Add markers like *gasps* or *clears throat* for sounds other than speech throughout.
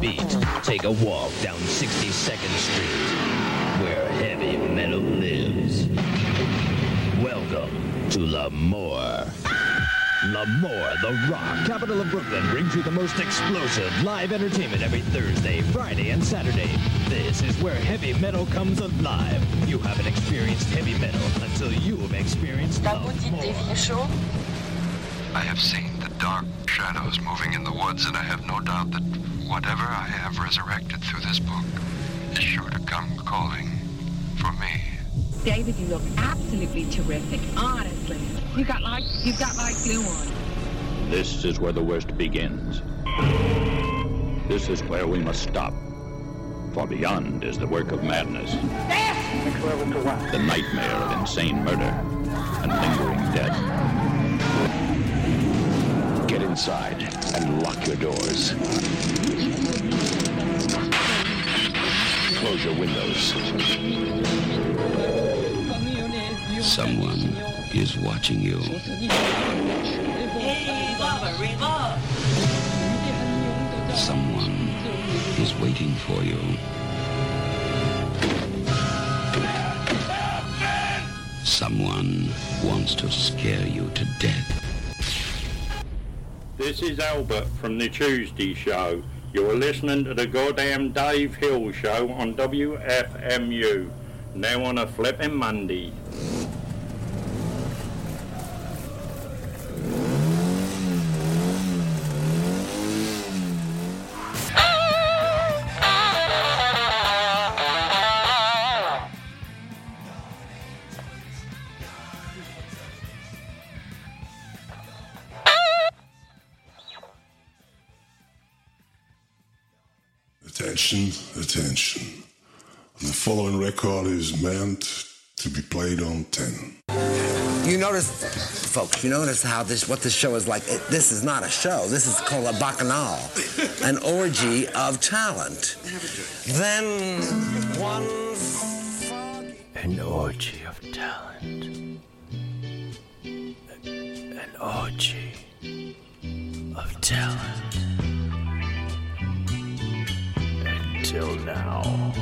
feet, take a walk down 62nd Street, where heavy metal lives. Welcome to Lemoore. Lemoore, The Rock, capital of Brooklyn, brings you the most explosive live entertainment every Thursday, Friday, and Saturday. This is where heavy metal comes alive. You haven't experienced heavy metal until you have experienced Как будет Lemoore. Daily Show? I have seen the dark shadows moving in the woods, and I have no doubt that whatever I have resurrected through this book is sure to come calling for me. David, you look absolutely terrific. Honestly, you got like you got like glue on. This is where the worst begins. This is where we must stop. For beyond is the work of madness, the nightmare of insane murder, and lingering death. Get inside and lock your doors. Close your windows. Someone is watching you. Someone is waiting for you. Someone wants to scare you to death. This is Albert from the Tuesday Show. You're listening to the goddamn Dave Hill Show on WFMU. Now on a flipping Monday. Attention, attention. The following record is meant to be played on 10. You notice, folks, you notice how this, what this show is like. It- this is not a show. This is called a bacchanal, an orgy of talent. Then one. An orgy of talent. An orgy of talent. Until now.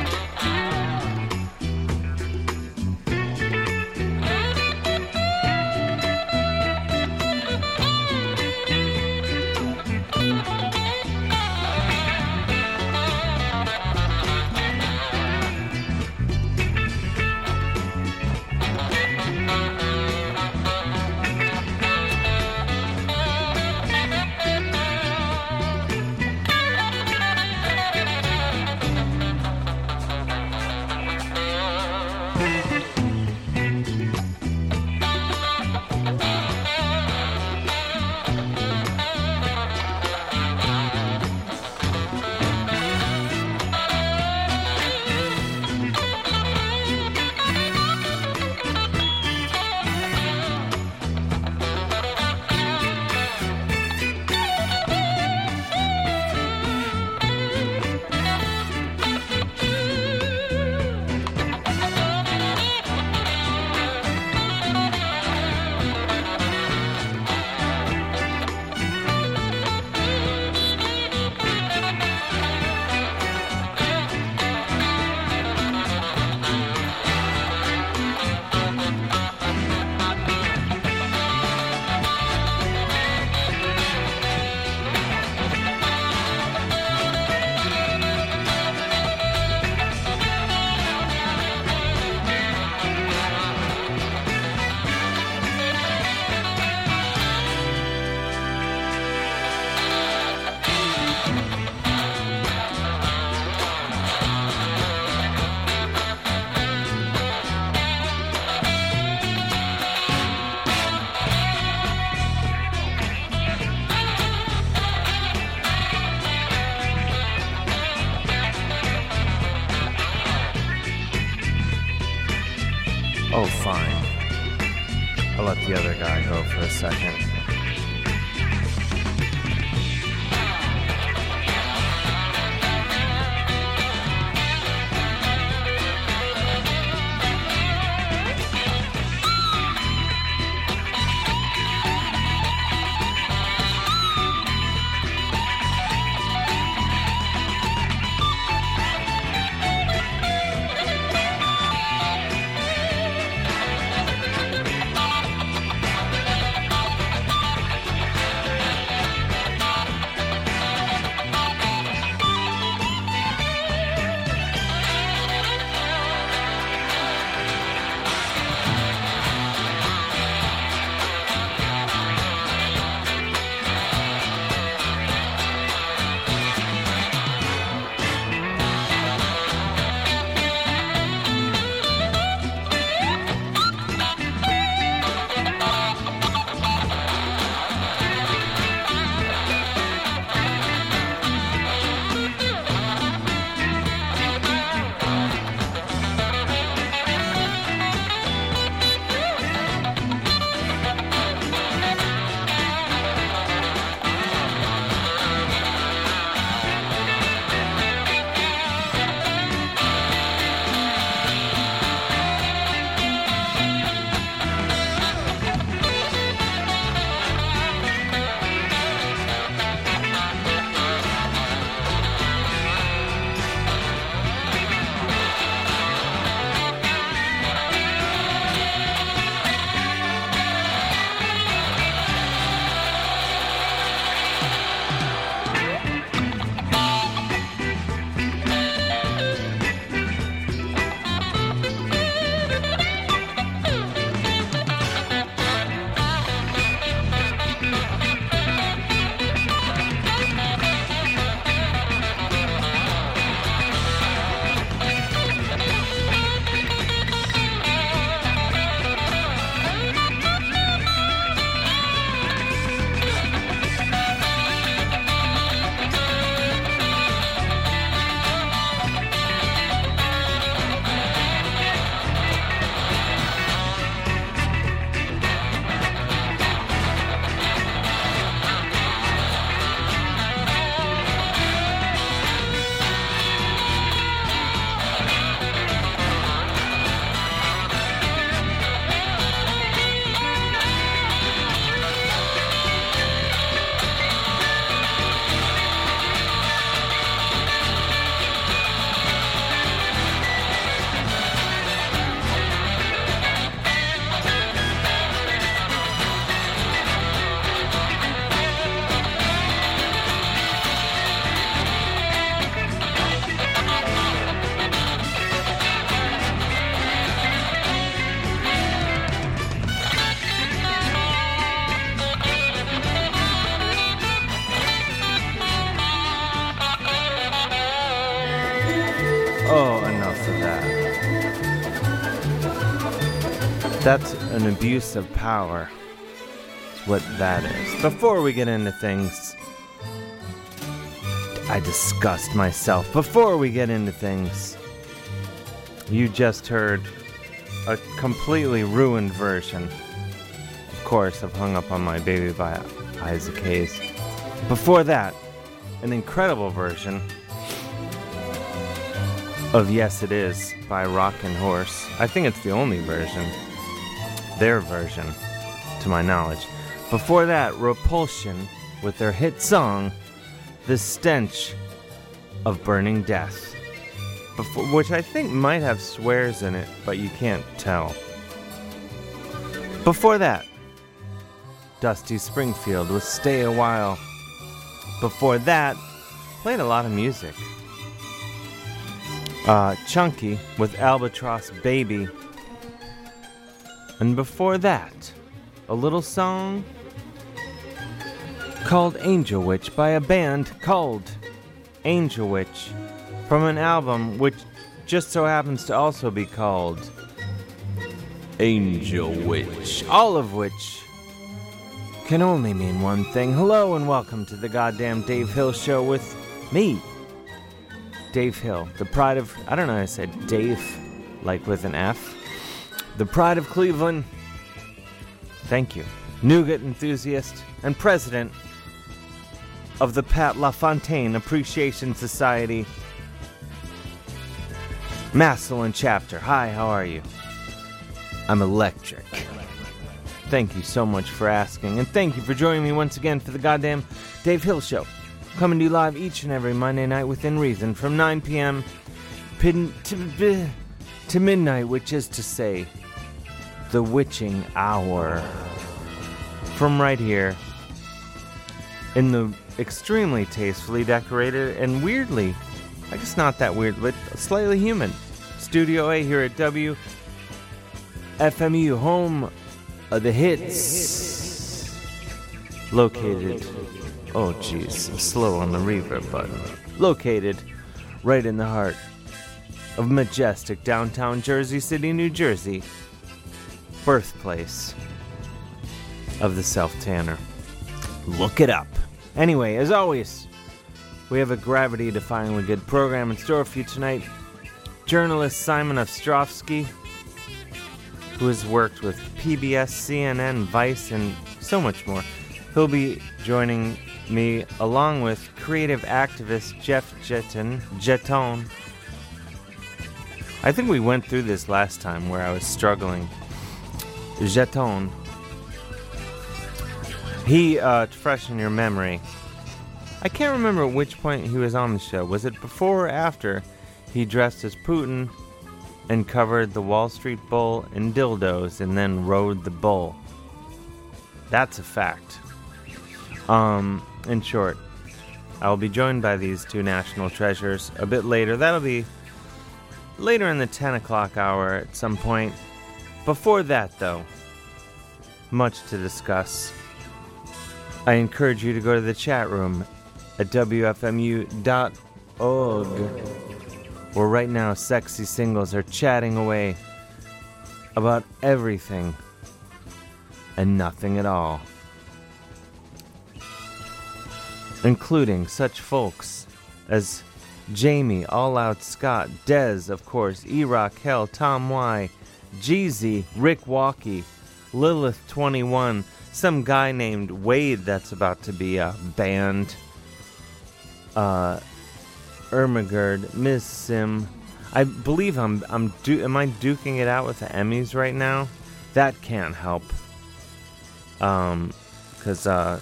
This is Albert from the Tuesday Show. You're listening to the goddamn Dave Hill Show on WFMU. Now on a flippin' Monday. Oh, fine. I'll let the other guy go for a second. Oh, enough of that. That's an abuse of power. Is what that is. Before we get into things, I disgust myself. Before we get into things, you just heard a completely ruined version. Of course, of Hung Up on My Baby by Isaac Hayes. Before that, an incredible version of Yes It Is by Rockin' Horse. I think it's the only version, their version, to my knowledge. Before that, Repulsion with their hit song, The Stench of Burning Death, before, which I think might have swears in it, but you can't tell. Before that, Dusty Springfield with Stay a While. Before that, played a lot of music. Uh, Chunky with Albatross Baby. And before that, a little song called Angel Witch by a band called Angel Witch from an album which just so happens to also be called Angel Witch. All of which can only mean one thing. Hello and welcome to the goddamn Dave Hill Show with me, Dave Hill, the pride of I don't know. I said Dave, like with an F, the pride of Cleveland, thank you, nougat enthusiast and president of the Pat LaFontaine Appreciation Society, Massillon chapter. Hi, how are you? I'm electric. Thank you so much for asking, and thank you for joining me once again for the goddamn Dave Hill Show. Coming to you live each and every Monday night within reason from 9 p.m. pin- to, bi- to midnight, which is to say, the witching hour. From right here, in the extremely tastefully decorated and weirdly, I guess not that weird, but slightly human, Studio A here at W. FMU, home of the hits. Located, oh jeez, I'm slow on the reverb button. Located right in the heart of majestic downtown Jersey City, New Jersey, birthplace of the self tanner. Look it up. Anyway, as always, we have a gravity defyingly good program in store for you tonight. Journalist Simon Ostrovsky who has worked with PBS, CNN, Vice, and so much more. He'll be joining me along with creative activist Jeff Jetton. Jeton. I think we went through this last time where I was struggling. Jeton. He, uh, to freshen your memory, I can't remember at which point he was on the show. Was it before or after he dressed as Putin and covered the Wall Street Bull in dildos and then rode the bull. That's a fact. Um, in short, I'll be joined by these two national treasures a bit later. That'll be later in the 10 o'clock hour at some point. Before that, though, much to discuss. I encourage you to go to the chat room at wfmu.org where right now sexy singles are chatting away about everything and nothing at all, including such folks as Jamie, All Out Scott, Dez, of course, E Rock Hell, Tom Y, Jeezy, Rick Walkie, Lilith21, some guy named Wade that's about to be uh, banned. Uh, Ermagerd, Miss Sim. I believe I'm I'm du- am I duking it out with the Emmys right now? That can't help. Um, cause uh,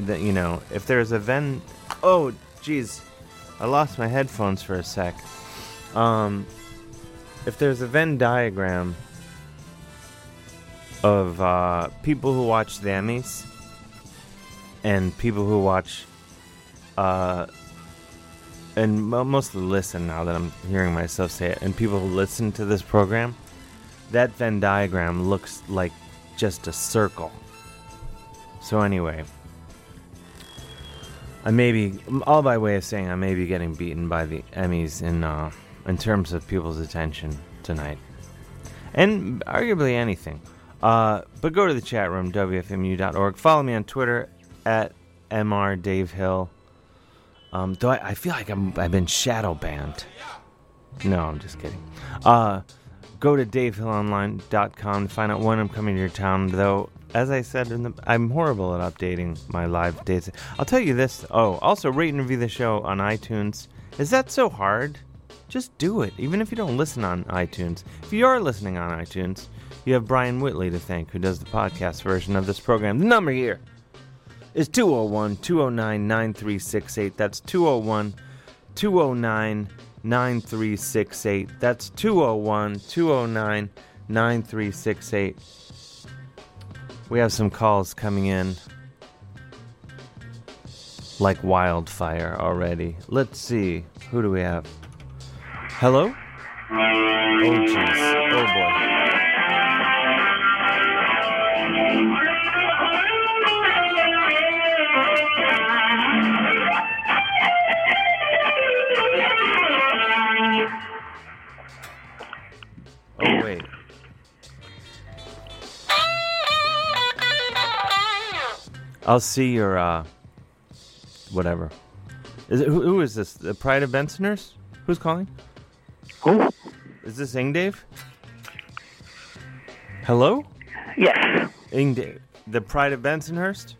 that you know if there's a ven, oh jeez, I lost my headphones for a sec. Um, if there's a Venn diagram of uh, people who watch the Emmys and people who watch uh and mo- mostly listen now that I'm hearing myself say it, and people who listen to this program, that Venn diagram looks like just a circle. So, anyway, I may be, all by way of saying, I may be getting beaten by the Emmys in, uh, in terms of people's attention tonight. And arguably anything. Uh, but go to the chat room, wfmu.org. Follow me on Twitter at mrdavehill. Um, though I, I feel like I'm, I've been shadow banned. No, I'm just kidding. Uh, go to davehillonline.com to find out when I'm coming to your town. Though, as I said, in the, I'm horrible at updating my live dates. I'll tell you this. Oh, also rate and review the show on iTunes. Is that so hard? Just do it, even if you don't listen on iTunes. If you are listening on iTunes, you have Brian Whitley to thank, who does the podcast version of this program. The number here is 201 209 9368. That's 201 209 9368. That's 201 209 9368. We have some calls coming in like wildfire already. Let's see. Who do we have? Hello? Oh, jeez. Oh, boy. Oh, wait. I'll see your, uh, whatever. Is it, who, who is this? The Pride of Bensoners? Who's calling? Who? Is this Ingdave? Hello? Yes. Ingd- the Pride of Bensonhurst?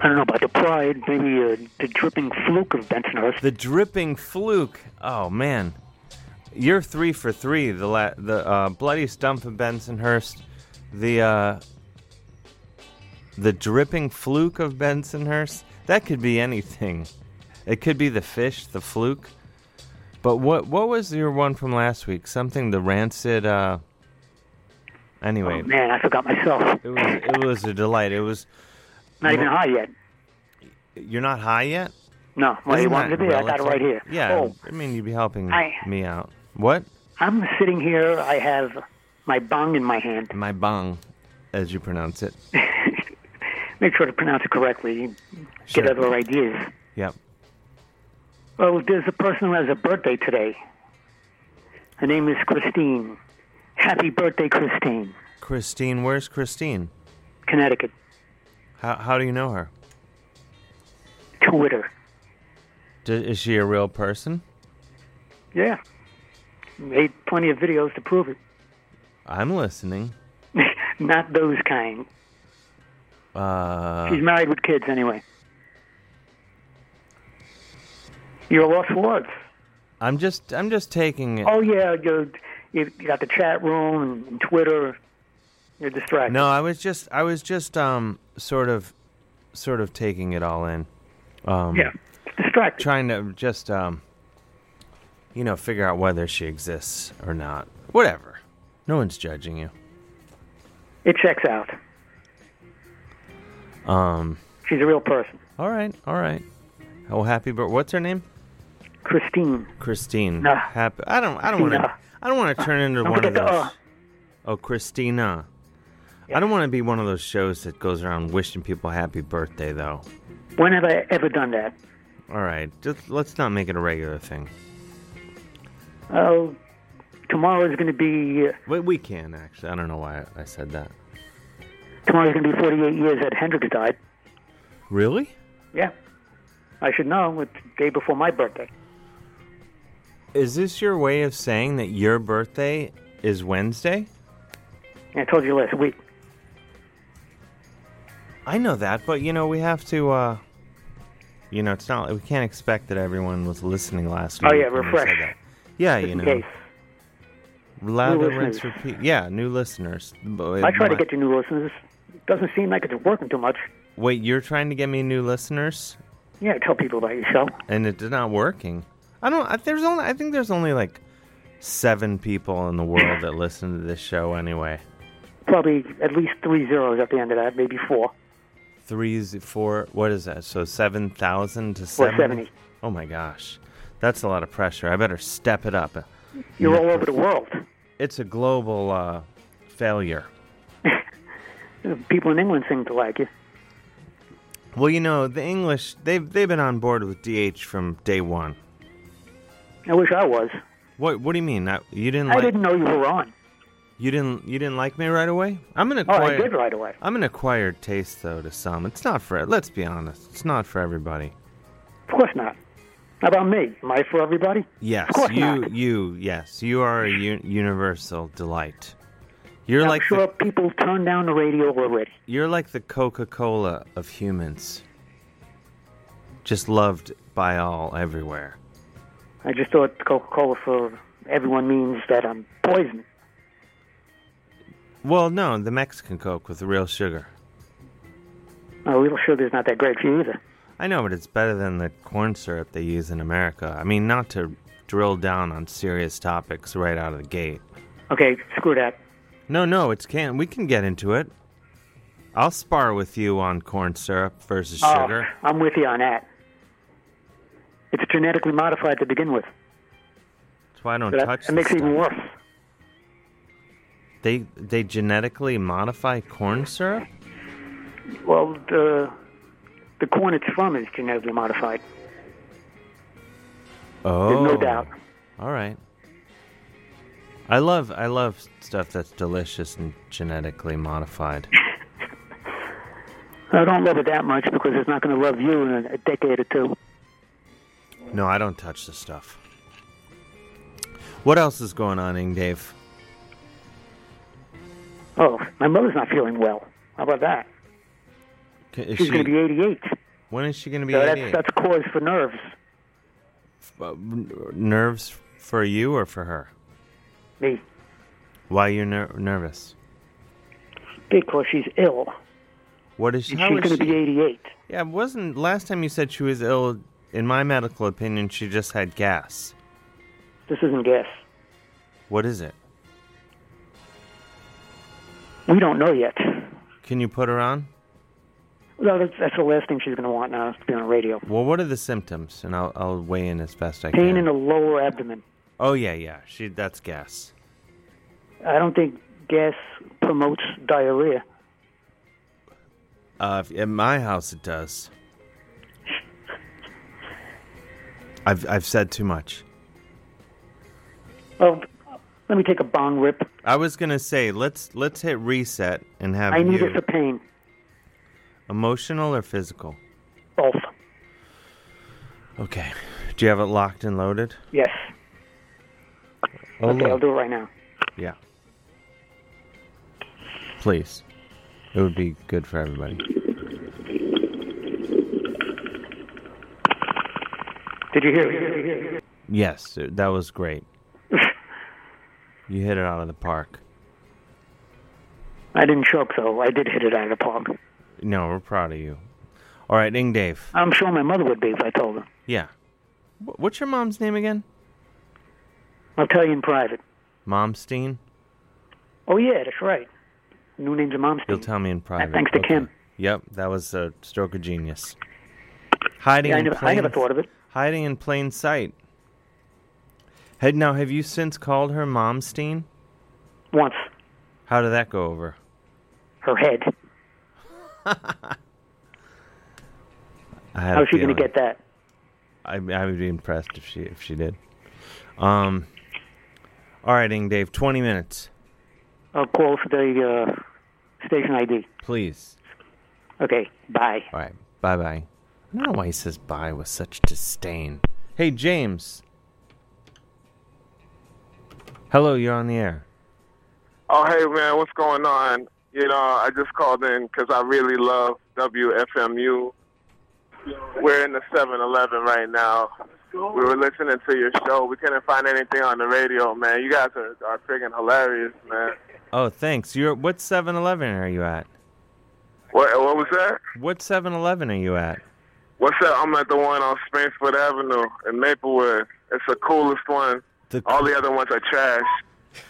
I don't know about the pride, maybe uh, the dripping fluke of Bensonhurst. The dripping fluke. Oh man, you're three for three. The la- the uh, bloody stump of Bensonhurst, the uh, the dripping fluke of Bensonhurst. That could be anything. It could be the fish, the fluke. But what what was your one from last week? Something the rancid. Uh... Anyway, Oh, man, I forgot myself. it was Oh. it was a delight. It was. *laughs* Not even high yet. You're not high yet. No, well, you Isn't wanted that to be. I got it relative? right here. Yeah, Oh, I mean you'd be helping I- me out. What? I'm sitting here. I have my bong in my hand. My bong, as you pronounce it. *laughs* Make sure to pronounce it correctly. Sure. Get other ideas. Yep. Oh, there's a person who has a birthday today. Her name is Christine. Happy birthday, Christine. Christine, where's Christine? Connecticut. How how do you know her? Twitter. D- is she a real person? Yeah. Made plenty of videos to prove it. I'm listening. *laughs* Not those kind. Uh, She's married with kids anyway. You're lost for words. I'm just I'm just taking it. Oh yeah, you you you got the chat room and, and Twitter. You're distracted. No, I was just I was just um sort of sort of taking it all in. Um Yeah, distracted. Trying to just um you know, figure out whether she exists or not. Whatever. No one's judging you. It checks out. Um She's a real person. All right, all right. Oh, happy birthday. What's her name? Christine. Christine. No. Happy. I don't I don't want to Christina. I don't want to turn into Don't one of forget those. the, uh. Oh, Christina. I don't want to be one of those shows that goes around wishing people happy birthday though. When have I ever done that? All right, just let's not make it a regular thing. Oh, tomorrow is going to be uh, We, we can actually. I don't know why I said that. tomorrow's going to be 48 years that Hendrix died. Really? Yeah, I should know. It's the day before my birthday. Is this your way of saying that your birthday is Wednesday? I told you last week. I know that, but you know we have to. uh You know, it's not. We can't expect that everyone was listening last Oh, week. yeah, when we refresh. said that. Yeah, Just you in know. case. Louder, New rinse, listeners. repeat. Yeah, new listeners. I try to get you new listeners. Doesn't seem like it's working too much. Wait, you're trying to get me new listeners, Yeah, tell people about your show. and it's not working. I don't. I, there's only. I think there's only like seven people in the world that listen to this show anyway. Probably at least three zeros at the end of that, maybe four. Three, z- four. What is that? So seven thousand to seven. 70. Oh my gosh, that's a lot of pressure. I better step it up. You're all over the world. It's a global uh, failure. People in England seem to like you. Well, you know the English. They've they've been on board with DH from day one. I wish I was. What What do you mean? I, you didn't. I like, didn't know you were on. You didn't. You didn't like me right away. I'm an Oh, acquired. I did right away. I'm an acquired taste though to some. It's not for. Let's be honest. It's not for everybody. Of course not. How about me? Am I for everybody? Yes, Of course you. not. You. Yes, you are a u- universal delight. You're I'm like sure the, people turn down the radio already. you're like the Coca-Cola of humans. Just loved by all everywhere. I just thought Coca-Cola for everyone means that I'm poison. Well, no, the Mexican Coke with the real sugar. Oh, real sugar's not that great for you either. I know, but it's better than the corn syrup they use in America. I mean, not to drill down on serious topics right out of the gate. Okay, screw that. No, no, it's can we can get into it. I'll spar with you on corn syrup versus sugar. Oh, I'm with you on that. It's genetically modified to begin with. That's why I don't So that, touch. it makes this it even stuff. worse. They they genetically modify corn syrup. Well, the the corn it's from is genetically modified. Oh, There's no doubt. All right. I love I love stuff that's delicious and genetically modified. *laughs* I don't love it that much because it's not going to love you in a decade or two. No, I don't touch the stuff. What else is going on, Ing Dave? Oh, my mother's not feeling well. How about that? K- is She's she- going to be 88. When is she going to be So 88? that's, that's cause for nerves. Uh, n- nerves for you or for her? Me. Why are you ner- nervous? Because she's ill. What is she? And how she's is going to she- be 88. Yeah, wasn't last time you said she was ill? In my medical opinion, she just had gas. This isn't gas. What is it? We don't know yet. Can you put her on? No, that's, that's the last thing she's going to want now is to be on the radio. Well, what are the symptoms? And I'll, I'll weigh in as best I Pain can. in the lower abdomen. oh yeah, yeah. She that's gas. I don't think gas promotes diarrhea. Uh, if- at my house, it does. I've I've said too much. Oh, let me take a bong rip. I was gonna say let's let's hit reset and have I need you it for pain. emotional or physical. Both. Okay. Do you have it locked and loaded? Yes. Oh, okay, I'll look. do it right now. Yeah. Please. It would be good for everybody. Did you hear me? Yes, it- that was *laughs* great. you hit it out of the park. I didn't choke, though. I did hit it out of the park. No, we're proud of you. All right, Ing Dave. I'm sure my mother would be if I told her. Yeah. Wh- What's your mom's name again? I'll tell you in private. Momstein? Oh, yeah, that's right. New name's mom's. You'll tell me in private. Uh, thanks to Okay. Kim. Yep, that was a stroke of genius. Hiding Yeah, I in never- I plain, never thought of it. Hiding in plain sight. Had now have you since called her Momstein? Once. How did that go over? Her head. I had How's she going going to get that? I, I would be impressed if she if she did. Um. All right, Ing Dave. Twenty minutes, I'll call for the uh, station ID. please. Okay, bye. All right. Bye bye. I don't know why he says bye with such disdain. Hey, James. Hello, you're on the air. Oh, hey, man, what's going on? You know, I just called in because I really love WFMU. We're in the 7 Eleven right now. We were listening to your show. We couldn't find anything on the radio, man. You guys are, are freaking hilarious, man. Oh, thanks. You're what 7-Eleven are you at? What, what was that? What 7-Eleven are you at? What's up? I'm at the one on Springfield Avenue in Maplewood. It's the coolest one. The- All the other ones are trash.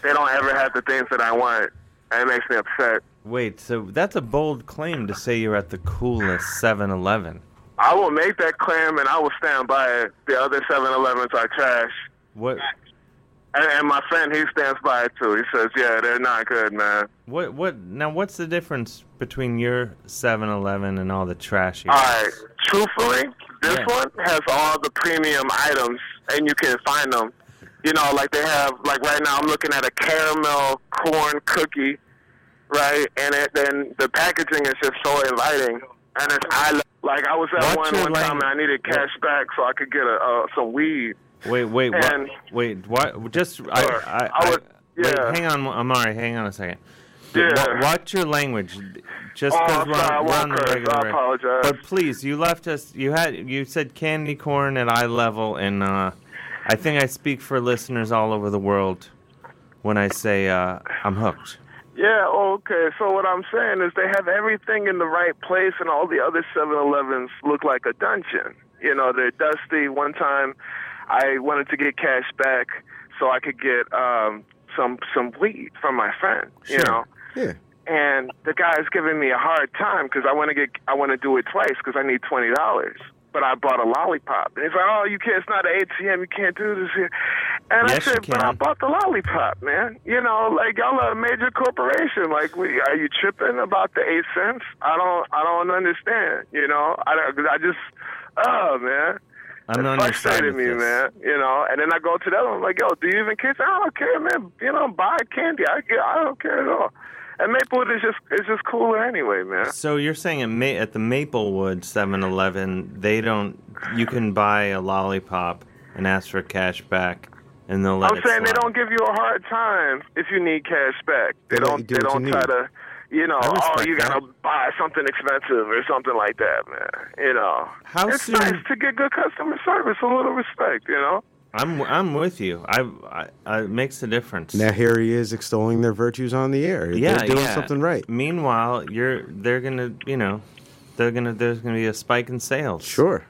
They don't ever have the things that I want. And it makes me upset. Wait, so that's a bold claim to say you're at the coolest 7-Eleven. I will make that claim and I will stand by it. The other 7 Elevens are trash. What And, and my friend, he stands by it too. He says, yeah, they're not good, man. What what now? What's the difference between your 7-Eleven and all the trashy? All right, truthfully, this one has all the premium items and you can find them. You know, like they have, like right now, I'm looking at a caramel corn cookie, right? And it, then the packaging is just so inviting. And it's, I, lo- like, I was at What's one your one time and I needed cash back so I could get a, uh, some weed. Wait, wait, what, And- wait. What? Just I, I, I, wait, hang on, Amari. Hang on a second. Yeah. Wa- Watch your language. Just Oh, because I'm we're, sorry, I on- we're won't on the curse. I regular, rate. apologize. but please, you left us. You had you said candy corn at eye level, and uh, I think I speak for listeners all over the world when I say uh, I'm hooked. Yeah, okay. So what I'm saying is they have everything in the right place, and all the other 7-Elevens look like a dungeon. You know, they're dusty. One time, I wanted to get cash back so I could get um, some some weed from my friend. You know, Yeah. and the guy's giving me a hard time because I want to get I want to do it twice because I need twenty dollars. But I bought a lollipop, and he's like, "Oh, you can't. It's not an ATM. You can't do this here." And Yes, I you said, "But I can." bought the lollipop, man. You know, like y'all are a major corporation. Like, we, are you tripping about the eight cents? I don't, I don't understand. You know, I, don't- I just, oh man." I'm it on your side frustrated with me, this. man. You know, and then I go to the other one, like, yo, do you even kiss? I don't care, man. You know, buy candy. I, I don't care at all. And Maplewood is just, it's just cooler anyway, man. So you're saying at, Ma- at the Maplewood 7-Eleven, they don't. You can buy a lollipop and ask for cash back and they'll let I'm it saying they slide. don't give you a hard time if you need cash back. They They let you don't. do they what you don't try need. to. You know, I oh, respect you gotta buy something expensive or something like that, man. You know, How it's soon- nice to get good customer service, a little respect. You know, I'm I'm with you. I, I, I it makes a difference. Now here he is extolling their virtues on the air. yeah, They're doing yeah. something right. Meanwhile, you're they're gonna you know they're gonna there's gonna be a spike in sales. Sure.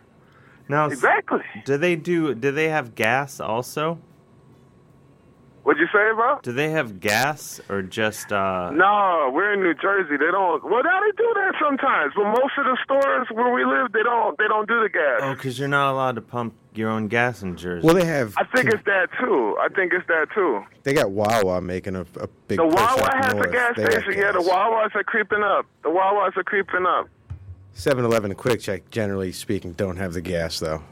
Now exactly. Do they do do they have gas also? What'd you say, bro? Do they have gas or just uh? No, we're in New Jersey. They don't. Well, now they do that sometimes, but most of the stores where we live, they don't. They don't do the gas. Oh, because you're not allowed to pump your own gas in Jersey. Well, they have. I think it's that too. I think it's that too. They got Wawa making a, a big. the push up Wawa has north. a gas They got station. Yeah, the Wawas are creeping up. The Wawas are creeping up. 7-Eleven and Quick Check, generally speaking, don't have the gas though.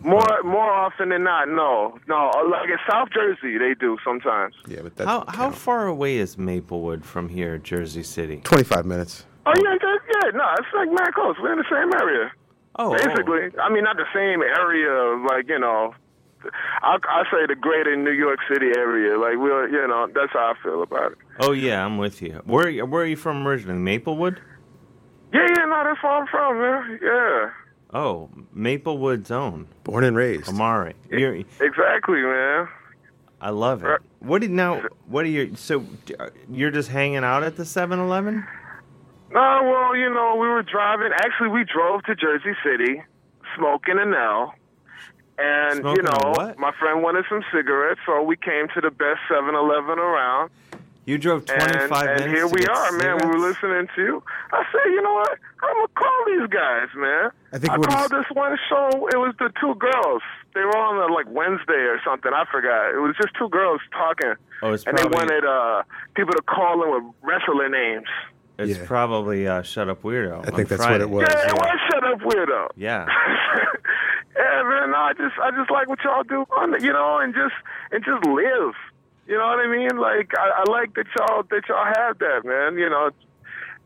More more often than not, no, no. uh, Like in South Jersey, they do sometimes. Yeah, but how how far away is Maplewood from here, Jersey City? Twenty five minutes. Oh yeah, that, yeah. No, it's like Mad Coast. We're in the same area. Oh, basically. I mean, not the same area. Like you know, I I say the greater New York City area. Like we're you know that's how I feel about it. Oh yeah, I'm with you. Where where are you from originally? Maplewood? Yeah, yeah. No, that's where I'm from, man. Yeah. Oh, Maplewood's own. Born and raised. Amari. You're, Exactly, man. I love it. What did now? What are you? So you're just hanging out at the 7-Eleven? No, well, you know, we were driving. Actually, we drove to Jersey City, smoking an L. And, Smoking you a know, what? my friend wanted some cigarettes, so we came to the best 7 Eleven around. You drove And, 25 minutes. and here to we get are, man. We were listening to you. I said, you know what? I'm going to call these guys, man. I think I what called this one show. It was the two girls. They were on a, like Wednesday or something. I forgot. It was just two girls talking. Oh, it's and they probably- wanted uh, people to call them with wrestler names. It's probably uh, Shut Up Weirdo. I think that's what it was, Yeah, it was Shut Up Weirdo. Yeah. Yeah, man. No, I just I just like what y'all do, on the, you know, and just and just live. You know what I mean? Like I, I like that y'all that y'all have that, man. You know,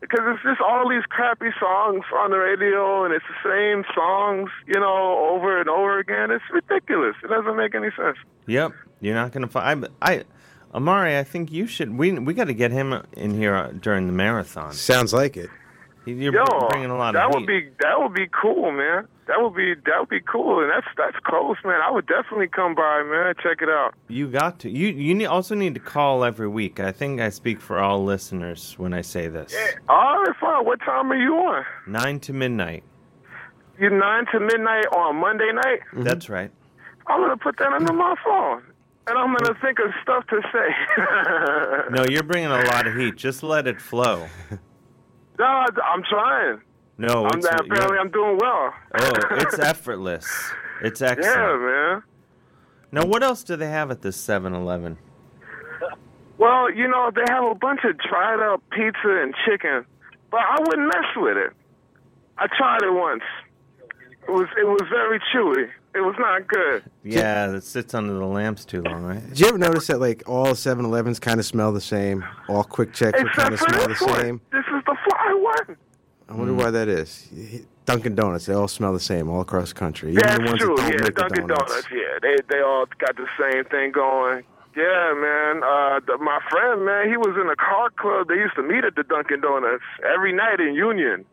because it's just all these crappy songs on the radio, and it's the same songs, you know, over and over again. It's ridiculous. It doesn't make any sense. Yep. You're not gonna find. I, I, Amari, I think you should. We we got to get him in here uh, during the marathon. Sounds like it. You're Yo, bringing a lot that of would heat. be that would be cool, man. That would be that would be cool, and that's that's close, man. I would definitely come by, man. Check it out. You got to. You you need, also need to call every week. I think I speak for all listeners when I say this. All right, fine. Eh, What time are you on? Nine to midnight. You nine to midnight on Monday night. Mm-hmm. That's right. I'm gonna put that under my phone, and I'm gonna think of stuff to say. *laughs* No, you're bringing a lot of heat. Just let it flow. no, I- I'm trying. No, I'm, it's, uh, apparently you're- I'm doing well. oh, it's effortless. It's excellent. Yeah, man. Now, what else do they have at this 7-Eleven? Well, you know they have a bunch of dried up pizza and chicken, but I wouldn't mess with it. I tried it once. It was it was very chewy. It was not good. Yeah, that sits under the lamps too long, right? Did you ever notice that like all 7-Elevens kind of smell the same? All Quick Checks Except kind of for smell the this one. same. This is the fly one. I wonder why that is. Dunkin' Donuts, they all smell the same all across the country. Even That's the ones true. That don't Yeah, make the Dunkin' donuts. Donuts. Yeah, they they all got the same thing going. Yeah, man. Uh, the, my friend, man, he was in a car club. They used to meet at the Dunkin' Donuts every night in Union.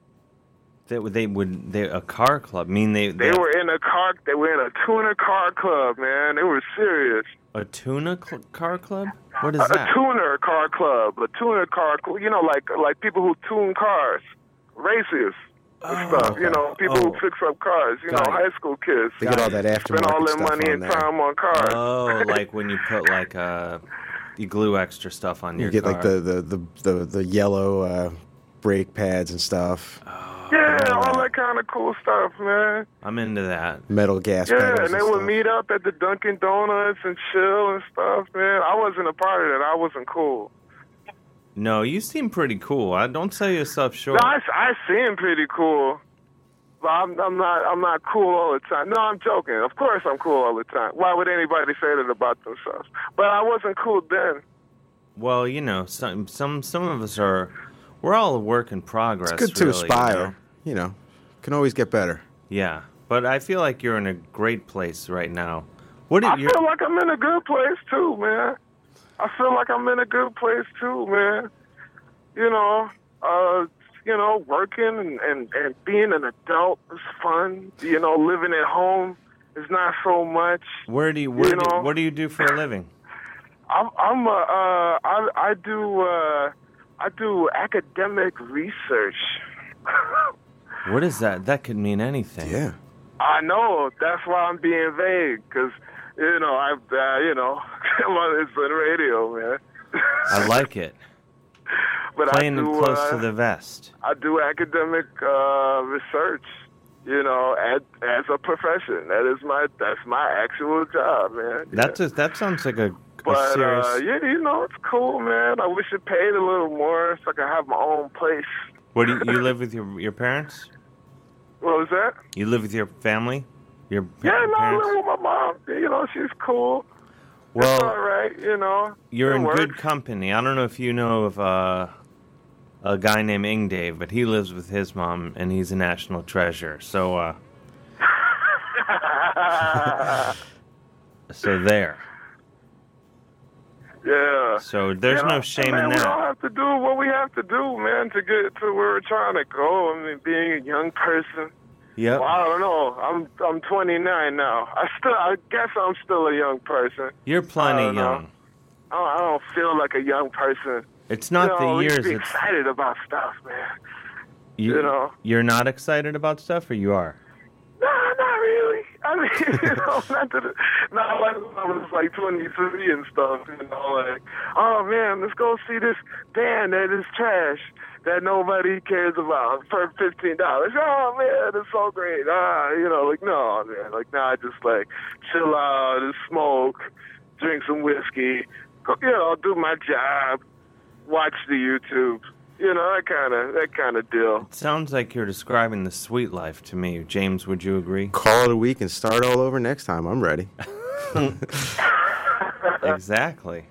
They, they would they a car club. I mean, they They were in a car. They were in a tuner car club, man. They were serious. a tuna cl- car club. What is a, that? a tuner car club. A tuner car. Cl- you know, like like people who tune cars, racers. And Oh, stuff, you know, people who fix up cars, you Got know, it. high school kids. They get all that Spend all aftermarket their stuff money on and there. time on cars. *laughs* Oh, like when you put like uh, you glue extra stuff on You your get car. like the, the, the, the, the yellow uh, brake pads and stuff. Uh, Yeah, all that kind of cool stuff, man. I'm into that. Metal gas pedals. Yeah, and they and would stuff. meet up at the Dunkin' Donuts and chill and stuff, man. I wasn't a part of that. I wasn't cool. No, you seem pretty cool. I don't sell yourself short. No, I, I seem pretty cool, but I'm, I'm not. I'm not cool all the time. No, I'm joking. Of course, I'm cool all the time. Why would anybody say that about themselves? But I wasn't cool then. Well, you know, some some some of us are. We're all a work in progress. It's good to really, you know? aspire. You know, can always get better. Yeah, but I feel like you're in a great place right now What I did you? feel like I'm in a good place too, man. I feel like I'm in a good place too, man. You know, uh, you know, working and, and, and being an adult is fun. You know, living at home is not so much. Where do you? Where You do, know. what do you do for a living? I'm, I'm a, uh, I, I do, uh, I do academic research. *laughs* What is that? That could mean anything. Yeah. I know that's why I'm being vague, cause you know I, uh, you know, *laughs* it's on the radio, man. I like it. *laughs* But Playing I do, them close uh, to the vest. I do academic uh, research, you know, as, as a profession. That is my that's my actual job, man. That's a, that sounds like a, a But serious. uh, yeah, you know, it's cool, man. I wish it paid a little more so I could have my own place. What do you, you live with your your parents? What was that? You live with your family? Your pa- Yeah, no, I parents? live with my mom. You know, she's cool. Well- it's all right, you know. You're it in works. good company. I don't know if you know of uh, a guy named Ingdave, but he lives with his mom, and he's a national treasure. So, uh, so there. *laughs* Uh, Yeah. So there's You no know, shame man, in we that. all have to do what we have to do, man, to get to where we're trying to go. I mean, being a young person. Yep. Well, I don't know. I'm I'm 29 now. I still I guess I'm still a young person. You're I plenty don't know. young. I don't, I don't feel like a young person. It's not you the know, we should years, Be it's- excited about stuff, man. You, You know. You're not excited about stuff, or you are? No, not really. I mean, *laughs* you know, not to the, not like when I was like 23 and stuff. You know, like, oh man, let's go see this band that is trash that nobody cares about for fifteen dollars. Oh man, it's so great. Ah, you know, like no, man, like nah, just like chill out and smoke, drink some whiskey, go, you know, do my job, watch the YouTube, you know, that kind of that kind of deal. Sounds like you're describing the sweet life to me. James, would you agree? Call it a week and start all over next time. I'm ready. *laughs* exactly.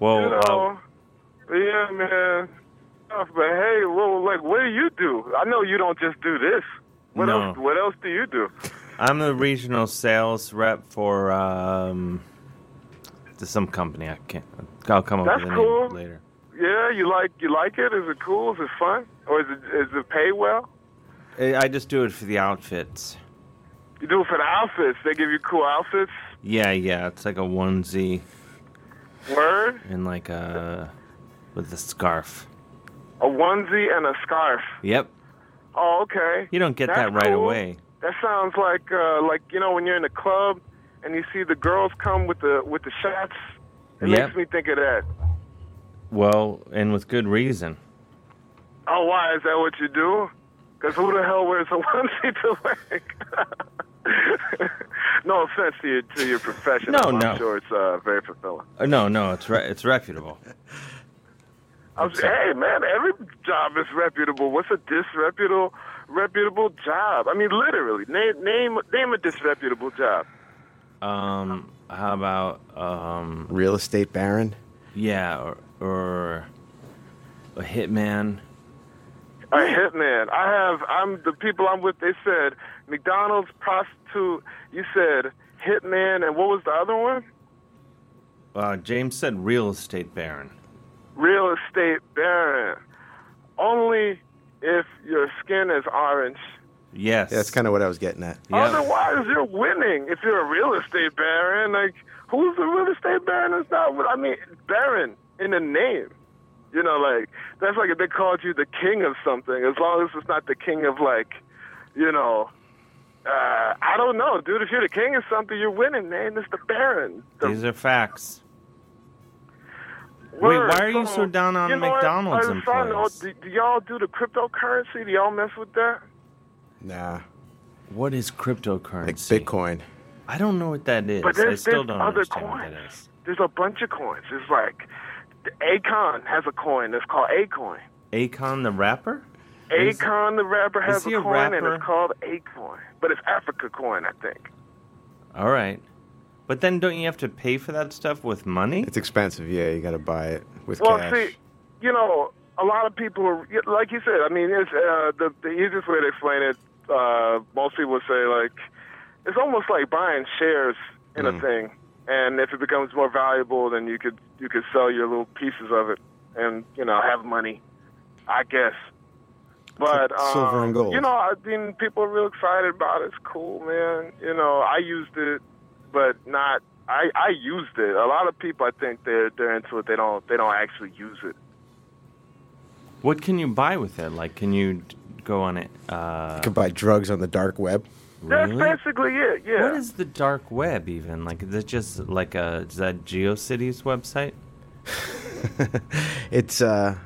Well, you uh, know, yeah, man. But hey, well, like, what do you do? I know you don't just do this. What No. else? What else do you do? I'm the regional sales rep for um, to some company. I can't. I'll come up That's with the cool. name later. Yeah, you like you like it? Is it cool? Is it fun? Or is it is it pay well? Eh, I I just do it for the outfits. You do it for the outfits. They give you cool outfits. Yeah, yeah. It's like a onesie Word, and like a with a scarf. a onesie and a scarf. Yep. Oh, okay. You don't get That's that right cool. away. That sounds like uh, like you know when you're in the club and you see the girls come with the with the shots. It Yep. makes me think of that. Well, and with good reason. Oh, why is that what you do? Because who the hell wears a *laughs* onesie to work? *laughs* no offense to your to your profession. No, I'm no. sure it's uh, very fulfilling. Uh, no, no. It's re- it's reputable. I'm, hey, man, every job is reputable. What's a disreputable reputable job? I mean, literally, name name name a disreputable job. Um, how about um, Real estate baron. yeah, or, or a hitman. A hitman. I have. I'm the people I'm with. They said McDonald's prostitute. You said hitman, and what was the other one? Uh, James said real estate baron. real estate baron. Only if your skin is orange. Yes. that's kind of what I was getting at. Otherwise, you're winning. If you're a real estate baron, like who's the real estate baron? It's not. I mean, baron in the name. You know, like that's like if they called you the king of something. As long as it's not the king of like, you know. Uh, I don't know, dude. If you're the king of something, you're winning, man. It's the Baron. These are facts. Wait, Word. why are you so down on you know what? McDonald's As a side employees? note, do, do y'all do the cryptocurrency? Do y'all mess with that? Nah. What is cryptocurrency? Like Bitcoin. I don't know what that is. But I there's- still there's don't other understand what that is. There's a bunch of coins. It's like the Akon has a coin. It's called Acoin. Akon the rapper? Is- Akon the rapper is has he a coin, and rapper? it's called Acoin. But it's Africa coin, I think. All right. But then don't you have to pay for that stuff with money? It's expensive. Yeah, you got to buy it with well, cash. see, you know, a lot of people, are, like you said, I mean, it's uh, the the easiest way to explain it. Uh, most people would say like, it's almost like buying shares in Mm. a thing, and if it becomes more valuable, then you could you could sell your little pieces of it, and you know have money, I guess. But um, silver and gold. You know, I mean, people are real excited about it. It's cool, man. You know, I used it, but not. I, I used it. A lot of people, I think, they're they're into it. They don't they don't actually use it. What can you buy with it? Like, can you d- go on it? Uh, You could buy drugs on the dark web. really? basically it. Yeah. What is the dark web even? Like, is it just like a is that GeoCities website? It's uh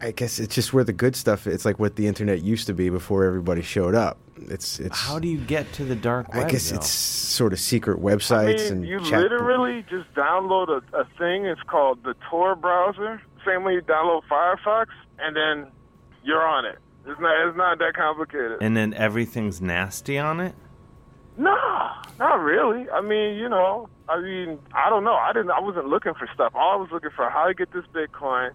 I guess it's just where the good stuff it's like what the internet used to be before everybody showed up. It's it's How do you get to the dark web? I guess though? it's sort of secret I websites mean, and you chat literally just download a, a thing. It's called the Tor browser. Same way you download Firefox, and then you're on it. It's not. It's not that complicated. and then everything's nasty on it. No, not really. I mean, you know, I mean, I don't know. I didn't. I wasn't looking for stuff. All I was looking for how to get this Bitcoin,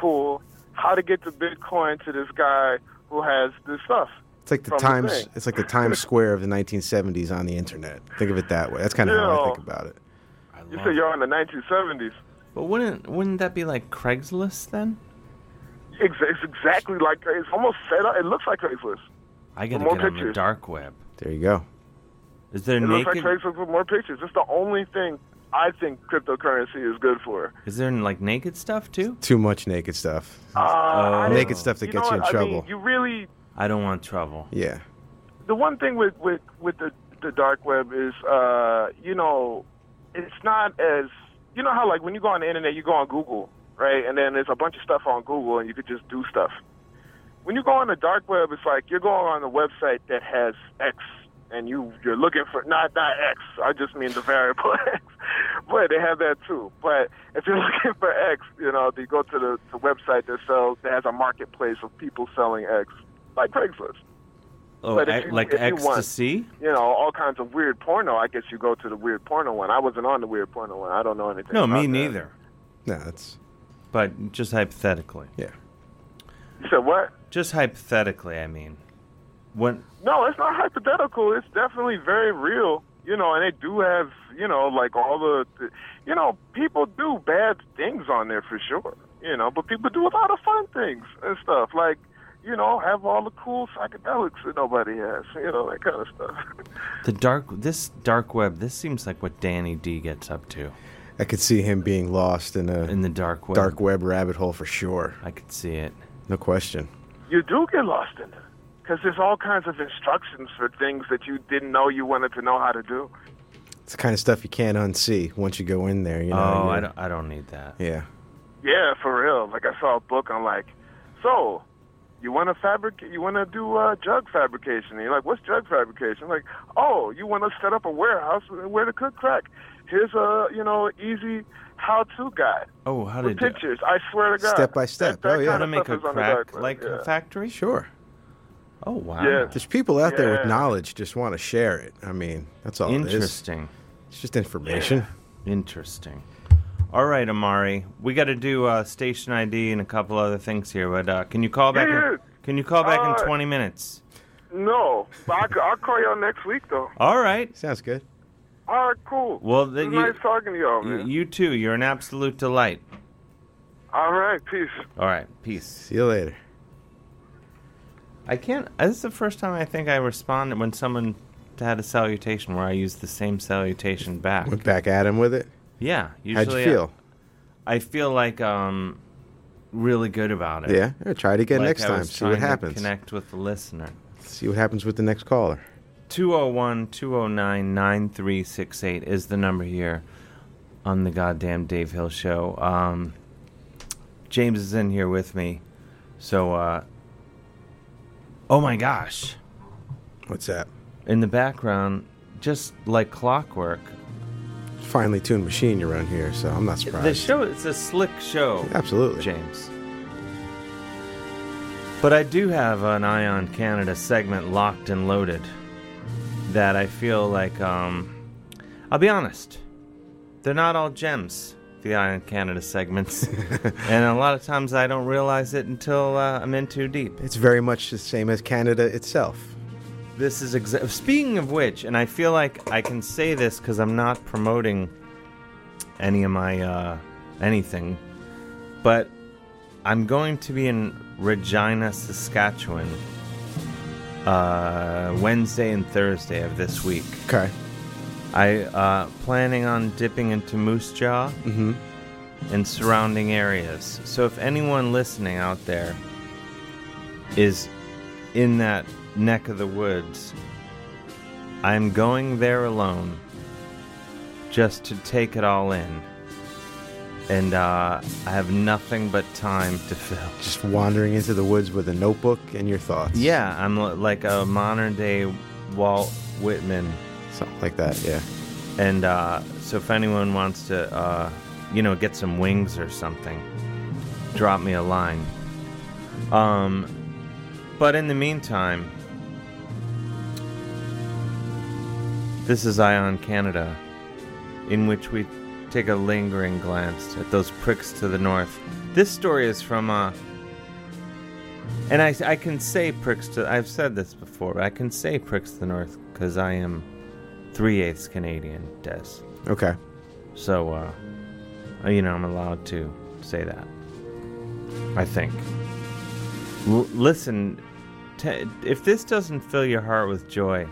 cool. How to get the Bitcoin to this guy who has this stuff. It's like the from Times thing. it's like the *laughs* Times Square of the 1970s on the internet. Think of it that way. That's kind of how I think Yeah. about it. You said you're on the 1970s. But wouldn't wouldn't that be like Craigslist then? Ex- It's exactly like it's almost set up. It looks like Craigslist. I gotta More get on the pictures. dark web. There you go. Is there It looks like naked? Craigslist with more pictures. It's the only thing I think cryptocurrency is good for. Is there like naked stuff too? Oh. Too much naked stuff. Uh, I didn't- Naked stuff that you gets know you in what? I mean, trouble. you really I don't want trouble. Yeah. the one thing with with with the the dark web is uh you know it's not as you know how like when you go on the internet you go on google right and then there's a bunch of stuff on google and you could just do stuff when you go on the dark web it's like you're going on a website that has x and you you're looking for not not x i just mean the variable *laughs* x but they have that too but if you're *laughs* looking for x you know you go to the, the website that sells that has a marketplace of people selling x like craigslist Oh, But if ec- you- like if you want- ecstasy? you know, all kinds of weird porno. I guess you go to the weird porno one. I wasn't on the weird porno one. I don't know anything. No, about me that. neither. No, that's. But just hypothetically. Yeah. You said what? Just hypothetically, I mean. When No, it's not hypothetical. It's definitely very real. You know, and they do have, you know, like all the, the you know, people do bad things on there for sure. You know, but people do a lot of fun things and stuff. Like, you know, have all the cool psychedelics that nobody has. You know, that kind of stuff. the dark this dark web, this seems like what Danny D gets up to. I could see him being lost in a in the dark web. dark web rabbit hole for sure. I could see it. No question. you do get lost in it because there's all kinds of instructions for things that you didn't know you wanted to know how to do. It's the kind of stuff you can't unsee once you go in there. You know. oh, I you're- don't I don't need that. Yeah. Yeah, for real. Like I saw a book on like, so you want to fabricate, you want to do uh, drug fabrication. And you're like, what's drug fabrication? Like, oh, you want to set up a warehouse where to cook crack. Here's a you know easy how-to guide Oh, how with did pictures. I swear to God. Step by step. That- that oh yeah. kind of stuff is on the dark web, yeah. factory? Sure. Oh wow. Yeah. There's people out there with Yeah. knowledge just want to share it. I mean, that's all it is. Interesting. It's just information. Interesting. All right, Amari, we got to do uh, station ID and a couple other things here, but uh, can you call back? Yeah, In, can you call back Uh, in 20 minutes? No, but I, c- I'll call y'all next week though. All right. Sounds good. All right, cool. Well, It then was you, nice talking to y'all, Mm. you, man. you too. You're an absolute delight. All right, peace. All right, peace. See you later. I can't. This is the first time I think I responded when someone had a salutation where I used the same salutation back. Went back at him with it. Yeah. How'd Usually uh, you I- feel? I, feel like um, really good about it. Yeah. Yeah, try it again Like next I time, was see what trying to happens. Connect with the listener. See what happens with the next caller. 201 209 9368 is the number here on the goddamn Dave Hill show. Um, James is in here with me. So, uh, oh my gosh. What's that? In the background, just like clockwork, Finely tuned machine you run here, so I'm not surprised. the show is a slick show. Absolutely. James. But I do have an Eye on Canada segment locked and loaded that I feel like, um, I'll be honest, they're not all gems, the Eye on Canada segments. and a lot of times I don't realize it until uh, I'm in too deep. It's very much the same as Canada itself. This is exa- speaking of which, and I feel like I can say this because I'm not promoting any of my uh, anything, but I'm going to be in Regina, Saskatchewan, uh, Wednesday and Thursday of this week. Okay. I uh, planning on dipping into Moose Jaw and surrounding areas. So if anyone listening out there is in that neck of the woods, I'm going there alone just to take it all in. And uh, I have nothing but time to *laughs* fill. Just wandering into the woods with a notebook and your thoughts. Yeah, I'm li- like a modern day Walt Whitman. Something like that, yeah. And uh, so if anyone wants to, uh, you know, get some wings or something, drop me a line. Um, but in the meantime, this is Ion Canada, in which we take a lingering glance at those pricks to the north. This story is from uh, and I, I can say pricks to. I've said this before. But I can say pricks to the north because I am three eighths Canadian, Des. Okay. So, uh, you know, I'm allowed to say that. I think. L- listen, t- if this doesn't fill your heart with joy,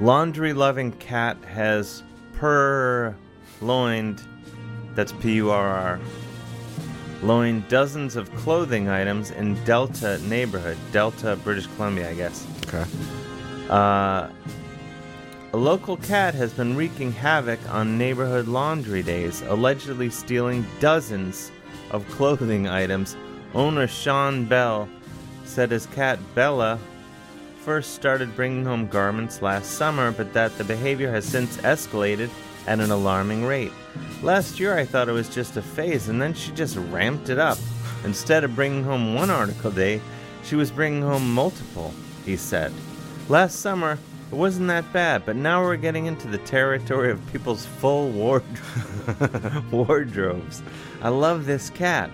laundry loving cat has purloined, that's P U R R, loined dozens of clothing items in Delta neighborhood, Delta, British Columbia, I guess. Okay. Uh, a local cat has been wreaking havoc on neighborhood laundry days, allegedly stealing dozens of clothing items. Owner Sean Bell said his cat Bella first started bringing home garments last summer, but that the behavior has since escalated at an alarming rate. Last year, I thought it was just a phase, and then she just ramped it up. Instead of bringing home one article a day, she was bringing home multiple, he said. Last summer, it wasn't that bad, but now we're getting into the territory of people's full ward- *laughs* wardrobes. I love this cat.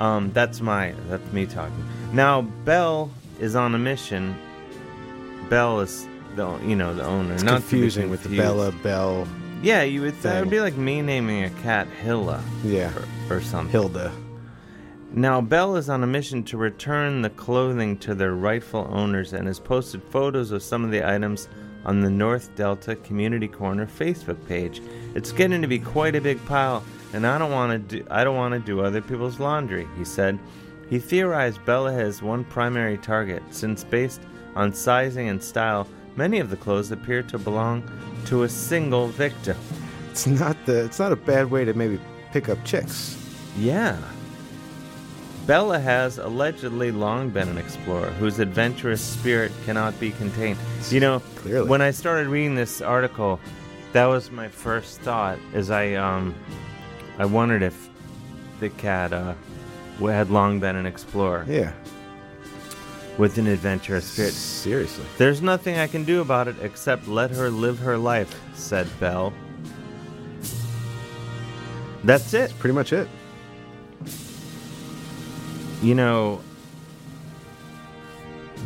Um, that's my that's me talking. Now Belle is on a mission. Belle is the you know the owner. It's not to be confusing with the confused. Bella Bell. Yeah, you would. That would thing. be like me naming a cat Hilla. Yeah. Or, or something. Hilda. Now, Bell is on a mission to return the clothing to their rightful owners and has posted photos of some of the items on the North Delta Community Corner Facebook page. It's getting to be quite a big pile, and I don't want to do I don't want to do other people's laundry, he said. He theorized Bella has one primary target, since based on sizing and style, many of the clothes appear to belong to a single victim. It's not the. It's not a bad way to maybe pick up chicks. Yeah. Bella has allegedly long been an explorer whose adventurous spirit cannot be contained. You know, Clearly. when I started reading this article, that was my first thought. Is I um, I wondered if the cat uh, w- had long been an explorer. Yeah. With an adventurous spirit. Seriously. There's nothing I can do about it except let her live her life," said Belle. That's it. That's pretty much it. You know,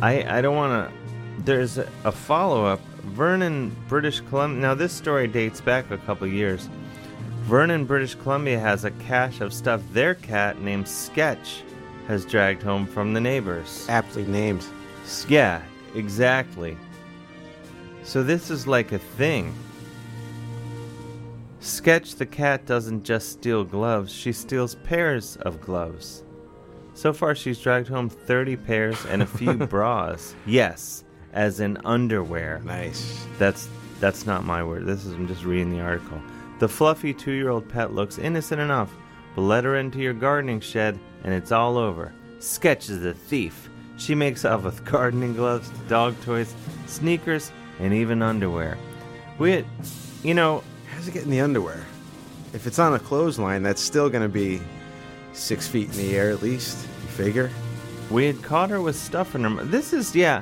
I I don't want to. There's a, a follow up. Vernon, British Columbia. Now this story dates back a couple years. Vernon, British Columbia has a cache of stuff their cat named Sketch has dragged home from the neighbors. Aptly named. Yeah, exactly. So this is like a thing. Sketch the cat doesn't just steal gloves, she steals pairs of gloves. So far, she's dragged home 30 pairs and a few bras. Yes, as in underwear. Nice. That's that's not my word. This is I'm just reading the article. The fluffy 2-year-old pet looks innocent enough, but let her into your gardening shed and it's all over. Sketch is a thief. She makes off with gardening gloves, dog toys, sneakers, and even underwear. We, you know, how's it get in the underwear? If it's on a clothesline, that's still going to be six feet in the air at least. You figure. We had caught her with stuff in her. mou- This is yeah.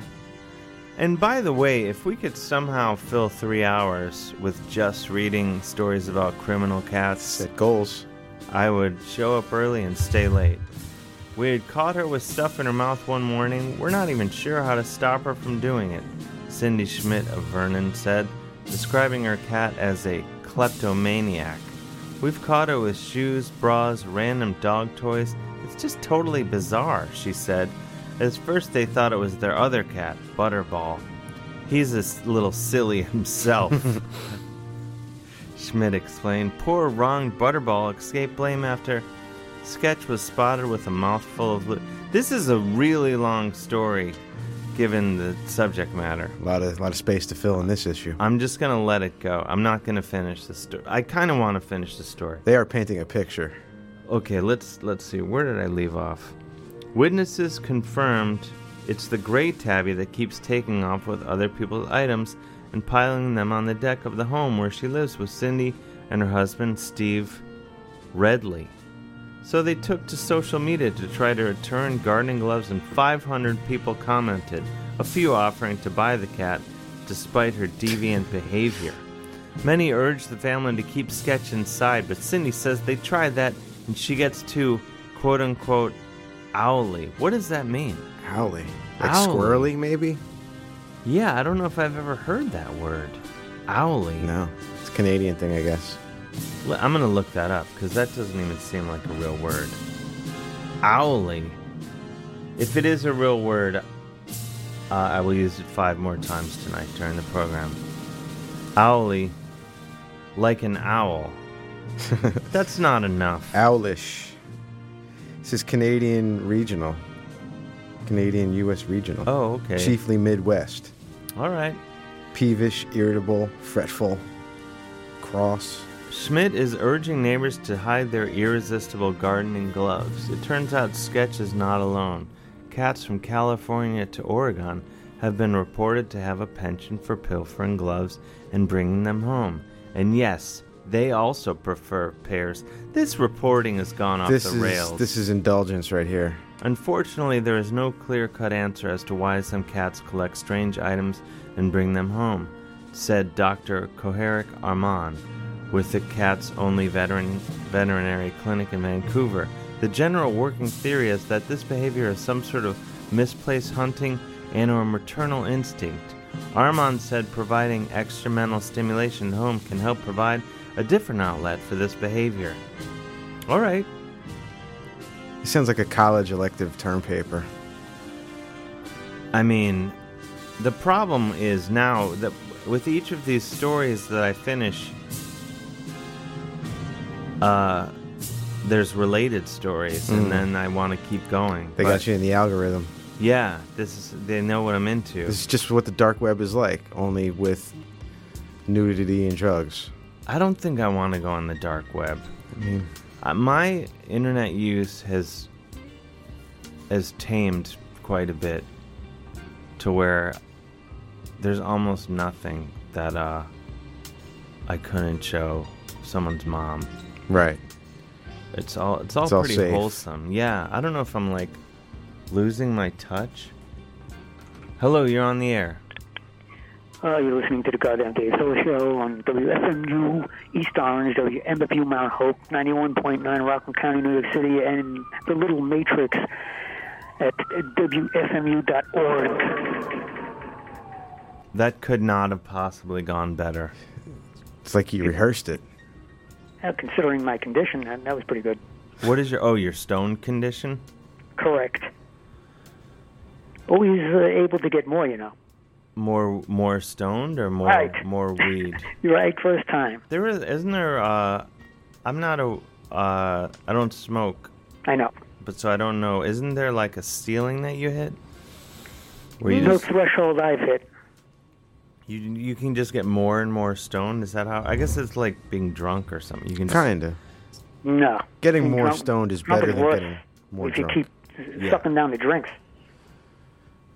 And by the way, if we could somehow fill three hours with just reading stories about criminal cats, set goals, I would show up early and stay late. We had caught her with stuff in her mouth one morning. We're not even sure how to stop her from doing it, Cindy Schmidt of Vernon said, describing her cat as a kleptomaniac. We've caught her with shoes, bras, random dog toys. It's just totally bizarre, she said. At first, they thought it was their other cat, Butterball. He's a s- little silly *laughs* himself. Schmidt explained. Poor wrong Butterball escaped blame after Sketch was spotted with a mouthful of. Lo- this is a really long story, given the subject matter. A lot of lot of space to fill in this issue. I'm just gonna let it go. I'm not gonna finish the story. I kind of want to finish the story. They are painting a picture. Okay, let's let's see. Where did I leave off? Witnesses confirmed it's the gray tabby that keeps taking off with other people's items and piling them on the deck of the home where she lives with Cindy and her husband Steve Redley. So they took to social media to try to return gardening gloves, and 500 people commented, a few offering to buy the cat despite her deviant behavior. Many urged the family to keep Sketch inside, but Cindy says they tried that and she gets to quote unquote owly. What does that mean? Owly. Like squirrely, maybe? Yeah, I don't know if I've ever heard that word. Owly. No, it's a Canadian thing, I guess. L- I'm gonna look that up because that doesn't even seem like a real word. Owly. If it is a real word, uh, I will use it five more times tonight during the program. Owly, like *laughs* an owl. That's not enough. Owlish. This is Canadian regional. Canadian U.S. regional. Oh, okay. Chiefly Midwest. All right. Peevish, irritable, fretful, cross. Schmidt is urging neighbors to hide their irresistible gardening gloves. It turns out Sketch is not alone. Cats from California to Oregon have been reported to have a penchant for pilfering gloves and bringing them home. And yes, they also prefer pairs. This reporting has gone off this the is rails. this is indulgence right here. Unfortunately, there is no clear cut answer as to why some cats collect strange items and bring them home, said Dr. Koharic Arman, with the cat's only veteran, veterinary clinic in Vancouver. The general working theory is that this behavior is some sort of misplaced hunting and or maternal instinct. Armand said providing extramental stimulation at home can help provide a different outlet for this behavior. All right, It sounds like a college elective term paper. I mean, the problem is now that with each of these stories that I finish, uh, there's related stories, Mm. and then I want to keep going. They but- got you in the algorithm. Yeah, this is they know what I'm into. This is just what the dark web is like, only with nudity and drugs. I don't think I want to go on the dark web. I mean, Uh, my internet use has has tamed quite a bit to where there's almost nothing that uh, I couldn't show someone's mom. right. It's all it's all It's all pretty safe. wholesome. Yeah, I don't know if I'm like losing my touch. Hello, you're on the air. Uh, you're listening to the Goddamn Dave Hill Show on WFMU East Orange, WMFU Mount Hope, 91.9 Rockland County, New York City, and the Little Matrix at WFMU.org. That could not have possibly gone better. It's like you rehearsed it. Uh, considering my condition, that, that was pretty good. What is your oh your stone condition? Correct. Always uh, able to get more, you know. More more stoned or more Right. more weed? *laughs* You're right first time. There is, isn't there? Uh, I'm not a. Uh, I don't smoke. I know. But so I don't know. Isn't there like a ceiling that you hit? Where you No just threshold I've hit. you you can just get more and more stoned. Is that how? I guess it's like being drunk or something. You can just, Kinda. No. Getting And more drunk- stoned is drunk better than worse getting more if drunk. you keep Yeah. sucking down the drinks.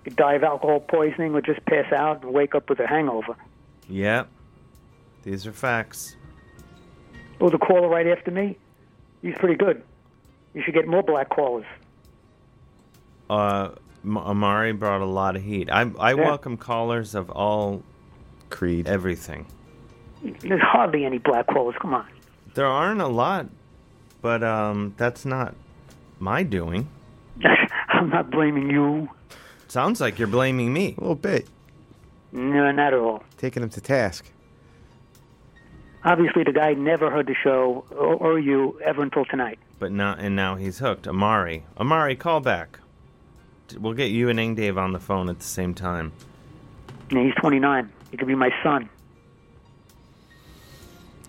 You die of alcohol poisoning or just pass out and wake up with a hangover. Yep. These are facts. Oh, the caller right after me, he's pretty good. You should get more black callers. Uh, M- Amari brought a lot of heat. I I Yeah. welcome callers of all creed, everything. There's hardly any black callers. Come on. There aren't a lot, but um, that's not my doing. *laughs* I'm not blaming you. Sounds like you're blaming me. A little bit. No, not at all. Taking him to task. Obviously, the guy never heard the show or, or you ever until tonight. But now and now he's hooked. Amari, Amari, call back. D- We'll get you and Ing Dave on the phone at the same time. And he's 29. He could be my son.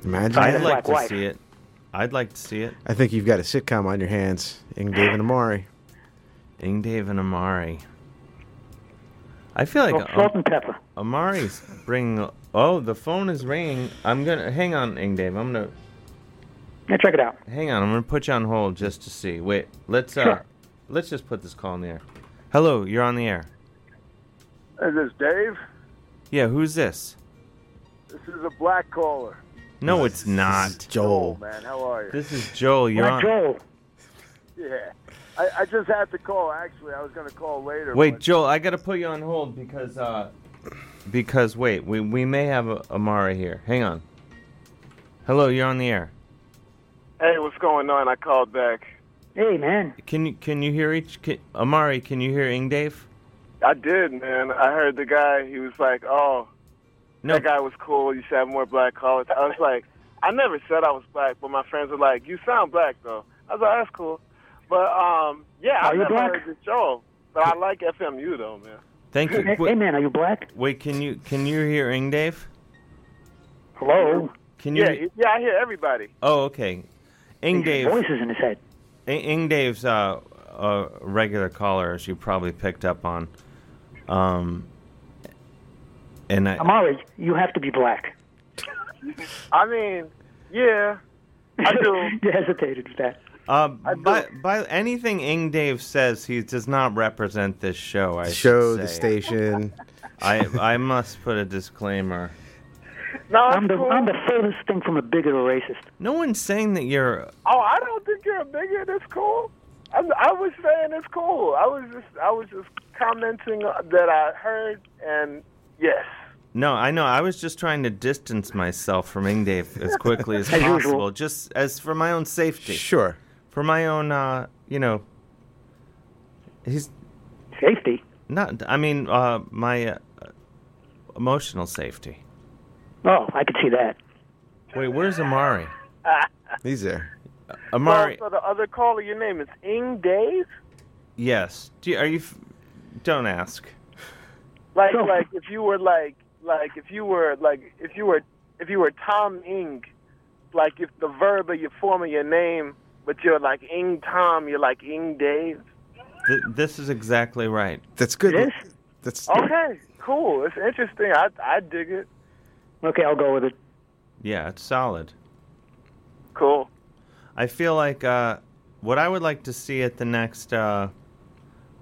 Imagine. I'd that. like to see it. I'd like to see it. I think you've got a sitcom on your hands in Dave and Amari. Ing Dave and Amari. I feel like Well, Am- salt and pepper. Amari's bringing. Oh, the phone is ringing. I'm gonna hang on, Ing Dave. I'm gonna Yeah, check it out. hang on. I'm gonna put you on hold just to see. Wait, let's uh, let's just put this call in the air. Hello, you're on the air. Is this Dave? Yeah, who's this? This is a black caller. No, it's not. Joel, man, how are you? This is Joel. You're on. *laughs* Yeah. I, I just had to call, actually. I was going to call later. Wait, Joel, I gotta put you on hold because uh, because wait, we we may have a, Amara here. Hang on. Hello, you're on the air. Hey, what's going on? I called back. Hey, man. Can you can you hear each can, Amari? Can you hear Ing Dave? I did, man. I heard the guy, he was like, oh, No. that guy was cool. You should have more black callers. I was like, I never said I was black, but my friends were like, you sound black, though. I was like, that's cool. But, um, yeah, Are I you never black? heard the show. But I like FMU, though, man. Thank you. Hey, hey, man, are you black? Wait, can you can you hear Ing Dave? Hello. Can you? yeah, yeah, I hear everybody. *laughs* Oh, okay. Ing These Dave. voices in his head. In- Ing Dave's uh, a regular caller, as you probably picked up on. Um, and I, Amari, you have to be black. I mean, yeah, I do. *laughs* you hesitated with that. Uh, by, by anything Ing Dave says, he does not represent this show. I Show, should the say. station. *laughs* I I must put a disclaimer. No, I'm the I'm the furthest thing from a bigot or racist. No one's saying that you're. Oh, I don't think you're a bigot. It's cool. I, I was saying it's cool. I was just, I was just commenting that I heard, and yes, No, I know. I was just trying to distance myself from Ing Dave *laughs* as quickly as, As usual. possible, just as for my own safety. Sure. For my own, uh, you know. He's safety. Not. I mean, uh, my uh, emotional safety. Oh, I could see that. Wait, where's *laughs* Amari? He's there. Amari. So, so the other caller, your name is Ing Dave. Yes. Do you, are you? F- don't ask. Like, like if you were like, like if you were like, if you were, if you were Tom Ing, like if the verb of your form of your name, but you're like Ing Tom, you're like Ing Dave. Th- this is exactly right. That's good. Yes? That's Oh. Okay, cool. It's interesting. I, I dig it. Okay, I'll go with it. yeah. It's solid. Cool. I feel like uh, what I would like to see at the next uh,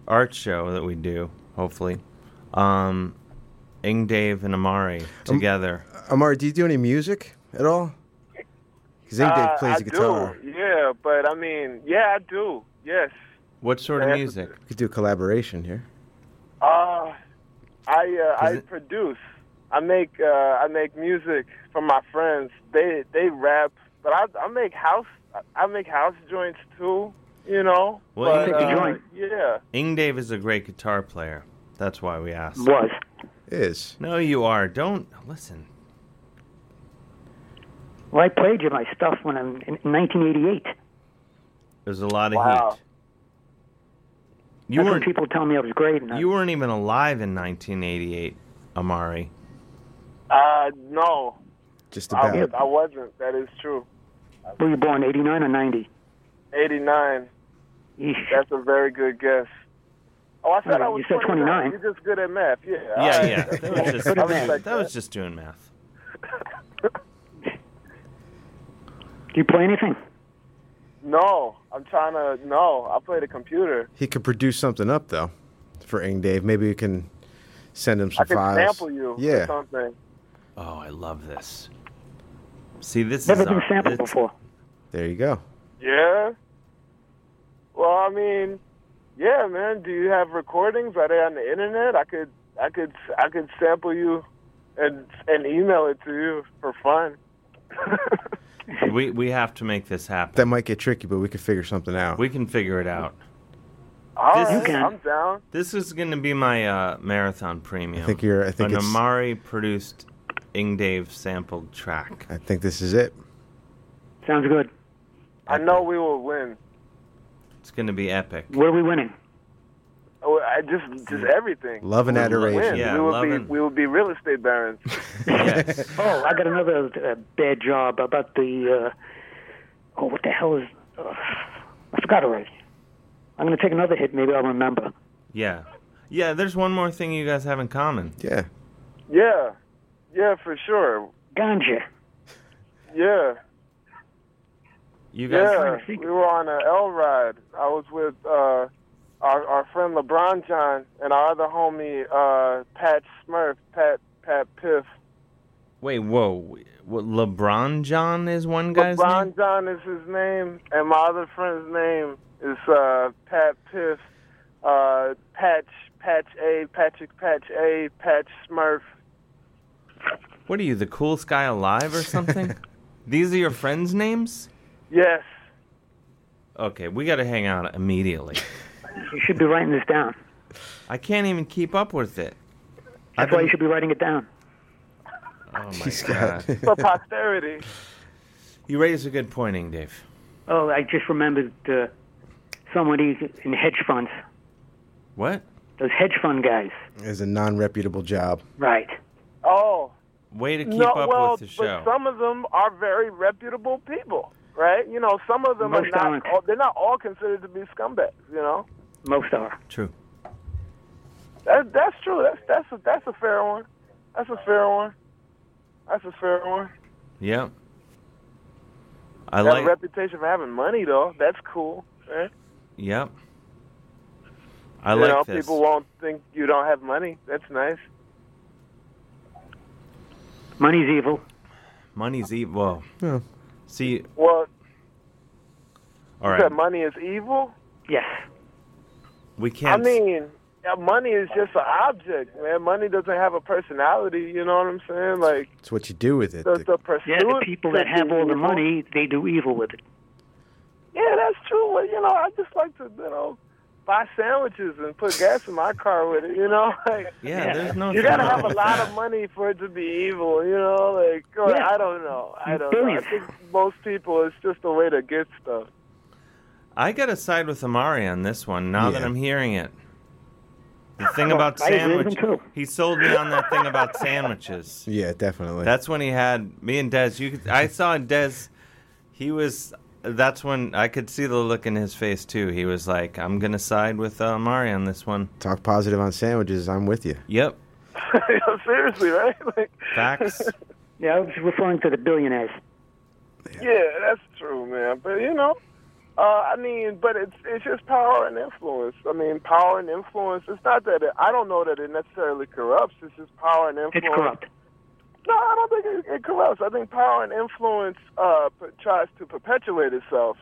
art show that we do, hopefully, um, Ing Dave and Amari together. Um, Amari, do you do any music at all? Because Ing Dave Uh, plays I the guitar. Do. Yeah, but I mean, yeah, I do. Yes. What sort of music? We could do a collaboration here. Uh, I uh, I Is it- produce. I make uh, I make music for my friends. They they rap, but I I make house I make house joints too. You know. Well, you but, make a uh, joint. Yeah. Ing Dave is a great guitar player. That's why we asked. Was. Is. No, you are. Don't listen. Well, I played you my stuff when I'm in 1988. There's a lot of Wow. heat. You That's when weren't. people tell me I was great. And I, You weren't even alive in 1988, Amari. Uh, no. Oh, Just I, was, I wasn't. That is true. were you born 89 or 90? Eighty nine. That's a very good guess. Oh, I said Okay, I was you said 29. You're just good at math. Yeah. all Yeah, right. yeah. *laughs* That was just, *laughs* I that was, respect that was just doing math. Do you play anything? No, I'm trying to. No, I play the computer. He could produce something up though, for Ing Dave. Maybe we can send him some I can files. sample you. Or Yeah. something. Oh, I love this. See, this Never is been our- sampled it's- before. There you go. Yeah. Well, I mean, yeah, man. Do you have recordings? Are they on the internet? I could, I could, I could sample you, and and email it to you for fun. We we have to make this happen. That might get tricky, but we could figure something out. We can figure it out. All right, I'm down. This is going to be my uh, marathon premium. I think you're- I think an it's- Amari produced Ing Dave sampled track. I think this is it. Sounds good. I know we will win. It's going to be epic. What are we winning? Oh, I just, just everything. Love and We will adoration. win. Yeah, we will love be, and- we will be real estate *laughs* barons. *laughs* oh, I got another uh, bad job about the. Uh, oh, what the hell is? Uh, I forgot already. I'm gonna take another hit. Maybe I'll remember. Yeah. Yeah, there's one more thing you guys have in common. Yeah. Yeah, yeah, for sure. Ganja. Yeah, You yeah. guys We were on an L ride. I was with uh, our our friend LeBron John and our other homie uh, Pat Smurf, Pat Pat Piff. Wait, whoa. What, LeBron John is one guy's LeBron name? John is his name, and my other friend's name is uh, Pat Piff, uh, Patch, Patch A, Patrick Patch A, Patch Smurf. What are you, the coolest guy alive or *laughs* something? These are your friends' names? Yes. Okay, we got to hang out *laughs* immediately. You should be writing this down. I can't even keep up with it. That's why you should be writing it down. Oh my He's god. got- *laughs* *laughs* For posterity. you raise a good pointing, Dave. Oh, I just remembered uh, somebody in hedge funds. What? Those hedge fund guys. It's a non-reputable job. Right. Oh. Way to keep no, up well, with the show. But some of them are very reputable people, right? You know, some of them Most are not. aren't. All, they're not all considered to be scumbags. You know, Most are. True. that, that's true. That's that's a, that's a fair one. That's a fair one. That's a fair one. Yep. I Got a like. reputation for having money, though. That's cool. Right? yep. I you like know, this. people won't think you don't have money. That's nice. Money's evil. Money's evil. Whoa. Yeah. See. Well, All you right. said money is evil. Yes. We can't. I mean, yeah, money is just an object, man. Money doesn't have a personality. You know what I'm saying? Like It's what you do with it. the, the pursuit. Yeah, the people that have all the money, they do evil *laughs* with it. Yeah, that's true. Well, you know, I just like to, you know, buy sandwiches and put gas in my car with it. You know, *laughs* like Yeah, there's no You gotta doubt have a about lot that. of money for it to be evil. You know, like or Yeah. I don't know. I don't. Know. I Billions. think most people it's just a way to get stuff. *laughs* I gotta side with Amari on this one. Now that Yeah. I'm hearing it. The thing about Oh, I agree with sandwiches. him, too. He sold me on that thing about sandwiches. *laughs* Yeah, definitely. That's when he had me and Dez. You, could, I saw Dez. He was. That's when I could see the look in his face too. He was like, "I'm gonna side with uh, Amari on this one." Talk positive on sandwiches. I'm with you. Yep, Seriously, right? *laughs* Like facts. *laughs* Yeah, I was referring to the billionaires. Yeah, that's true, man. But you know, uh, I mean, but it's it's just power and influence. I mean, power and influence. It's not that it, I don't know that it necessarily corrupts. It's just power and influence. corrupt. No, I don't think it, it corrupts. I think power and influence uh, p- tries to perpetuate itself,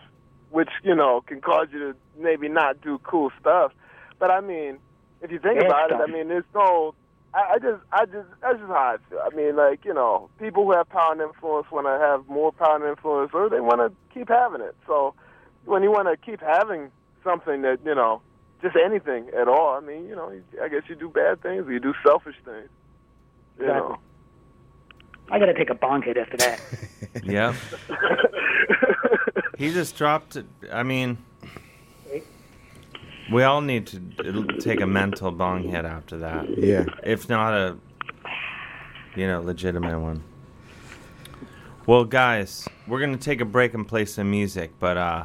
which you know can cause you to maybe not do cool stuff. But I mean, if you think Yeah, about it, I stuff. mean, there's no. I, I just, I just, that's just how I feel. I mean, like you know, people who have power and influence want to have more power and influence, or they want to keep having it. So, when you want to keep having something that you know, just anything at all, I mean, you know, you- I guess you do bad things, or you do selfish things. You Exactly. know. I got to take a bong hit after *laughs* that. yep. He just dropped. it. I mean, we all need to it'll take a mental bong hit after that. Yeah. if not a, you know, legitimate one. Well, guys, we're gonna take a break and play some music, but uh,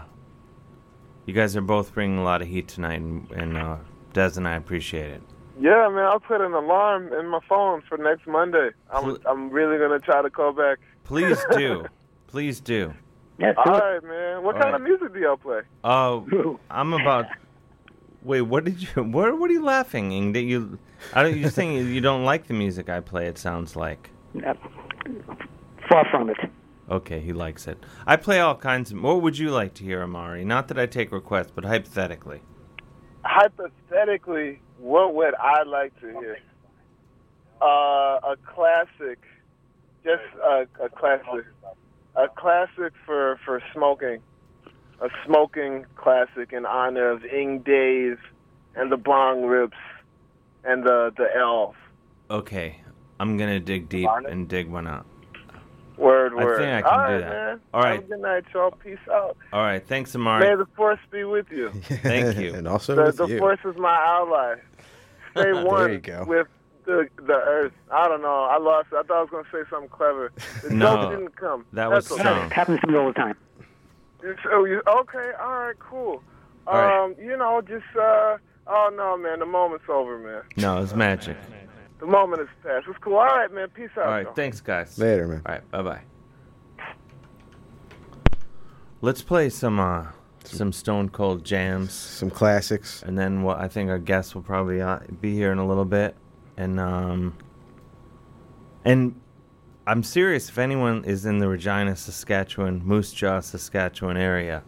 you guys are both bringing a lot of heat tonight, and, and uh, Des and I appreciate it. Yeah, man, I'll put an alarm in my phone for next Monday. I'm I'm really gonna try to call back. Please *laughs* do, please do. All right, man. What All kind right. of music do y'all play? Oh, I'm about. Wait, what did you? *laughs* What, what are you laughing? Ing? Did you? I don't. You're saying you don't like the music I play. It sounds like. Uh, Far from it. Okay, he likes it. I play all kinds of. What would you like to hear, Amari? Not that I take requests, but hypothetically. Hypothetically, what would I like to hear? Uh, a classic, just a, a classic, a classic for for smoking, a smoking classic in honor of Ing Dave and the bong rips and the the elf. Okay, I'm gonna dig deep and dig one out. Word, I word. think I can All right, do that. man. All Have right, a good night, y'all. Peace out. all right. Thanks, May Amari. the force be with *laughs* you. Thank you. and also the with the you. force is my ally. Stay *laughs* There one you go. with the the earth. I don't know. I lost. I thought I was gonna say something clever. The *laughs* No, joke didn't come. that That's was okay. song. Happens to me all the time. It's, oh, you, okay, all right, cool. All right. Um, you know, just uh, oh no, man, the moment's over, man. No, it's magic. The moment is past. It's cool. All right, man. Peace out. All right, y'all. thanks, guys. Later, man. All right, bye bye. Let's play some uh, some Stone Cold jams, some classics, and then what I think our guests will probably uh, be here in a little bit, and um, and I'm serious. If anyone is in the Regina, Saskatchewan, Moose Jaw, Saskatchewan area,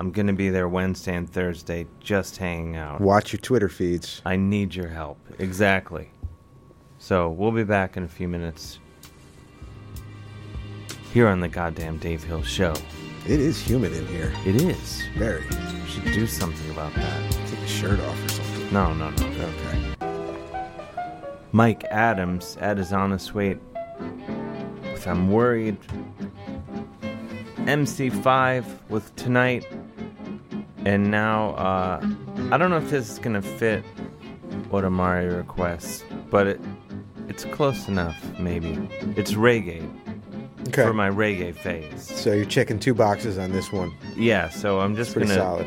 I'm gonna be there Wednesday and Thursday, just hanging out. Watch your Twitter feeds. I need your help. Exactly. So we'll be back in a few minutes here on the goddamn Dave Hill Show. It is humid in here. It is. Very. We should do something about that. Take your shirt off or something. No, no, no. Okay. Mike Adams at his honest weight. If I'm worried. MC5 with tonight. And now, uh, I don't know if this is gonna fit what Amari requests, but it it's close enough, maybe. It's reggae. Okay. For my reggae phase. So you're checking two boxes on this one. Yeah, so I'm just Pretty gonna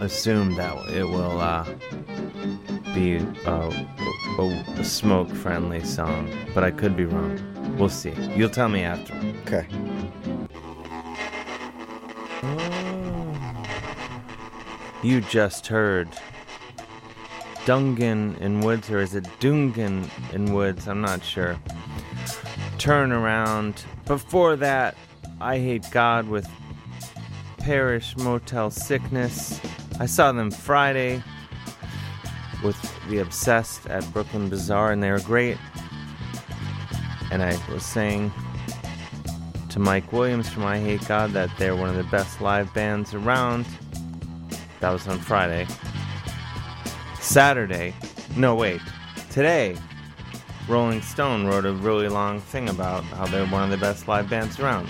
assume that it will uh, be uh, a, a smoke friendly song, but I could be wrong. We'll see. You'll tell me after. Okay. You just heard Dungan in Woods, or is it Dungan in Woods? I'm not sure. Turn around. Before that, I Hate God with Parish Motel Sickness. I saw them Friday with The Obsessed at Brooklyn Bazaar, and they were great. And I was saying to Mike Williams from I Hate God that they're one of the best live bands around. That was on Friday. Saturday, no, wait, today, Rolling Stone wrote a really long thing about how they're one of the best live bands around.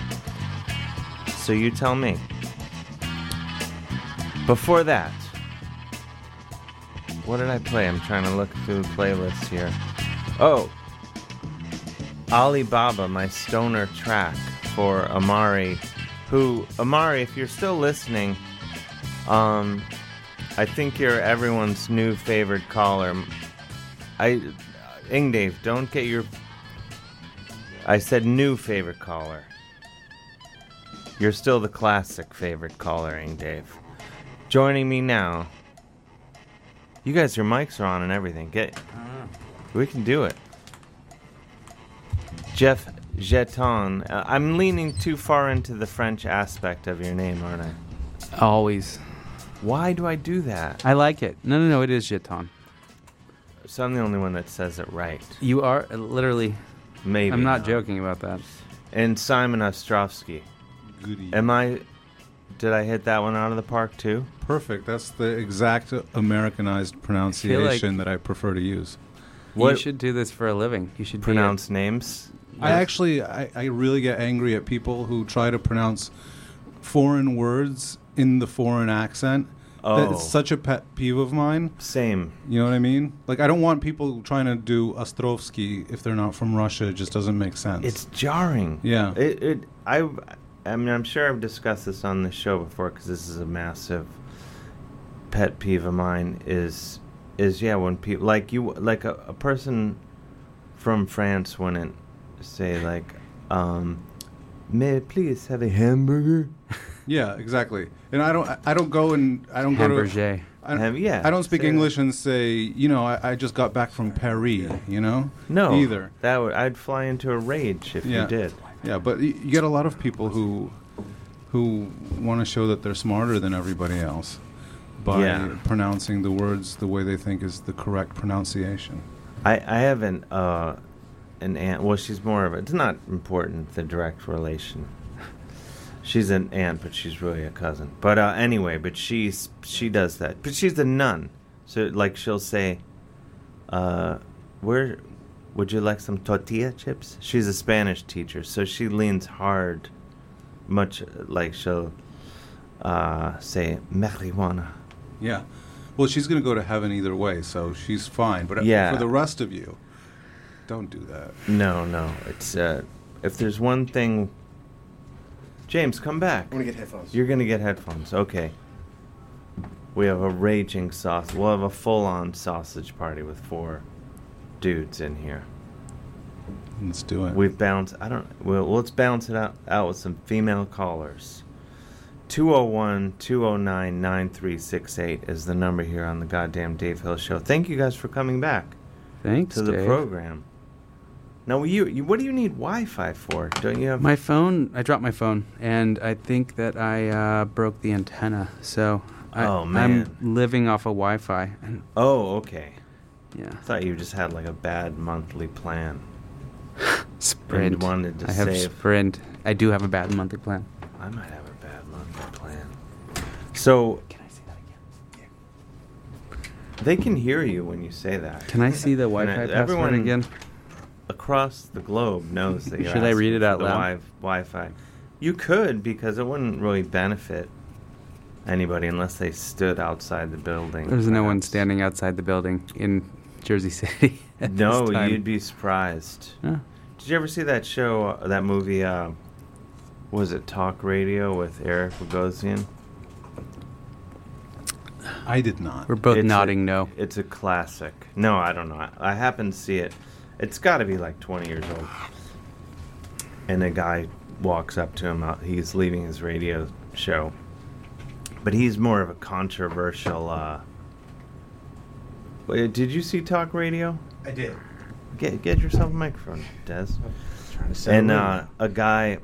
So you tell me. Before that, what did I play? I'm trying to look through the playlist here. Oh, Alibaba, my stoner track for Amari, who Amari, if you're still listening, um, I think you're everyone's new favorite caller. I, Ing Dave, don't get your. I said new favorite caller. You're still the classic favorite caller, Ing Dave. Joining me now. You guys, your mics are on and everything. Get. We can do it. Jeff Jeton. Uh, I'm leaning too far into the French aspect of your name, aren't I? Always. Why do I do that? I like it. No, no, no. It is jeton. So I'm the only one that says it right. You are uh, literally. Maybe. I'm not joking about that. And Simon Ostrovsky. Goody. Am I. Did I hit that one out of the park too? Perfect. That's the exact Americanized pronunciation that I prefer to use. You should do this for a living. You should be a- Pronounce names. I actually, I, I really get angry at people who try to pronounce foreign words in the foreign accent. That Oh. it's such a pet peeve of mine. Same. You know what I mean? Like, I don't want people trying to do Ostrovsky if they're not from Russia. It just doesn't make sense. It's jarring. Yeah. It, it, I, I mean, I'm sure I've discussed this on the show before because this is a massive pet peeve of mine. Is is yeah when people like you like a, a person from France wouldn't say like, um, may I please have a hamburger? Yeah, exactly. And I don't, I- I don't go and I don't go Hamburger. to. I don't, Ham- yeah, I don't speak say that. English and say, you know, I, I just got back from Paris. You know, No, either. that would I'd fly into a rage if yeah. you did. Yeah, but y- you get a lot of people who who want to show that they're smarter than everybody else by Yeah. pronouncing the words the way they think is the correct pronunciation. I, I have an uh, an aunt. Well, she's more of a, it's not important the direct relation. She's an aunt, but she's really a cousin. But uh, anyway, but she's she does that. But she's a nun, So like she'll say, uh, "Where would you like some tortilla chips?" She's a Spanish teacher, so she leans hard, much like she'll uh, say marijuana. Yeah. Well, she's going to go to heaven either way, so she's fine. But uh, Yeah. for the rest of you, don't do that. No, no, it's uh, if there's one thing. James, come back. I'm gonna get headphones. You're gonna get headphones. Okay. We have a raging sauce. We'll have a full-on sausage party with four dudes in here. Let's do it. We've bounced. I don't. Well, let's bounce it out, out with some female callers. 201 209 9368 is the number here on the goddamn Dave Hill Show. Thank you guys for coming back. Thanks, To the Dave. program. Now, you, you, what do you need Wi Fi for? Don't you have. My phone, I dropped my phone, and I think that I uh, broke the antenna. So I, Oh, man. I'm living off of Wi Fi. Oh, okay. Yeah. I thought you just had like a bad monthly plan. Sprint. And wanted to I have save. Sprint. I do have a bad monthly plan. I might have a bad monthly plan. So. Can I say that again? They can hear you when you say that. Can I see the Can I- Wi Fi everyone password again? across the globe knows that you're *laughs* Should I read asking it for out the loud? Wi- Wi-Fi. You could because it wouldn't really benefit anybody unless they stood outside the building. There's no one standing outside the building in Jersey City. *laughs* at this no, time. you'd be surprised. Yeah. Did you ever see that show, uh, that movie, uh, was it Talk Radio with Eric Bogosian? I did not. We're both It's a- nodding no. It's a classic. No, I don't know. I, I happened to see it. It's got to be like 20 years old. And a guy walks up to him. Out, he's leaving his radio show. But he's more of a controversial. Uh, wait, did you see Talk Radio? I did. Get, get yourself a microphone, Des. trying to set And a room. uh, a guy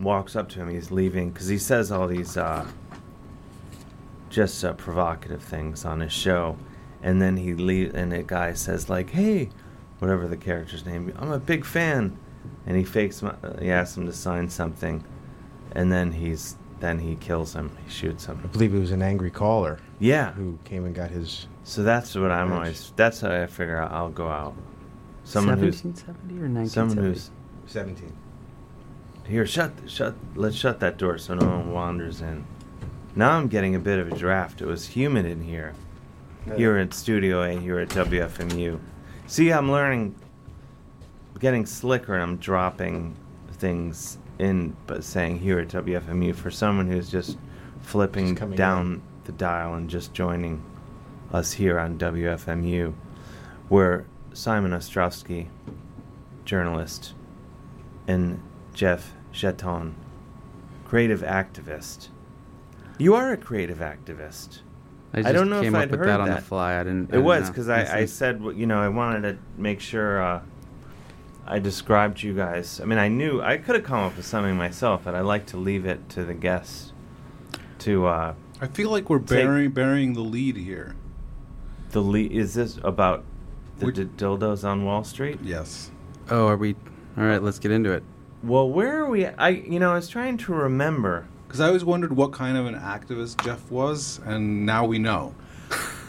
walks up to him. He's leaving because he says all these uh, just uh, provocative things on his show, and then he leaves. And a guy says like, "Hey, whatever the character's name, I'm a big fan," and he fakes. Him, uh, he asks him to sign something, and then he's then he kills him. He shoots him. I believe it was an angry caller. Yeah. Who came and got his. So that's what I'm always. That's how I figure out. I'll go out. Someone who's 1770 or 1970? someone who's 17. Here, shut, shut. Let's shut that door so no one wanders in. Now I'm getting a bit of a draft. It was humid in here. Here at Studio A, here at WFMU. See, I'm learning, getting slicker, and I'm dropping things in, but saying here at WFMU for someone who's just flipping Just coming down the dial and just joining us here on WFMU, where Simon Ostrowski, journalist, and Jeff Cheton, creative activist. You are a creative activist. I just don't know came if up I'd with heard that on the fly. I didn't- I It don't was know. because I, I Listen. said what- you know I wanted to make sure uh, I described you guys. I mean I knew I could have come up with something myself, but I like to leave it to the guests to. Uh, I feel like we're Take- burying burying the lead here. the le- is this about the d- dildos on Wall Street? Yes. Oh, are we? All right, let's get into it. Well, where are we? I you know I was trying to remember because I always wondered what kind of an activist Jeff was, and now we *laughs* know.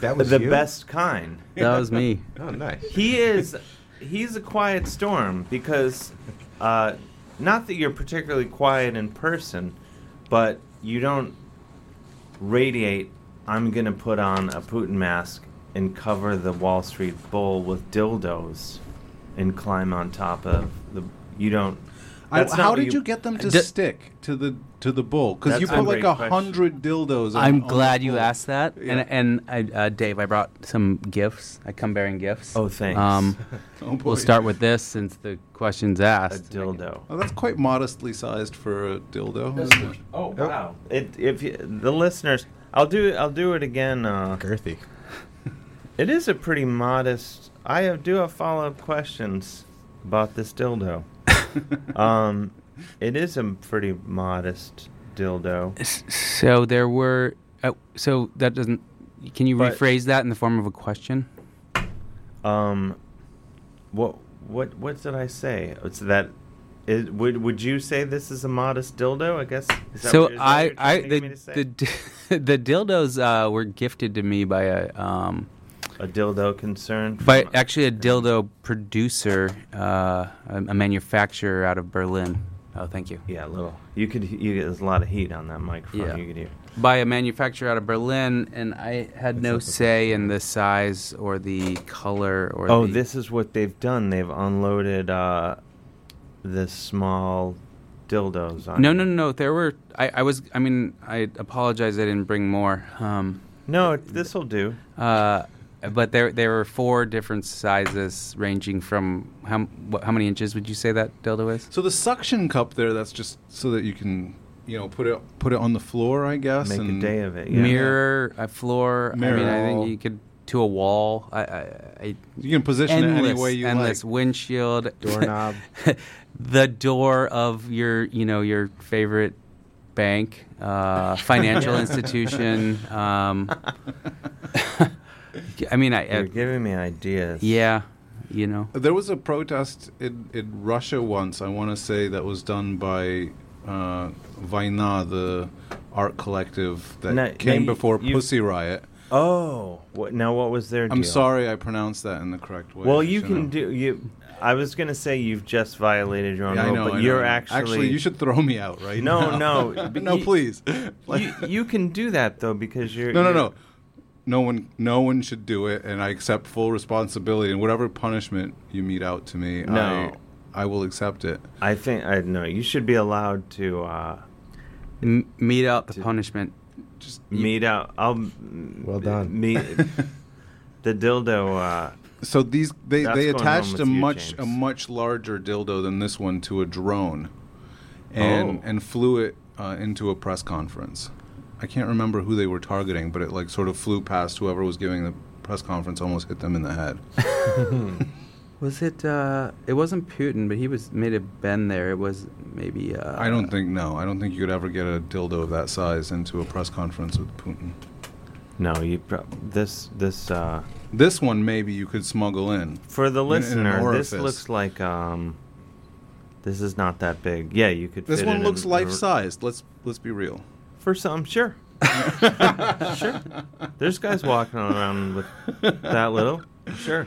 That was The you? best kind. That was me. Oh, nice. *laughs* He is he's a quiet storm because uh, not that you're particularly quiet in person, but you don't radiate I'm going to put on a Putin mask and cover the Wall Street bull with dildos and climb on top of the you don't I, that's not how what did you, get them to Di- stick to the to the bull? Because you That's a put like great a question. hundred dildos. On, I'm on glad the you bull. asked that. Yeah. And and I, uh, Dave, I brought some gifts. I come bearing gifts. Um, Oh, thanks. *laughs* Oh, boy. we'll start with this since the question's asked. A dildo. Oh, that's quite modestly sized for a dildo. That's isn't it? Oh wow! It, if you, the listeners, I'll do I'll do it again. Uh, Girthy. It is a pretty modest. I have, do have follow up questions about this *laughs* dildo. um, it is a pretty modest dildo. So there were. Uh, so that doesn't. Can you But- rephrase that in the form of a question? Um, what what what did I say? It's that Is, would would you say this is a modest dildo? I guess. Is that So what you're- is that I, what you're I trying to get me to the, say? the d- *laughs* the dildos uh, were gifted to me by a um, a dildo concern, by actually a dildo producer, uh, a, a manufacturer out of Berlin. Oh, thank you. Yeah, a little. You could he- you get there's a lot of heat on that microphone. Yeah. You could hear. by a manufacturer out of Berlin, and I had no say in the size or the color or Oh, the, this is what they've done. They've unloaded uh, the small dildos on. No, no, no, no. There were. I, I was. I mean, I apologize. I didn't bring more. Um, no, this will do. Uh, but there, there were four different sizes, ranging from how m- what, how many inches would you say that dildo is? So the suction cup there, that's just so that you can, you know, put it put it on the floor, I guess. Make a and day of it, yeah. Mirror, a floor. Mirror. I mean, I think you could to a wall. I, I, I You can position it any endless, way you endless windshield, *laughs* Doorknob. the door of your, you know, your favorite bank, uh, *laughs* financial institution. Um, *laughs* I mean, I, uh, You're giving me ideas. Yeah, you know. There was a protest in, in Russia once. I want to say that was done by uh, Vaina, the art collective that Now- came now you- before you- Pussy Riot. Oh, what, now what was their? I'm deal? sorry, I pronounced that in the correct way. Well, you should can know. do you. I was gonna say you've just violated your own Yeah, I rule, know, but I you're know. actually Actually, you should throw me out right no, now. *laughs* No, No, please. you, you can do that though because you're No, no, you're- no. No one, no one should do it, and I accept full responsibility. And whatever punishment you mete out to me, No. I, I will accept it. I think I no. You should be allowed to uh, m- mete out the punishment. Just mete out. I'll well *laughs* done. Meet the dildo. Uh, So these they, that's they going on attached with a you, much James. a much larger dildo than this one to a drone, and Oh. and flew it uh, into a press conference. I can't remember who they were targeting, but it like sort of flew past whoever was giving the press conference, almost hit them in the head. *laughs* Was it? Uh, it wasn't Putin, but he was made a bend there. It was maybe. Uh, I don't think no. I don't think you could ever get a dildo of that size into a press conference with Putin. No, you pro- this this uh this one maybe you could smuggle in for the in- in an listener, orifice. this looks like um, this is not that big. Yeah, you could. This fit one it looks in- life sized. Let's let's be *laughs* real. For some, sure. sure. *laughs* There's guys walking around with that little. Sure.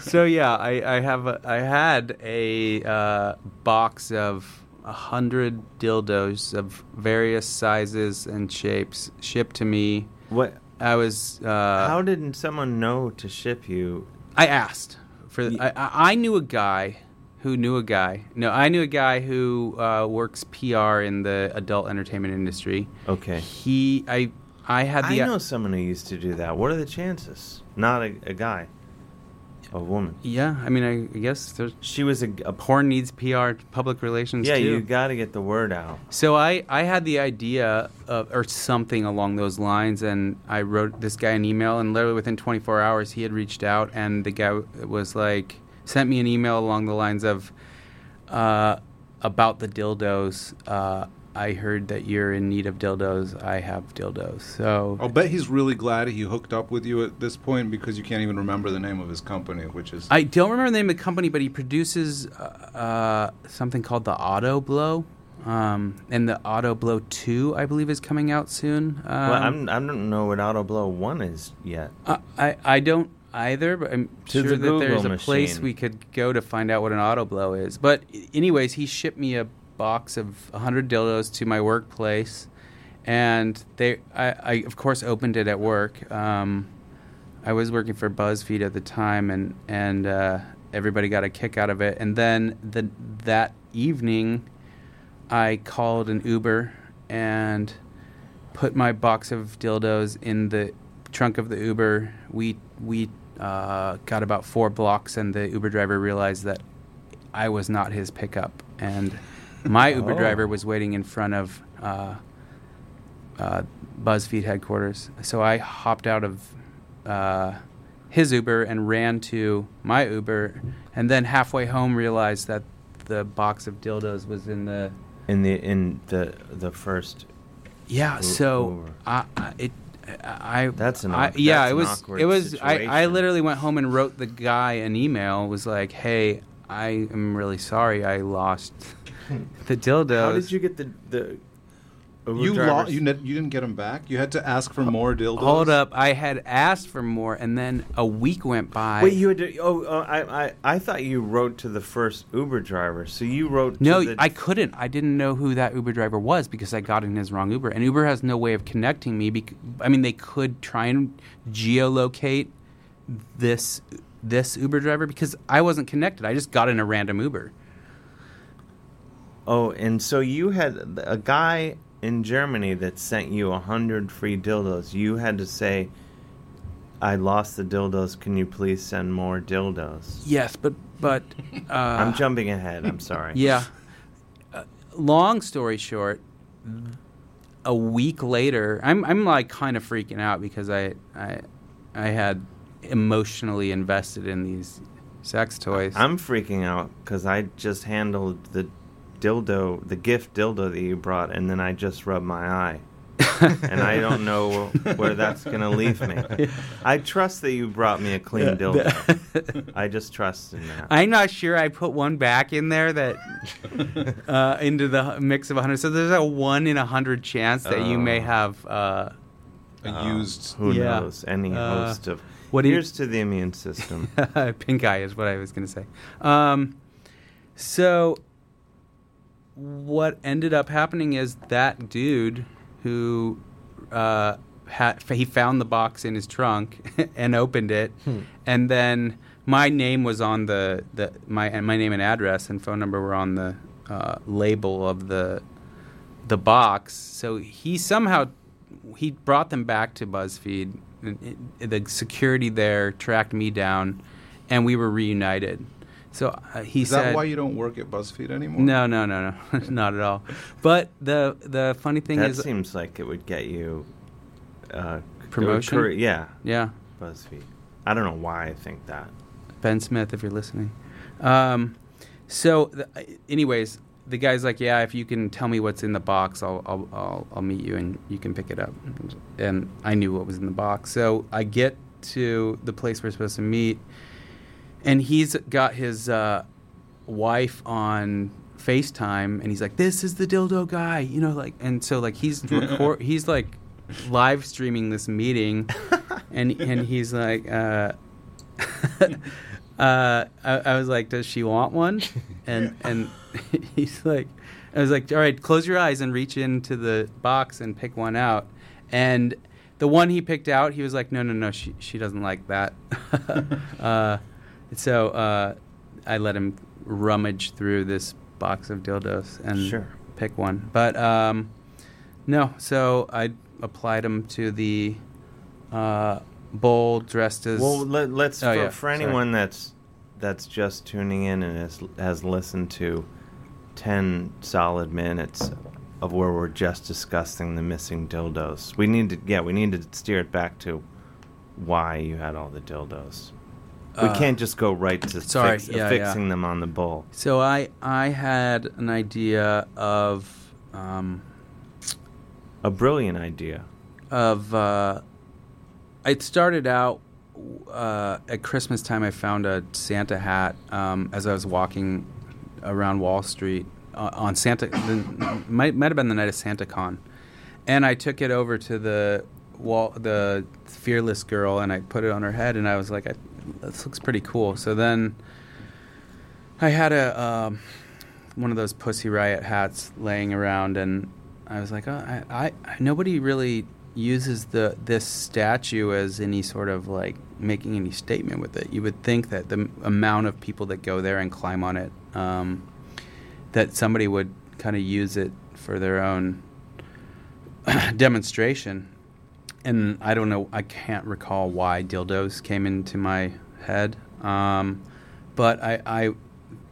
so yeah, I, I have a, I had a uh, box of a hundred dildos of various sizes and shapes shipped to me. What? I was. Uh, How didn't someone know to ship you? I asked for. I- I, I knew a guy who knew a guy. No, I knew a guy who uh, works PR in the adult entertainment industry. Okay. He, I, I had the. I know someone who used to do that. What are the chances? Not a, a guy, a woman. Yeah, I mean, I, I guess there's. She was a, a porn needs PR, public relations. Yeah, too. you got to get the word out. So I, I had the idea of, or something along those lines, and I wrote this guy an email, and literally within 24 hours, he had reached out, and the guy was like, sent me an email along the lines of, uh, about the dildos. Uh, I heard that you're in need of dildos. I have dildos. So Oh. I'll bet he's really glad he hooked up with you at this point because you can't even remember the name of his company, which is I don't remember the name of the company, but he produces uh, uh, something called the Auto Blow. Um, and the Auto Blow 2, I believe, is coming out soon. Um, Well, I'm, I don't know what Auto Blow 1 is yet. I, I, I don't either, but I'm To the sure that there's a Google place machine. we could go to find out what an auto blow is. But, i- anyways, he shipped me a box of 100 dildos to my workplace, and they, I, I of course opened it at work. Um, I was working for BuzzFeed at the time, and and uh, everybody got a kick out of it. And then the that evening, I called an Uber and put my box of dildos in the trunk of the Uber. We we uh, got about four blocks, and the Uber driver realized that I was not his pickup, and my Uber Oh. driver was waiting in front of uh, uh, BuzzFeed headquarters. So I hopped out of uh, his Uber and ran to my Uber, and then halfway home realized that the box of dildos was in the In the in the the first. yeah, Ru- so Uber. I, I uh, it I That's an I, awk- yeah that's it an was awkward it was I, I situation. literally went home and wrote the guy an email was like hey I am really sorry I *laughs* lost the dildos. How did you get the the? You lost. You, ne- you didn't get them back. You had to ask for more dildos. Hold up, I had asked for more, and then a week went by. Wait, you had to. Oh, uh, I, I, I thought you wrote to the first Uber driver. So you wrote. no, to the, I couldn't. I didn't know who that Uber driver was because I got in his wrong Uber, and Uber has no way of connecting me. Bec- I mean, they could try and geolocate this this Uber driver because I wasn't connected. I just got in a random Uber. Oh, and so you had a guy in Germany that sent you a hundred free dildos. You had to say, "I lost the dildos. Can you please send more dildos?" Yes, but *laughs* but uh, I'm jumping ahead. I'm sorry. Yeah. Uh, long story short, a week later, I'm I'm like kind of freaking out because I I I had emotionally invested in these sex toys. I'm freaking out because I just handled the dildo, the gift dildo that you brought, and then I just rubbed my eye. and I don't know where that's going to leave me. I trust that you brought me a clean *laughs* dildo. I just trust in that. I'm not sure I put one back in there that uh, into the mix of 100. So there's a one in a hundred chance that you may Oh. have uh, Uh, Who Yeah. knows? Any Uh, host of. what do you- Here's to the immune system. *laughs* pink eye is what I was going to say. Um, so, what ended up happening is that dude who uh, had, he found the box in his trunk *laughs* and opened it, Hmm. and then my name was on the, the my and my name and address and phone number were on the uh, label of the the box. So he somehow he brought them back to BuzzFeed. and it- The security there tracked me down, and we were reunited. So uh, he Is said, that why you don't work at BuzzFeed anymore? "No, no, no, no, *laughs* not at all." But the the funny thing that is, seems like it would get you uh, it would Promotion? cur- yeah. Yeah. BuzzFeed. I don't know why I think that. Ben Smith, if you're listening. Um, so, the, anyways, the guy's like, "Yeah, if you can tell me what's in the box, I'll I'll I'll, I'll meet you and you can pick it up." And I knew what was in the box, so I get to the place we're supposed to meet, and he's got his uh, wife on FaceTime, and he's like, "This is the dildo guy," you know, like, and so like he's record, he's like live streaming this meeting, and and he's like. Uh, *laughs* uh, I, I was like, "Does she want one?" And and *laughs* he's like, "I was like, all right, close your eyes and reach into the box and pick one out." And the one he picked out, he was like, "No, no, no, she she doesn't like that." *laughs* uh, so uh, I let him rummage through this box of dildos and Sure. pick one, but. Um, no, so I applied them to the uh, bowl dressed as. Well, let, let's Oh, for, yeah, for sorry. anyone that's that's just tuning in and has has listened to ten solid minutes of where we're just discussing the missing dildos. We need to yeah, we need to steer it back to why you had all the dildos. Uh, we can't just go right to sorry, fix, yeah, fixing yeah. them on the bowl. So I I had an idea of um, A brilliant idea. of uh, it started out uh, at Christmas time. I found a Santa hat um, as I was walking around Wall Street uh, on Santa. The, might might have been the night of SantaCon, and I took it over to the wall, the fearless girl, and I put it on her head, and I was like, I, "This looks pretty cool." So then. I had a um, one of those Pussy Riot hats laying around, and I was like, oh, I, I, I- nobody really uses the this statue as any sort of like making any statement with it. You would think that the m- amount of people that go there and climb on it, um, that somebody would kind of use it for their own *clears throat* demonstration. And I don't know, I can't recall why dildos came into my head. Um, but I, I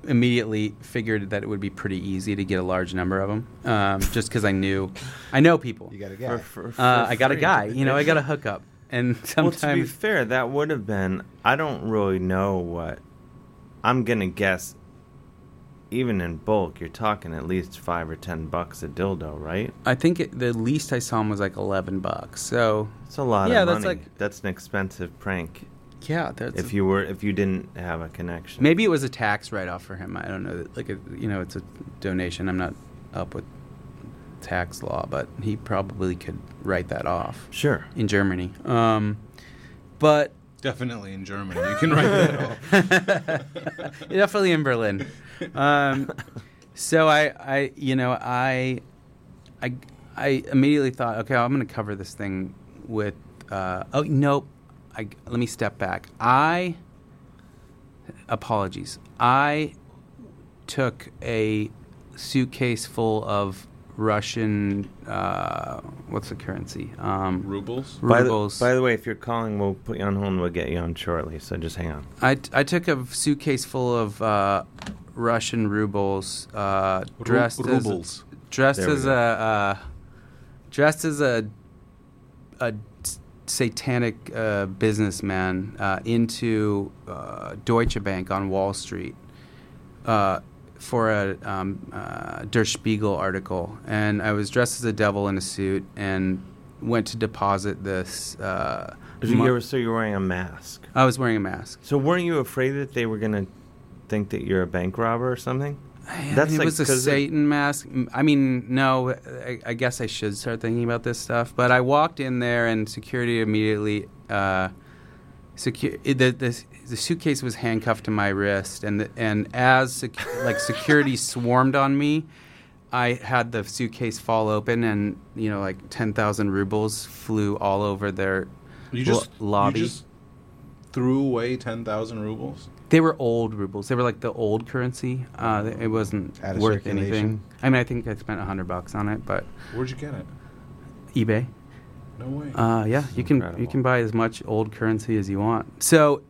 immediately figured that it would be pretty easy to get a large number of them um, just because I knew, I know people. You got a guy. For- for- for uh, I got a free. guy, you know, I *laughs* got a hookup. And sometimes. Well, to be fair, that would have been. I don't really know what. I'm gonna guess. Even in bulk, you're talking at least five or ten bucks a dildo, right? I think it, the least I saw him was like eleven bucks. So it's a lot. Yeah, of that's money. like- that's an expensive prank. Yeah, that's if you were if you didn't have a connection. Maybe it was a tax write-off for him. I don't know. Like, it- you know, it's a donation. I'm not up with tax law, but he probably could write that off. Sure. In Germany, um, but Definitely in Germany. You can write that *laughs* off. definitely in Berlin. Um, so I, I, you know, I, I, I immediately thought, okay, I'm going to cover this thing with. Uh, oh nope. I, let me step back. I apologies. I took a suitcase full of Russian. Uh, what's the currency? Um, rubles. By the- Rubles. By the, way, if you're calling, we'll put you on hold and we'll get you on shortly. So just hang on. I, I took a suitcase full of uh, Russian rubles, uh, Ru- dressed rubles. as dressed There we as go. a uh, dressed as a a satanic uh, businessman uh, into uh, Deutsche Bank on Wall Street uh, for a um, uh, Der Spiegel article, and I was dressed as a devil in a suit and went to deposit this. Uh, Did you mo- ever- so you're wearing a mask. I was wearing a mask. So weren't you afraid that they were gonna think that you're a bank robber or something? Man, it was a 'cause it- Satan mask. M- I mean, no, I, I guess I should start thinking about this stuff. But I walked in there, and security immediately. Uh, secu- the, the the suitcase was handcuffed to my wrist, and the, and as sec- like security *laughs* swarmed on me, I had the suitcase fall open, and you know, like ten thousand rubles flew all over their You lo- just lobby. You just threw away ten thousand rubles. They were old rubles. They were like the old currency. Uh, th- it wasn't Out of worth circulation. anything. I mean, I think I spent a hundred bucks on it, but Where'd you get it? eBay. No way. Uh, yeah, you can you can buy as much old currency as you want. So,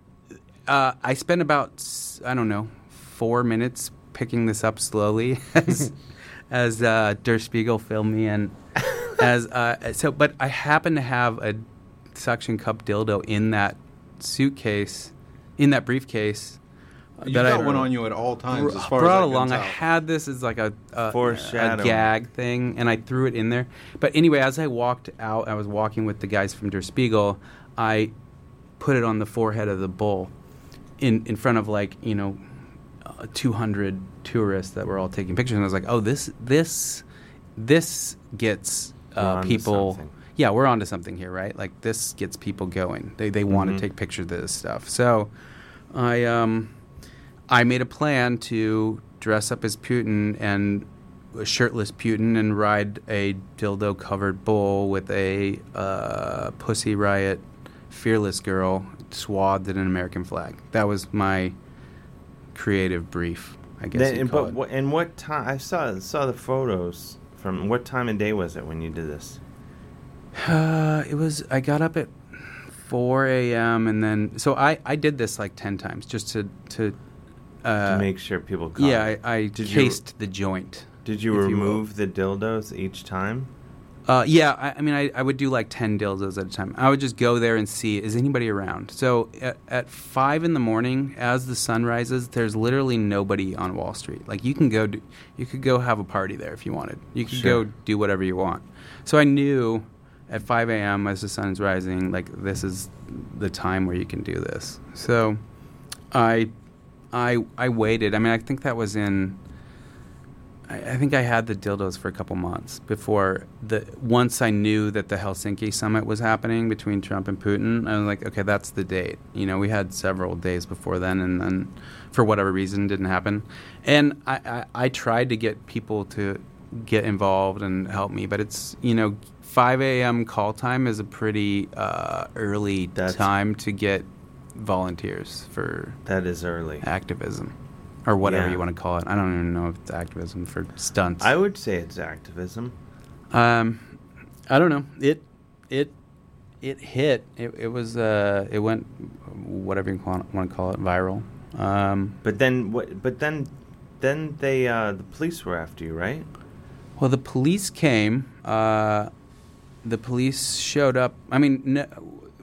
uh, I spent about s- I don't know four minutes picking this up slowly *laughs* as as uh, Der Spiegel filmed me and as uh, so. But I happened to have a suction cup dildo in that suitcase, in that briefcase. You've that got one on you at all times, br- as far as brought I can along. I tell. had this as like a, a a Foreshadowing. gag thing, and I threw it in there. But anyway, as I walked out, I was walking with the guys from Der Spiegel. I put it on the forehead of the bull, in in front of like you know, uh, two hundred tourists that were all taking pictures, and I was like, oh, this this this gets We're uh, onto people. something. Yeah, we're onto something here, right? Like this gets people going. They they want Mhm. to take pictures of this stuff. So, I um, I made a plan to dress up as Putin and a shirtless Putin and ride a dildo covered bull with a uh, pussy riot fearless girl swathed in an American flag. That was my creative brief. I guess. Then- you'd and, call but it. what, and what time? I saw saw the photos from what time of day was it when you did this? Uh, it was. I got up at 4 a.m. and then so I I did this like 10 times just to to. Uh, to make sure people. Caught yeah, it. I, I Did you- cased the joint. Did you if will. remove the dildos each time? Uh, yeah, I, I mean, I, I would do like 10 dildos at a time. I would just go there and see, is anybody around? So at, at 5 in the morning, as the sun rises, there's literally nobody on Wall Street. Like, you can go, do, you could go have a party there if you wanted. You could Sure. go do whatever you want. So I knew at 5 a.m., as the sun is rising, like, this is the time where you can do this. So I, I, I waited. I mean, I think that was in. I, I think I had the dildos for a couple months before the once I knew that the Helsinki summit was happening between Trump and Putin. I was like, okay, that's the date. You know, we had several days before then, and then for whatever reason, didn't happen. And I, I, I tried to get people to get involved and help me, but it's you know. 5 a.m. call time is a pretty uh, early time to get volunteers for that is early activism or whatever Yeah. you want to call it. I don't even know if it's activism for stunts. I would say it's activism. Um, I don't know. It it it hit. It, it was uh, it went whatever you want to call it viral. Um, but then what? But then, then they uh, the police were after you, right? Well, the police came. Uh, the police showed up. I mean, no,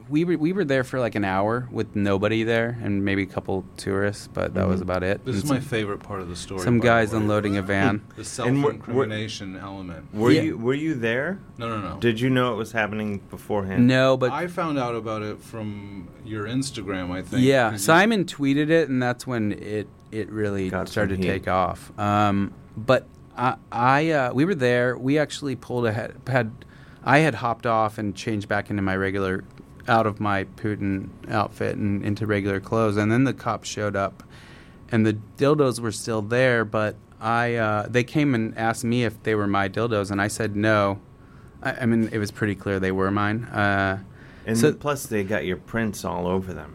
we were we were there for like an hour with nobody there and maybe a couple tourists, but that was Mm-hmm. Mhm. about it. This And is my some- favorite part of the story, Some by the guys way. unloading a van. The self-incrimination element. Were you were you there? No, no, no. Did you know it was happening beforehand? I found out about it from your Instagram. I think. Yeah, 'cause you- Simon tweeted it, and that's when it it really started to heat. take off. Um, but I, I uh, we were there. We actually pulled ahead. Had I had hopped off and changed back into my regular, out of my Putin outfit and into regular clothes, and then the cops showed up, and the dildos were still there, but. I uh, they came and asked me if they were my dildos, and I said no. I, I mean, it was pretty clear they were mine. Uh, And so- plus, they got your prints all over them.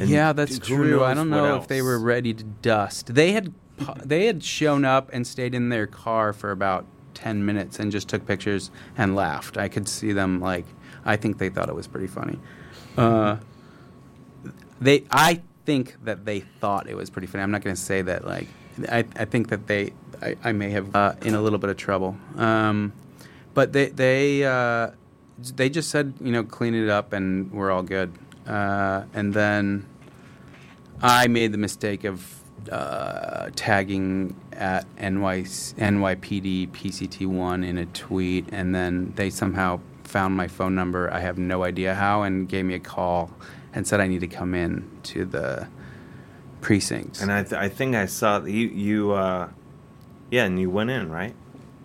And yeah, that's who true. I knows don't what know else? if they were ready to dust. They had po- they had shown up and stayed in their car for about 10 minutes and just took pictures and laughed. I could see them like I think they thought it was pretty funny. Uh, they I think that they thought it was pretty funny. I'm not going to say that like I, I think that they I, I may have uh, in a little bit of trouble. Um, but they they uh, they just said you know clean it up and we're all good. Uh, and then I made the mistake of uh, tagging at NY, NYPD PCT1 in a tweet, and then they somehow found my phone number. I have no idea how, and gave me a call and said I need to come in to the precinct. And I, th- I think I saw that you you uh, yeah, and you went in right.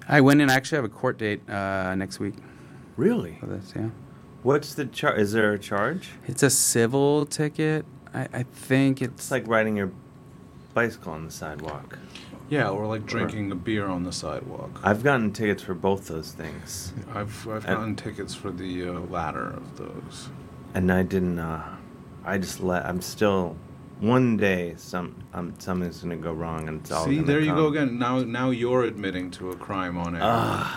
I went in. I actually have a court date uh, next week. Really? For this, yeah. What's the charge? Is there a charge? It's a civil ticket. I, I think it's, like riding your bicycle on the sidewalk. Yeah, or like drinking a beer on the sidewalk. I've gotten tickets for both those things. I've I've And- gotten tickets for the uh, latter of those. and I didn't. Uh, I just let. I'm still. One day, some um, something's gonna go wrong, and it's all. See, gonna there you come. go again. Now, now you're admitting to a crime on air.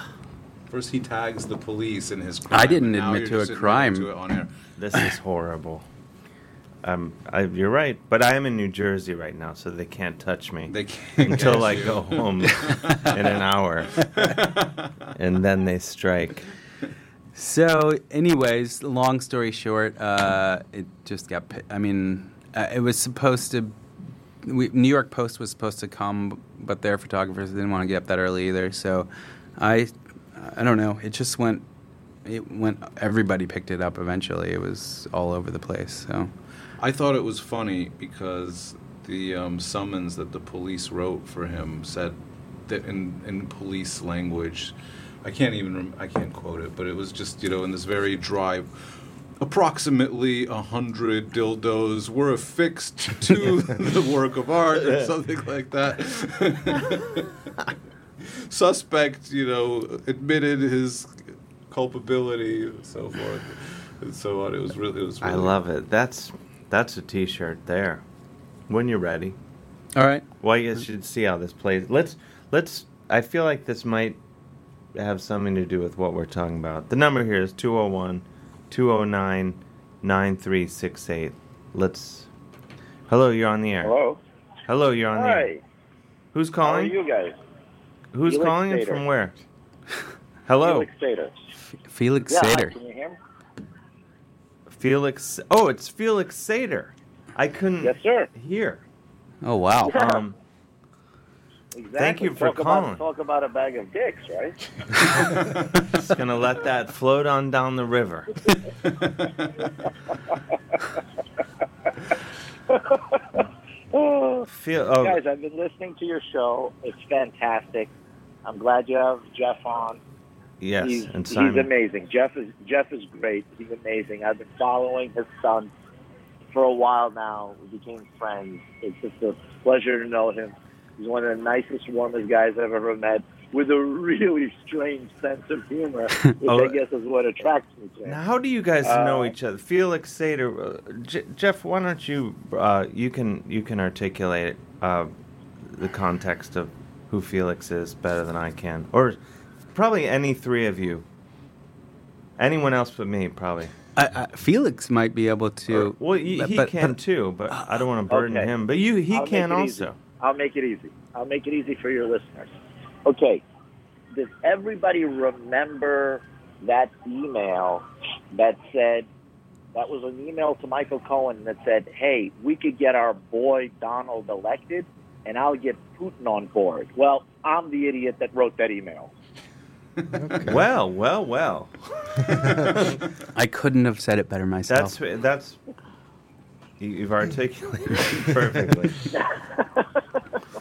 First, he tags the police in his crime. I didn't and now admit you're to a just admitting crime. to it on air. *laughs* This is horrible. Um, I, you're right, but I am in New Jersey right now, so they can't touch me. They can't until catch I you. *laughs* go home in an hour, and then they strike. So, anyways, long story short, uh, it just got. pi- I mean, uh, it was supposed to. We, New York Post was supposed to come, but their photographers didn't want to get up that early either. So, I, I don't know. It just went. It went. Everybody picked it up eventually. It was all over the place. So, I thought it was funny because the um, summons that the police wrote for him said that in, in police language, I can't even rem- I can't quote it, but it was just you know in this very dry. Approximately a hundred dildos were affixed to the work of art, or something like that. Suspect, you know, admitted his culpability, so forth, and so on. It was really, it was. I really love it. That's that's a T-shirt there. When you're ready. All right. Well, you should see how this plays. Let's let's. I feel like this might have something to do with what we're talking about. The number here is 201 209 9368. Let's. Hello, you're on the air. Hello. Hello, you're on the air. Hi. Who's How are calling? you guys? Who's Felix calling and Sater. from *laughs* where? Hello. Felix Sater. Felix yeah, hi, Sater. Can you hear me? Felix. Oh, it's Felix Sater. I couldn't yes, sir. hear. oh *laughs* wow. Um, Exactly. Thank you for talk calling. About, talk about a bag of dicks, right? *laughs* just gonna let that float on down the *laughs* river. Feel, oh, Guys, I've been listening to your show. It's fantastic. I'm glad you have Jeff on. yes, he's, and he's Simon. amazing. Jeff is Jeff is great. He's amazing. I've been following his son for a while now. We became friends. It's just a pleasure to know him. He's one of the nicest, warmest guys I've ever met. With a really strange sense of humor, *laughs* which Oh. I guess is what attracts me to him. Now, how do you guys Uh, know each other? Felix Sater, uh, J- Jeff, why don't you uh, you can you can articulate uh, the context of who Felix is better than I can, or probably any three of you. Anyone else but me, probably. I, I, Felix might be able to. Well, he, but- he but- can but- Uh, too, but I don't want to burden Okay. him. But you, he I'll can make it easy. also. I'll make it easy. I'll make it easy for your listeners. Okay. Does everybody remember that email that said That was an email to Michael Cohen that said, hey, we could get our boy Donald elected, and I'll get Putin on board. Well, I'm the idiot that wrote that email. Well, well, well. *laughs* I couldn't have said it better myself. *laughs* That's that's you- you've articulated *laughs* it perfectly. *laughs* *laughs*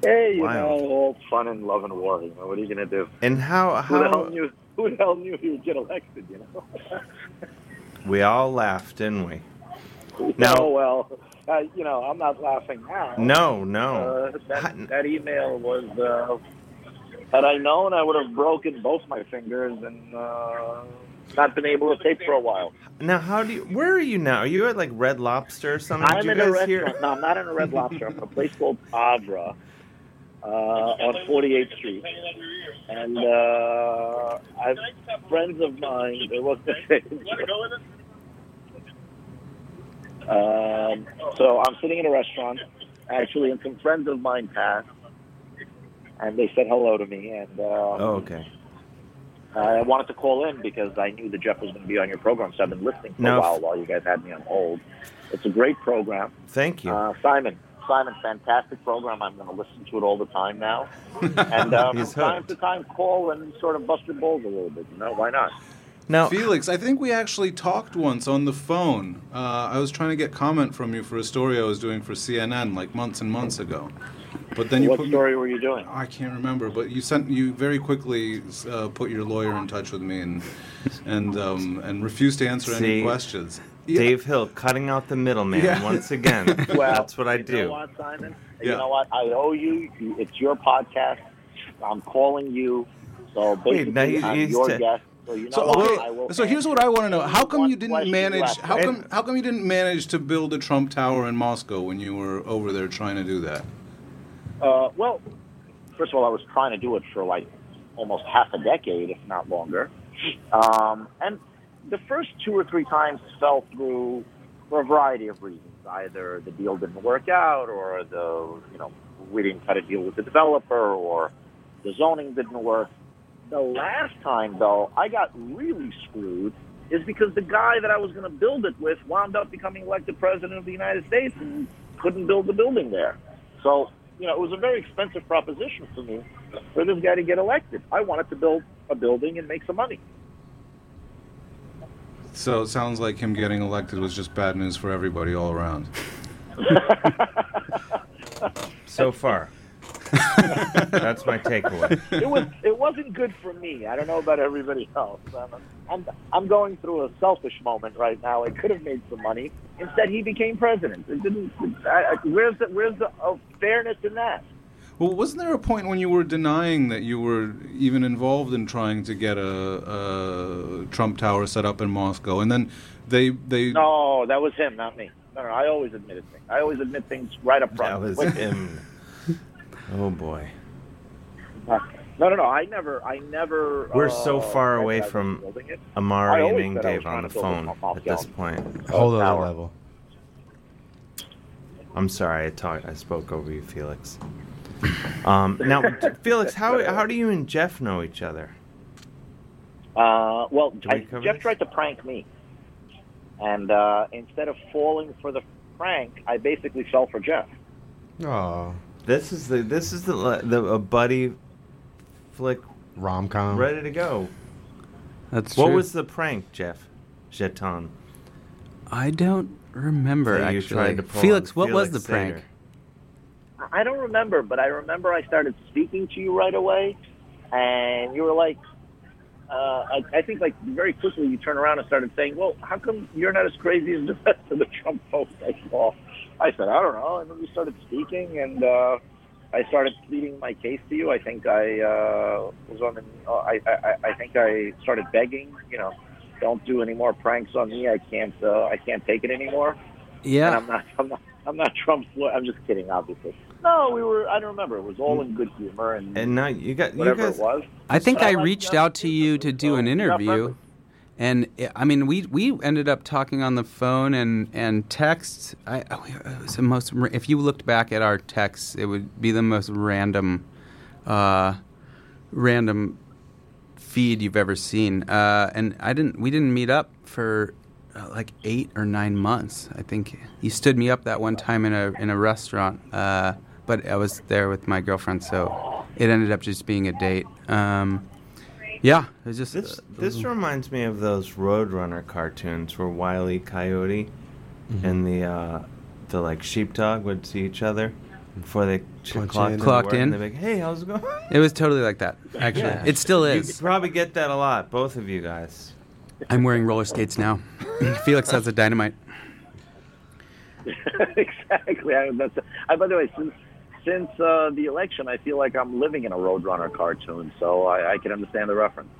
Hey, you Wild. know, all fun and love and war. You know, what are you going to do? And how who, the hell how knew, who the hell knew he would get elected, you know? *laughs* we all laughed, didn't we? oh, Now, well, uh, you know, I'm not laughing now. No, no. Uh, that, that email was, uh, had I known, I would have broken both my fingers and uh, not been able to tape for a while. now how do you? Where are you now? Are you at like Red Lobster or something? Did I'm you in a guys restaurant. hear? No, I'm not in a Red Lobster. I'm in a place called Avra uh, on 48th Street. And uh, I've friends of mine. They work there. um, so I'm sitting in a restaurant, actually, and some friends of mine passed, and they said hello to me, and uh, Oh, okay. I wanted to call in because I knew that Jeff was going to be on your program, so I've been listening for No. a while while you guys had me on hold. It's a great program. Thank you. Uh, Simon, Simon, fantastic program. I'm going to listen to it all the *laughs* time now. And um, He's from time to time, call and sort of bust your balls a little bit. You know, why not? Now, Felix, I think we actually talked once on the phone. Uh, I was trying to get comment from you for a story I was doing for CNN like months and months ago, but then you what put story were you doing? I can't remember, but you sent you very quickly uh, put your lawyer in touch with me and and um, and refused to answer See? any questions. Dave Hill cutting out the middleman Yeah. Oh, once again. *laughs* *laughs* Well, That's what I do. You know what, Simon? You Yeah. know what? I owe you. You- It's your podcast. I'm calling you. So basically, Wait, now you- I'm you your said- guest. So you know So, what? okay, I will so here's what I want to know: How come you didn't question manage? left. How come how come you didn't manage to build a Trump Tower in Moscow when you were over there trying to do that? Uh, well, first of all, I was trying to do it for like almost half a decade, if not longer. Um, and the first two or three times fell through for a variety of reasons. Either the deal didn't work out, or the you know we didn't cut a deal with the developer, or the zoning didn't work. The last time though, I got really screwed. Is because the guy that I was going to build it with wound up becoming elected president of the United States and couldn't build the building there. So, you know, it was a very expensive proposition for me for this guy to get elected. I wanted to build a building and make some money. So it sounds like him getting elected was just bad news for everybody all *laughs* around. so far, *laughs* that's my takeaway. *laughs* It was it wasn't good for me. I don't know about everybody else. I'm, I'm I'm going through a selfish moment right now. I could have made some money. Instead, he became president. It didn't. I, I, where's the where's the oh, fairness in that? Well, wasn't there a point when you were denying that you were even involved in trying to get a, a Trump Tower set up in Moscow, and then they they No, that was him, not me. No, no, I always admitted things. I always admit things right up front. That was Wait. him. Oh boy, No, no, no. I never, I never. we're uh, so far said away I was from building it. I Amari and always Ming said I was Dave on trying the to build a phone Moscow. at this point. Whole other Tower. level. I'm sorry, I talked. I spoke over you, Felix. Um, now, *laughs* Felix, how how do you and Jeff know each other? Uh, well, Do we I, cover Jeff tried to prank me, and uh, instead of falling for the prank, I basically fell for Jeff. Oh, this is the this is the le- the a buddy flick rom Oh. com ready to go. That's what true. was the prank, Jeff? Jeton. I don't remember That you actually. tried to pull Felix, on what was the Felix prank? Sater. I don't remember, but I remember I started speaking to you right away, and you were like, uh, I, I think like very quickly you turned around and started saying, "Well, how come you're not as crazy as the *laughs* rest of the Trump folks I saw?" I said, "I don't know," and then we started speaking, and uh, I started pleading my case to you. I think I uh, was on the. Uh, I, I I- I think I started begging. You know, don't do any more pranks on me. I can't. Uh, I can't take it anymore. Yeah. And I'm not. I'm not. I'm not Trump's lawyer. I'm just kidding, obviously. No, we were. I don't remember. It was all in good humor and, *laughs* And now you got you whatever guys. it was. I think But I like reached out to you to do an interview, and I- I mean we we ended up talking on the phone and and text. I I- it was the most. ra- If you looked back at our texts, it would be the most random, uh, random feed you've ever seen. Uh, and I didn't. We didn't meet up for uh, like eight or nine months. I think he stood me up that one time in a in a restaurant, uh, but I was there with my girlfriend, so it ended up just being a date. Um, yeah, it was just this. This reminds me of those Roadrunner cartoons where Wile E. Coyote and the uh, the like sheepdog would see each other before they ch- Punch clocked, in. Clocked in. And they'd be like, hey, how's it going? it was totally like that. Actually, Yeah. it still You is. probably get that a lot, both of you guys. I'm wearing roller skates now. *laughs* Felix has a dynamite. exactly. I, that's, I, by the way, since since uh, the election, I feel like I'm living in a Roadrunner cartoon, so I, I can understand the reference.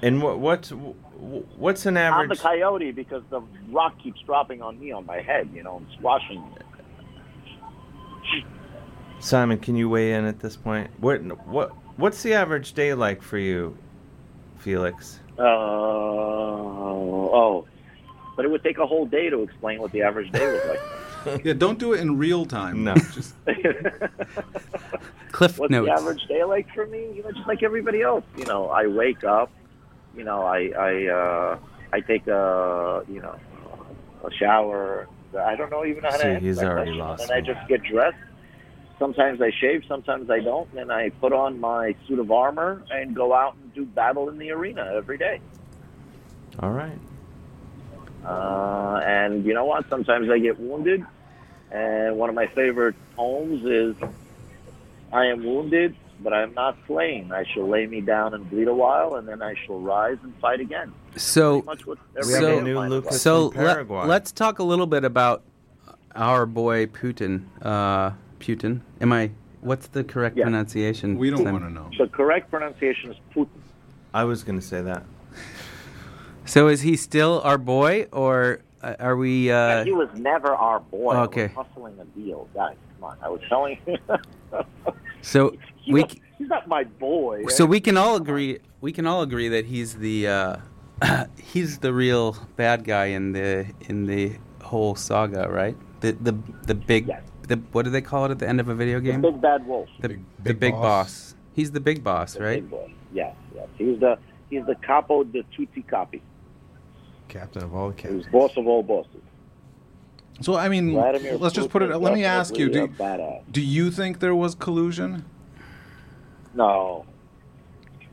And what what's wh- what's an I'm the average? coyote because the rock keeps dropping on me on my head, you know, and squashing me. Simon, can you weigh in at this point? What what what's the average day like for you, Felix? Uh, oh, but it would take a whole day to explain what the average day was like. *laughs* yeah, don't do it in real time. No. Just Cliff What's the average day like for me? You know, just like everybody *laughs* else. You know, I wake up. You know, I I uh, I take a you know a shower. I don't know even know how to See, answer he's that already question. lost And I me. just get dressed. Sometimes I shave, sometimes I don't. And I put on my suit of armor and go out and do battle in the arena every day. All right. Uh, and you know what? Sometimes I get wounded. And one of my favorite poems is I am wounded, but I am not slain. I shall lay me down and bleed a while, and then I shall rise and fight again. So, Pretty much what every day so, of mine is like. so let, us talk a little bit about our boy Putin. Uh, Putin, am I? What's the correct Yeah. pronunciation? Sam? The correct pronunciation is Putin. I was gonna say that. So, is he still our boy, or uh, are we? Uh, he was never our boy. okay. I was hustling a deal, guys. Come on, I was telling you. *laughs* so He we. was- he's not my boy. So we can all agree. We can all agree that he's the uh, *clears throat* he's the real bad guy in the in the whole saga, right? The the the big the what do they call it at the end of a video game? big bad wolf. The big, the big boss. He's the big boss, right? Big boy. Yes, yes. He's the he's the capo de tutti capi. Captain of all the captains. Boss of all bosses. So I mean, Vladimir let's just put it. Putin Let me ask you: definitely do, a badass. do you think there was collusion? No.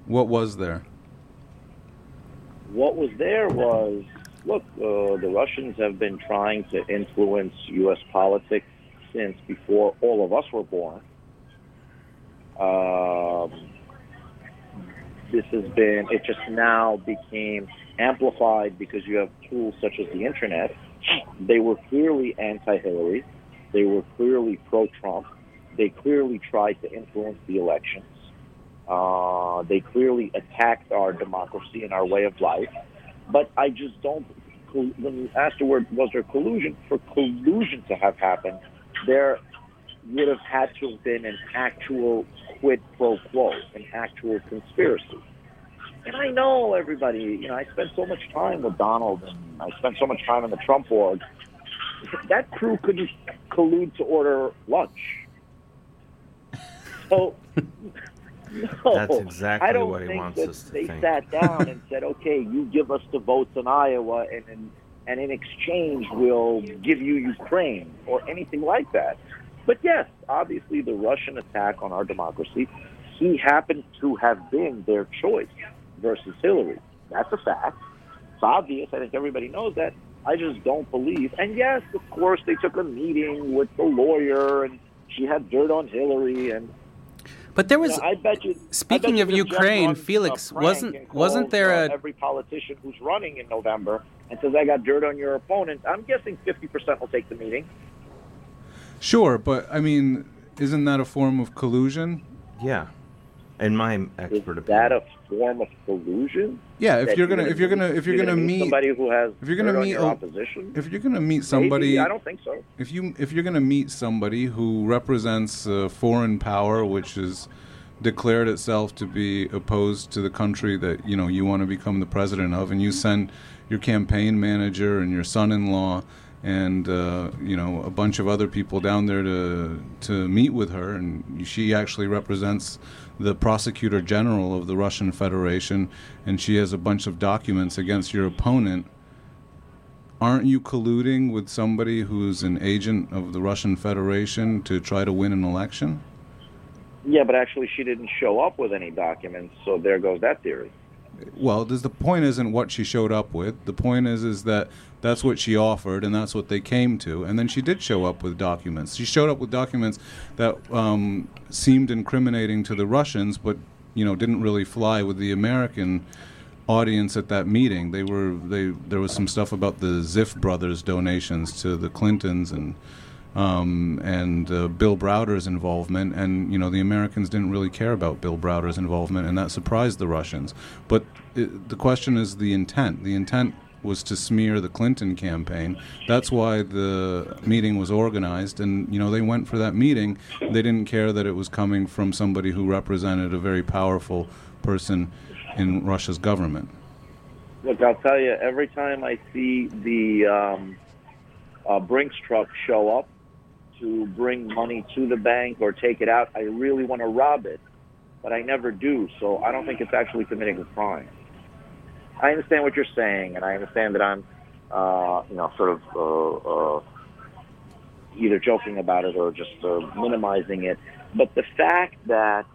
What was there? What was there was look, uh, the Russians have been trying to influence U.S. politics since before all of us were born. Um, this has been, it just now became amplified because you have tools such as the internet. They were clearly anti Hillary, they were clearly pro Trump, they clearly tried to influence the election. Uh, they clearly attacked our democracy and our way of life. But I just don't. When you asked the word, was there collusion? For collusion to have happened, there would have had to have been an actual quid pro quo, an actual conspiracy. And I know everybody. You know, I spent so much time with Donald, and I spent so much time in the Trump org. That crew couldn't collude to order lunch. So no, That's exactly I don't what he think wants that us to they think. sat *laughs* down and said, "Okay, you give us the votes in Iowa, and in, and in exchange, we'll give you Ukraine or anything like that." But yes, obviously, the Russian attack on our democracy, he happened to have been their choice versus Hillary. That's a fact. It's obvious. I think everybody knows that. I just don't believe. And yes, of course, they took a meeting with the lawyer, and she had dirt on Hillary, and But there was yeah, I bet you. I speaking bet of you if Jeff Ukraine, runs a Felix, prank wasn't- and wasn't calls, there uh, a- every politician who's running in November and says I got dirt on your opponent? I'm guessing 50 percent will take the meeting. Sure, but I mean, isn't that a form of collusion? Yeah, in my expert Is that a form of collusion? Yeah, if That you're gonna- if you're gonna- if you're gonna meet- somebody who has if you're gonna dirt on meet your a- opposition, If you're gonna meet maybe. somebody, I don't think so. If you if you're gonna meet somebody who represents a foreign power, which has declared itself to be opposed to the country that you know you want to become the president of, and you send your campaign manager and your son-in-law and uh, you know a bunch of other people down there to to meet with her, and she actually represents the prosecutor general of the Russian Federation, and she has a bunch of documents against your opponent aren't you colluding with somebody who's an agent of the Russian Federation to try to win an election? Yeah, but actually, she didn't show up with any documents, so there goes that theory. Well, there's, the point isn't what she showed up with. The point is is that that's what she offered, and that's what they came to. And then she did show up with documents. She showed up with documents that um, seemed incriminating to the Russians, but you know didn't really fly with the American audience at that meeting. They were they there was some stuff about the Ziff brothers donations to the Clintons and um, and uh, Bill Browder's involvement, and you know the Americans didn't really care about Bill Browder's involvement, and that surprised the Russians. But it, the question is the intent. The intent was to smear the Clinton campaign. That's why the meeting was organized, and you know they went for that meeting. They didn't care that it was coming from somebody who represented a very powerful person in Russia's government. Look, I'll tell you, every time I see the um, uh, Brinks truck show up to bring money to the bank or take it out, I really want to rob it, but I never do, so I don't think it's actually committing a crime. I understand what you're saying, and I understand that I'm, uh, you know, sort of uh, uh, either joking about it or just uh, minimizing it. But the fact that,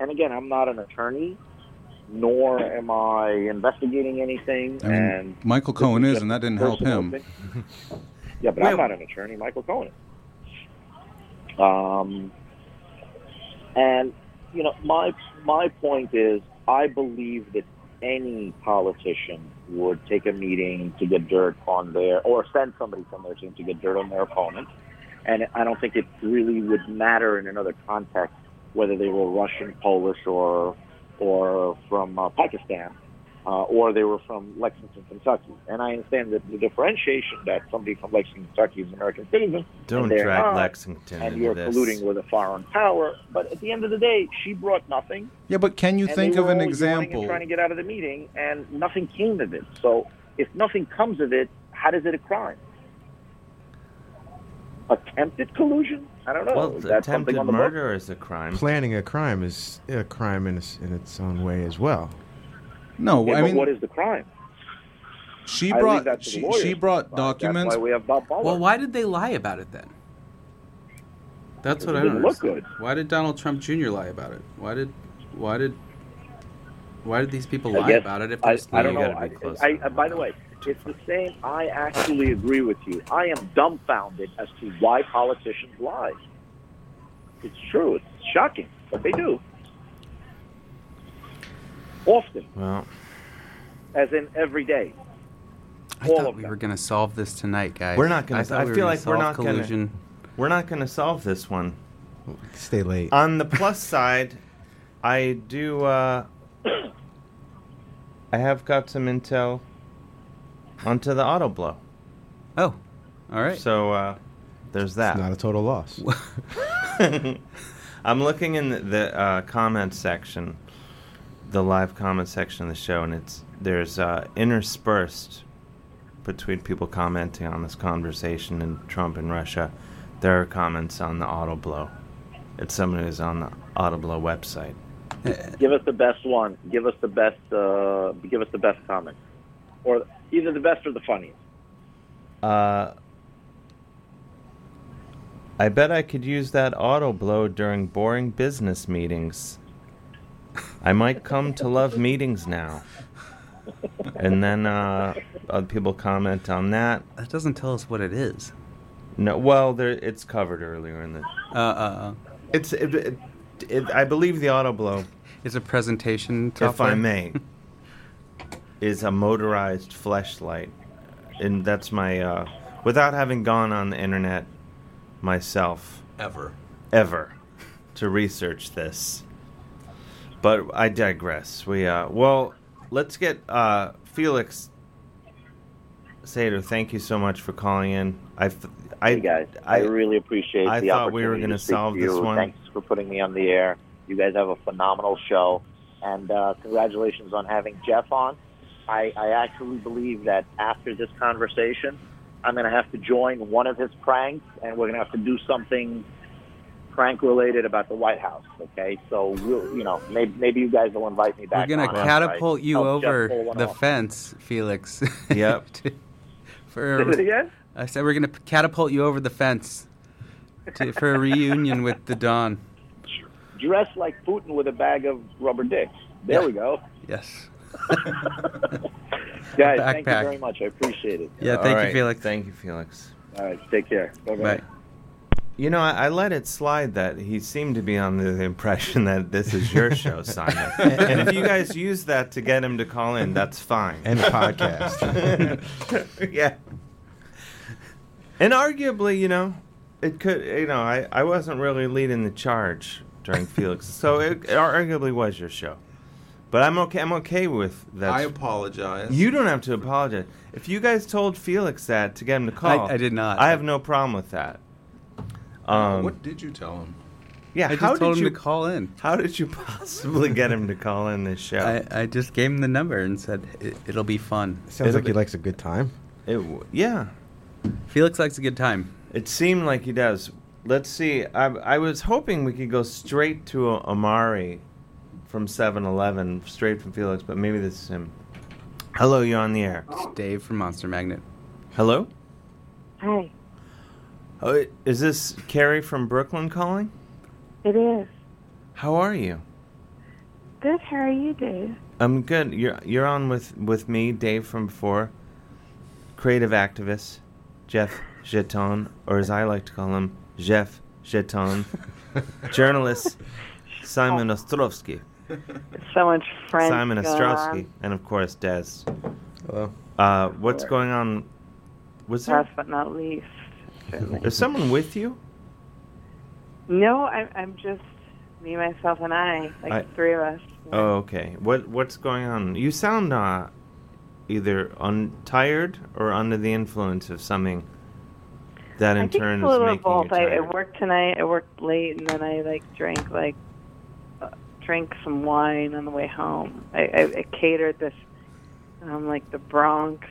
and again, I'm not an attorney, nor am I investigating anything. I mean, and Michael this Cohen is, just and that didn't help personal him. thing. yeah, but I'm not an attorney. Michael Cohen. is. Um, and you know, my my point is, I believe that any politician would take a meeting to get dirt on their, or send somebody from their team to get dirt on their opponent. And I don't think it really would matter in another context whether they were Russian, Polish, or or from uh, Pakistan, uh, or they were from Lexington, Kentucky. And I understand that the differentiation that somebody from Lexington, Kentucky is an American citizen. Don't and they're drag not, Lexington And into you're this. colluding with a foreign power. But at the end of the day, she brought nothing. Yeah, but can you and think they of were an all yawning example? And trying to get out of the meeting, and nothing came of it. So if nothing comes of it, how does it a crime? Attempted collusion? I don't know. Well, Is that something attempted on the book? murder is a crime. Planning a crime is a crime in its, in its own way as well. No, Yeah, I but mean what is the crime? she I leave brought that to the she, lawyers she to brought decide. That's documents. why we have Bob Mueller. Well, why did they lie about it then? That's Because what it I don't didn't look understand. Why did Donald Trump Jr. lie about it? Why did, why did, why did these people I lie guess- about it? If I, there's- I don't You know. gotta I, be close I, I, by the way, it's the same. I actually agree with you. I am dumbfounded as to why politicians lie. It's true. It's shocking, but they do often, Well, as in every day. I thought we were going to solve this tonight, guys. We're not gonna. I, thought I we were feel gonna like we're solve not collusion. gonna. We're not gonna solve this one. Stay late. On *laughs* the plus side, I do. Uh, I have got some intel onto the auto blow. Oh, all right. So uh, there's that. Not a *laughs* total loss. *laughs* I'm looking in the, the uh, comment section, the live comment section of the show, and it's there's uh, interspersed between people commenting on this conversation and Trump and Russia. There are comments on the auto blow. It's someone who's on the auto blow website. Give us the best one. Give us the best. Uh, give us the best comment, or either the best or the funniest. Uh, I bet I could use that auto blow during boring business meetings. I might come to love meetings now. And then uh, other people comment on that. That doesn't tell us what it is. No, well, there, it's covered earlier in the. Uh, uh, uh. It's. It, it, it, I believe the auto blow. Is a presentation. If I software? *laughs* may, is a motorized fleshlight, and that's my. Uh, without having gone on the internet myself Ever. ever to research this. But I digress. We uh, well, let's get uh, Felix Sater. Thank you so much for calling in. I, f- I guys, I, really appreciate I the thought we were opportunity going to speak to solve you. this one. Thanks for putting me on the air. You guys have a phenomenal show, and uh, congratulations on having Jeff on. I, I actually believe that after this conversation, I'm going to have to join one of his pranks, and we're going to have to do something prank related about the White House. Okay, so we'll, you know, maybe, maybe you guys will invite me We're back. gonna on, catapult right? you Help Jeff over *laughs* pull one the off. fence, Felix. Yep. To- for Say it again? I said we're going to catapult you over the fence to, for a reunion with the Don. Dressed like Putin with a bag of rubber dicks. There we go. Yes. Guys, thank you Backpack. very much. I appreciate it. All right. Thank you, Felix. All right, take care. Bye-bye. You know, I, I let it slide that he seemed to be under the impression that this is your *laughs* show, Simon. and if you guys use that to get him to call in, that's fine. And podcast. *laughs* yeah. And arguably, you know, it could, you know, I, I wasn't really leading the charge during Felix, so it, it arguably was your show. But I'm okay. I'm okay with that. I apologize. You don't have to apologize. If you guys told Felix that to get him to call, I did not. I have no problem with that. Um, what did you tell him? yeah, I just how told did him you to call in. How did you possibly get him to call in this show? I, I just gave him the number and said it, it'll be fun. Sounds like he likes a good time. It w- yeah. *laughs* Felix likes a good time. It seemed like he does. Let's see. I, I was hoping we could go straight to uh, Amari from 7-Eleven, straight from Felix, but maybe this is him. Hello, you're on the air. It's Dave from Monster Magnet. Hello? Hi, Oh, i- is this Carrie from Brooklyn calling? it is. How are you? Good, how are you, Dave? I'm good. You're you're on with with me, Dave from before, creative activist, Jeff Jeton, or as I like to call him, Jeff Jeton, journalist Simon Ostrovsky, *laughs* So much Oh. friends. Simon going Ostrovsky, on. and of course Des. Hello. Uh, what's going on? Was there Last but not least. is someone with you? No, I'm, I'm just me, myself, and I, like I- the three of us. Oh, okay. What what's going on? You sound uh, either un- tired or under the influence of something. That in I think turn it's a is little making of both. you I, I tired. worked tonight. I worked late, and then I like drank like uh, drank some wine on the way home. I, I, I catered this um, like the Bronx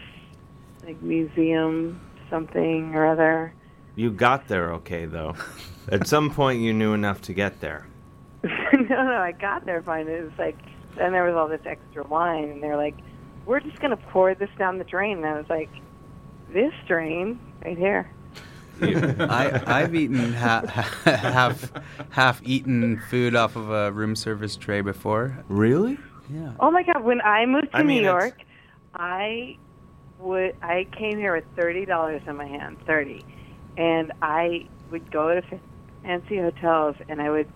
like museum something or other. You got there okay, *laughs* though. At some point, you knew enough to get there. *laughs* no, no, I got there fine. It was like, then there was all this extra wine, and they're like, we're just going to pour this down the drain. And I was like, this drain right here. I, I've eaten ha- *laughs* half half eaten food off of a room service tray before. Really? Yeah. Oh my God, when I moved to I mean, New it's- York, I would I came here with $30 in my hand, 30 And I would go to fa- fancy hotels and I would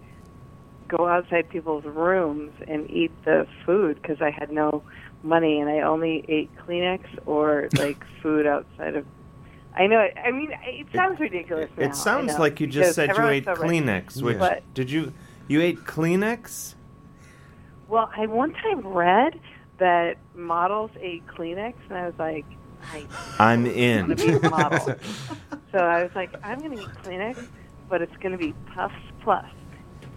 go outside people's rooms and eat the food because I had no money and I only ate Kleenex or *laughs* like food outside of. I know. It, I mean, it sounds ridiculous. now, I it sounds know, like you just because said you everyone's ate so rich. Kleenex. Which But- did you? You ate Kleenex? well, I one time read that models ate Kleenex, and I was like, I I'm in. Be *laughs* a model. so I was like, I'm going to eat Kleenex, but it's going to be Puffs Plus,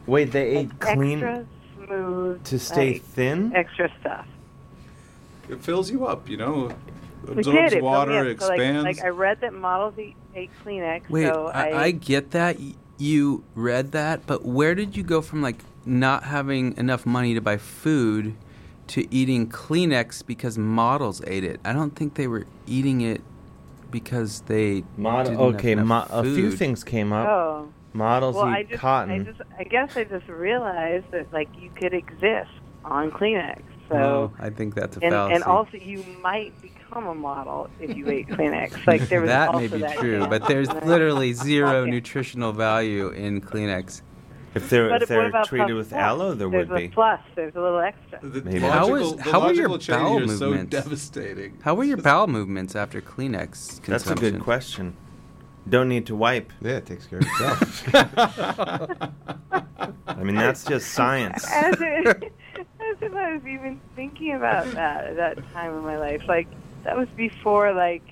Wait, they ate clean extra smooth to stay like, thin. extra stuff. It fills you up, you know. We Absorbs did. It filled me water, up. So, like- expands. Like, I read that models eat, ate Kleenex. Wait, so I, I, get that. Y- You read that, but where did you go from like not having enough money to buy food to eating Kleenex because models ate it? I don't think they were eating it because they Model. didn't have Okay, enough mo- a few food. things came up. Oh. Models well, eat I just, cotton. I just, I guess I just realized that like you could exist on Kleenex. So. No, Oh, I think that's a and, fallacy. and also you might become a model if you *laughs* ate Kleenex. *laughs* Like there was that also may be that true, chance. but there's And I- literally zero nutritional value in Kleenex. If they're But what about plus plus? there's a plus. There's a little extra. *laughs* Maybe. How logical- is the how are your logical chain bowel here is so movements? devastating. How were your bowel movements after Kleenex consumption? That's a good question. Don't need to wipe. Yeah, it takes care of *laughs* itself. I mean, that's just science. As if, as if I was even thinking about that at that time in my life. Like that was before like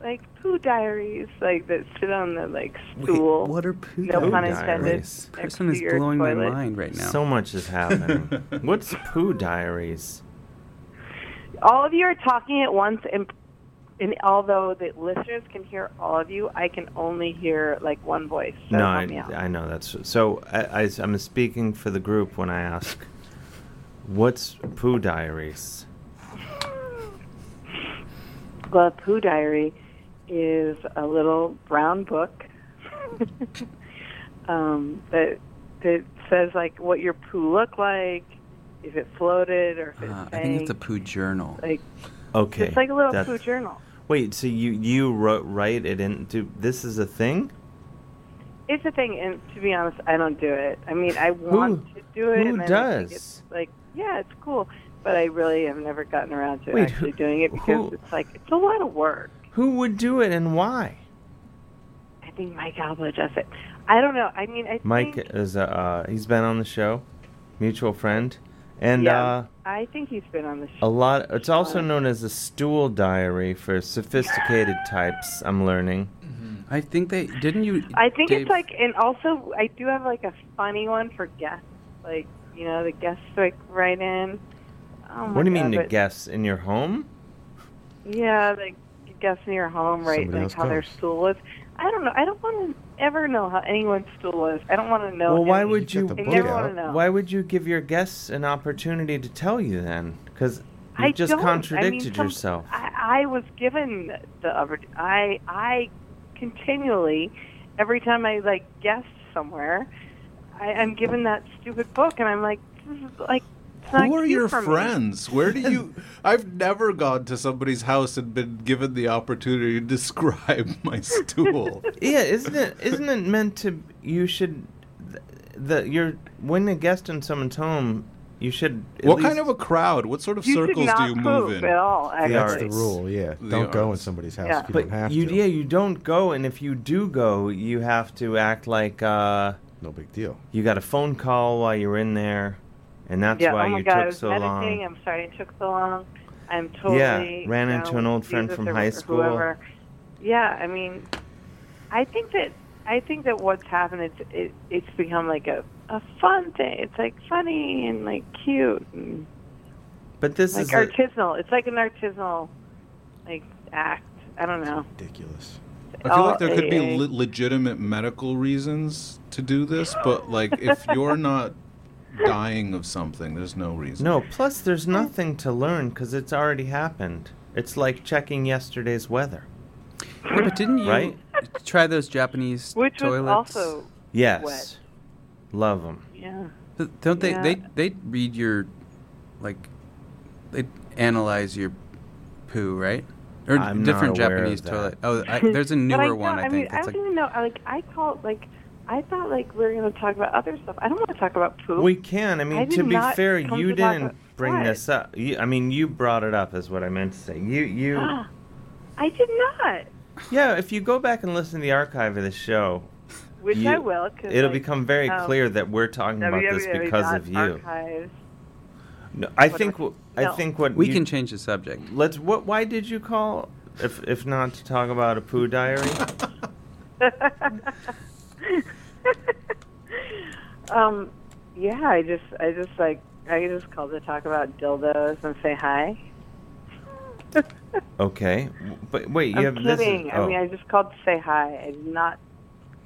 like poo diaries, like that sit on the like stool. what are poo no pun diaries? intended. This next person to is your blowing my toilet. mind right now. So much *laughs* is happening. What's poo diaries? All of you are talking at once, and, and although the listeners can hear all of you, I can only hear like one voice. So no, help I, me out. I know that's so. I, I, I'm speaking for the group when I ask, "What's poo diaries?" Well, a poo diary is a little brown book *laughs* um, that that says like what your poo looked like, if it floated or if it Uh, I sank. think it's a poo journal. like Okay. it's like a little that's- poo journal. Wait, so you you wrote write it into this is a thing? It's a thing, and to be honest, I don't do it. I mean, I want to do it. who and then I think does? it's like, yeah, it's cool, but I really have never gotten around to Wait, actually doing it because it's like it's a lot of work. Who would do it and why? I think Mike Alba does it. I don't know. I mean, I Mike think is a uh, he's been on the show, mutual friend, and yeah, uh, I think he's been on the show. a lot. It's also known as a stool diary for sophisticated types. I'm learning. I think they didn't you. I think Dave- it's like, and also I do have like a funny one for guests, like you know the guests like write in. Oh my what do you mean God, to but- guess in your home? Yeah, like guests near home, right? Somebody like else how their goes. stool is. I don't know. I don't want to ever know how anyone's stool is. I don't want to know. well, why any- would you? I give- never want to know. Why would you give your guests an opportunity to tell you then? Because you I just don't. I mean, contradicted some- yourself. I, I was given the oppor- I I continually, every time I like guest somewhere, I, I'm given that stupid book, and I'm like, this is like. It's not Who are cute your for me. friends? Where do you? *laughs* I've never gone to somebody's house and been given the opportunity to *laughs* describe my stool. yeah, isn't it? Isn't it meant to? You should. th- The you're when a guest in someone's home, you should. What kind of a crowd? What sort of You should circles do not you move poop in? at all, actually. That's the rule, yeah. The don't go in arts. somebody's house Yeah. if you but don't have you to. Oh, yeah you don't go, and if you do go, you have to act like uh, no big deal. You got a phone call while you were in there, and that's yeah, why oh my you God, I took was so meditating. long. I'm sorry it took so long. I'm totally Yeah, ran you into know, an old friend Jesus from or high wh- school. Whoever. Yeah, I mean, I think that I think that what's happened it's it, it's become like a a fun thing. It's like funny and like cute and But this like is a- artisanal. it's like an artisanal like act. I don't know. Ridiculous. I feel Oh, like there could be AA. le- legitimate medical reasons to do this, but like if you're not dying of something, there's no reason. No, plus there's Oh. nothing to learn because it's already happened. It's like checking yesterday's weather. Yeah, but didn't you Right? try those Japanese Which was toilets? also Yes, wet. love them. Yeah. Th- Don't they? Yeah. They they read your, like, they analyze your poo, right? Or d- I'm not different aware of Japanese that. toilet. Oh, *laughs* I, there's a newer but I one. don't- I, mean, think I that's don't like. even know. I, Like I call like I thought like we were going to talk about other stuff. I don't want to talk about poop. We can. I mean, I to did be not fair, come you to talk didn't about- bring What? this up. You, I mean, you brought it up, is what I meant to say. You, you, *gasps* I did not. yeah. If you go back and listen to the archive of the show, Which you- I will. 'cause, it'll like, become very um, clear that we're talking about this because of you. www.archives. No, I What think. do I- w I No. I think what We you- can change the subject. Let's. What? Why did you call? If if not to talk about a poo diary. *laughs* Um, yeah, I just, I just like, I just called to talk about dildos and say hi. Okay, but wait, you I'm have this. kidding. Is, I oh. mean, I just called to say hi. I did not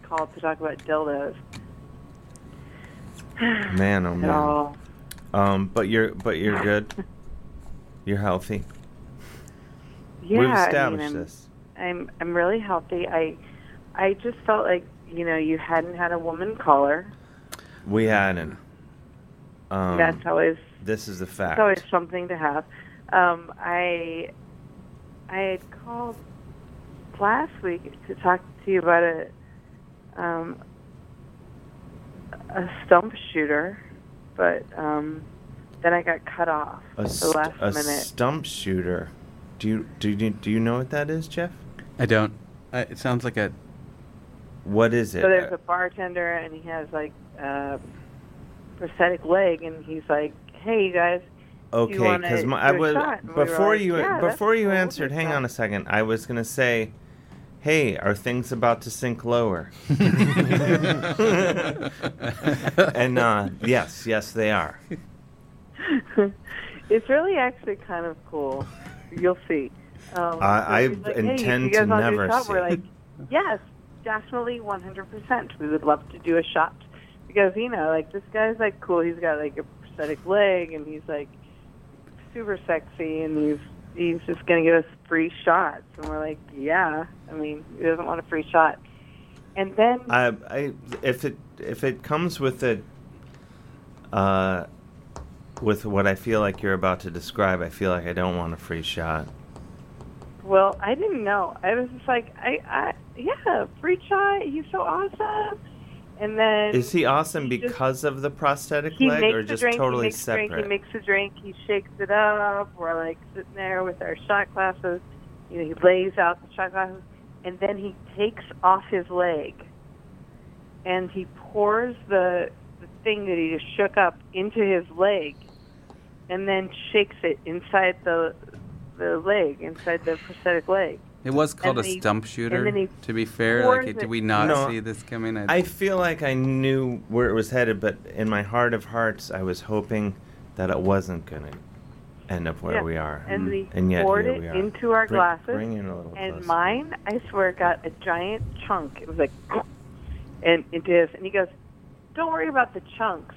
call to talk about dildos. Man, oh man. No. Um, but you're but you're *laughs* good. You're healthy. Yeah, We've established I mean, I'm, this. I'm I'm really healthy. I I just felt like you know you hadn't had a woman caller. We hadn't. Um, That's always This is a it's fact. always something to have. Um, I I had called last week to talk to you about a um, a stump shooter, but um, then I got cut off a at st- the last a minute. stump shooter. Do you do you do you know what that is, Jeff? I don't. I, it sounds like a. What is it? So there's a bartender, and he has like a prosthetic leg, and he's like, "Hey, you guys." do you Uh, okay, wanna because do I a was shot?" And we were before like, you "Yeah, that's before you answered. Hang on a second. I was gonna say, hey, are things about to *laughs* sink lower? *laughs* and uh, yes, yes, they are. It's really actually kind of cool. You'll see. Um, I- so he's I like, "Hey, intend you guys to wanna do a never shot?" We're see. like, yes, definitely, 100%. We would love to do a shot because you know, like this guy's like cool. He's got like a prosthetic leg, and he's like super sexy, and he's he's just going to give us free shots. And we're like, yeah. I mean, who doesn't want a free shot? And then I, I if it if it comes with a uh, with what I feel like you're about to describe, I feel like I don't want a free shot. Well, I didn't know. I was just like, I, I yeah, free shot. He's so awesome. And then Is he awesome because of the prosthetic he leg, makes or the just drink, totally he makes the separate? drink, he makes the drink, he shakes it up. We're like sitting there with our shot glasses. You know, he lays out the shot glasses, and then he takes off his leg, and he pours the the thing that he just shook up into his leg, and then shakes it inside the the leg, inside the prosthetic leg. It was called And a then he- stump and shooter. then he to be fair, pours like, it- did we not No, see this coming? I, I feel like I knew where it was headed, but in my heart of hearts, I was hoping that it wasn't going to end up where Yeah. we are. Mm. And we yet poured here it we are. into our Bring- glasses. Bring in a little and closer. mine, I swear, got a giant chunk. It was like, *clears throat* and into his, and he goes, "Don't worry about the chunks.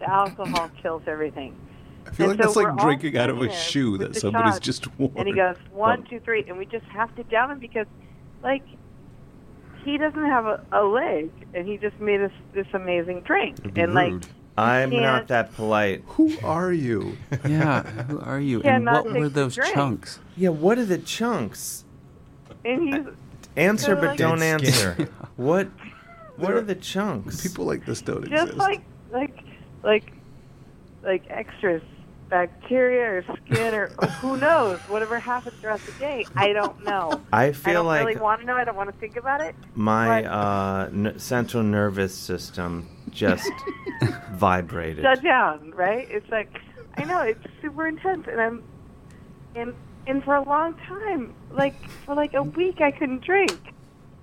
The *laughs* alcohol kills everything." I feel And like so that's we're like all drinking out of sitting a there shoe with that the somebody's shots. just worn. And he goes, one, two, three, and we just have to down him because, like, he doesn't have a, a leg, and he just made us this amazing drink, and like. I'm can't- not that polite. Who are you? yeah, who are you? And Cannot what were take the those drink. chunks? Yeah, what are the chunks? *laughs* And he's Answer, They're but like- don't Dead answer. skin. *laughs* what? What are the chunks? People like this don't just like like like like extras bacteria or skin or who knows whatever happens throughout the day i don't know *laughs* I feel i don't like really want to know i don't want to think about it my uh, n- central nervous system *laughs* *laughs* just vibrated. shut down right it's like i know it's super intense and i'm and and for a long time like for like a week i couldn't drink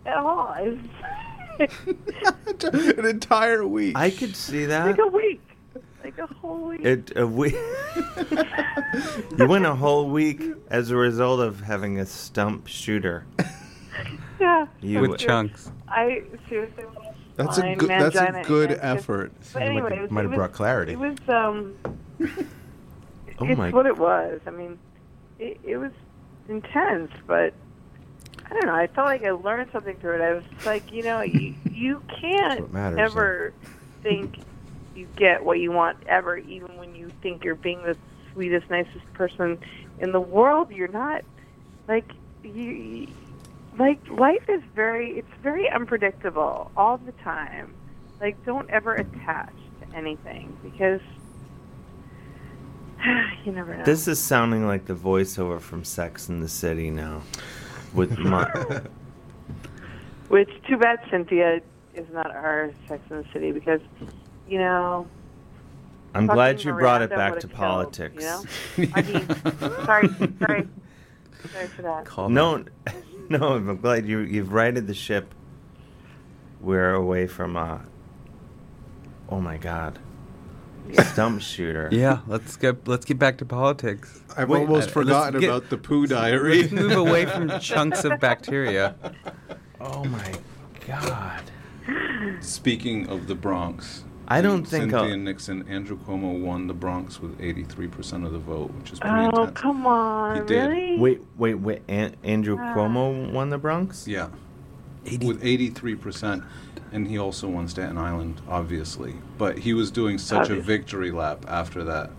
at all *laughs* It was- *laughs* *laughs* An entire week. I could see that. like a week like a whole week It a week. *laughs* you went a whole week as a result of having a stump shooter. yeah You With chunks. i seriously That's a Fine, good. That's a mangina, good it's just- effort. But anyway, it was- it was- It was um. Oh it's my- what it was. I mean, it, it was intense, but I don't know. I felt like I learned something through it. I was just like, you know, you, *laughs* you can't what matters, ever think you get what you want ever, even when you think you're being the sweetest, nicest person in the world. You're not. Like you, like life is very. It's very unpredictable all the time. Like, don't ever attach to anything because *sighs* you never know. This is sounding like the voiceover from Sex in the City now. With *laughs* my, Which, too bad Cynthia is not our Sex in the City because, you know. I'm glad fucking you brought it Miranda back would've to killed, politics. *laughs* You know? I mean, sorry, sorry, sorry for that. no, *laughs* no, I'm glad you you've righted the ship. We're away from uh. Oh my God, stump shooter. *laughs* Yeah, let's get let's get back to politics. uh, I've almost forgotten about the poo diary. Let's move *laughs* away from chunks of bacteria. Oh my God. Speaking of the Bronx, I don't think Cynthia I'll- Nixon, Andrew Cuomo won the Bronx with 83% of the vote, which is pretty Oh, intense. come on. He did. Really? Wait, wait, wait. An- Andrew Ah. Cuomo won the Bronx. Yeah. With 83%. And he also won Staten Island, obviously. But he was doing such a Obviously. victory lap after that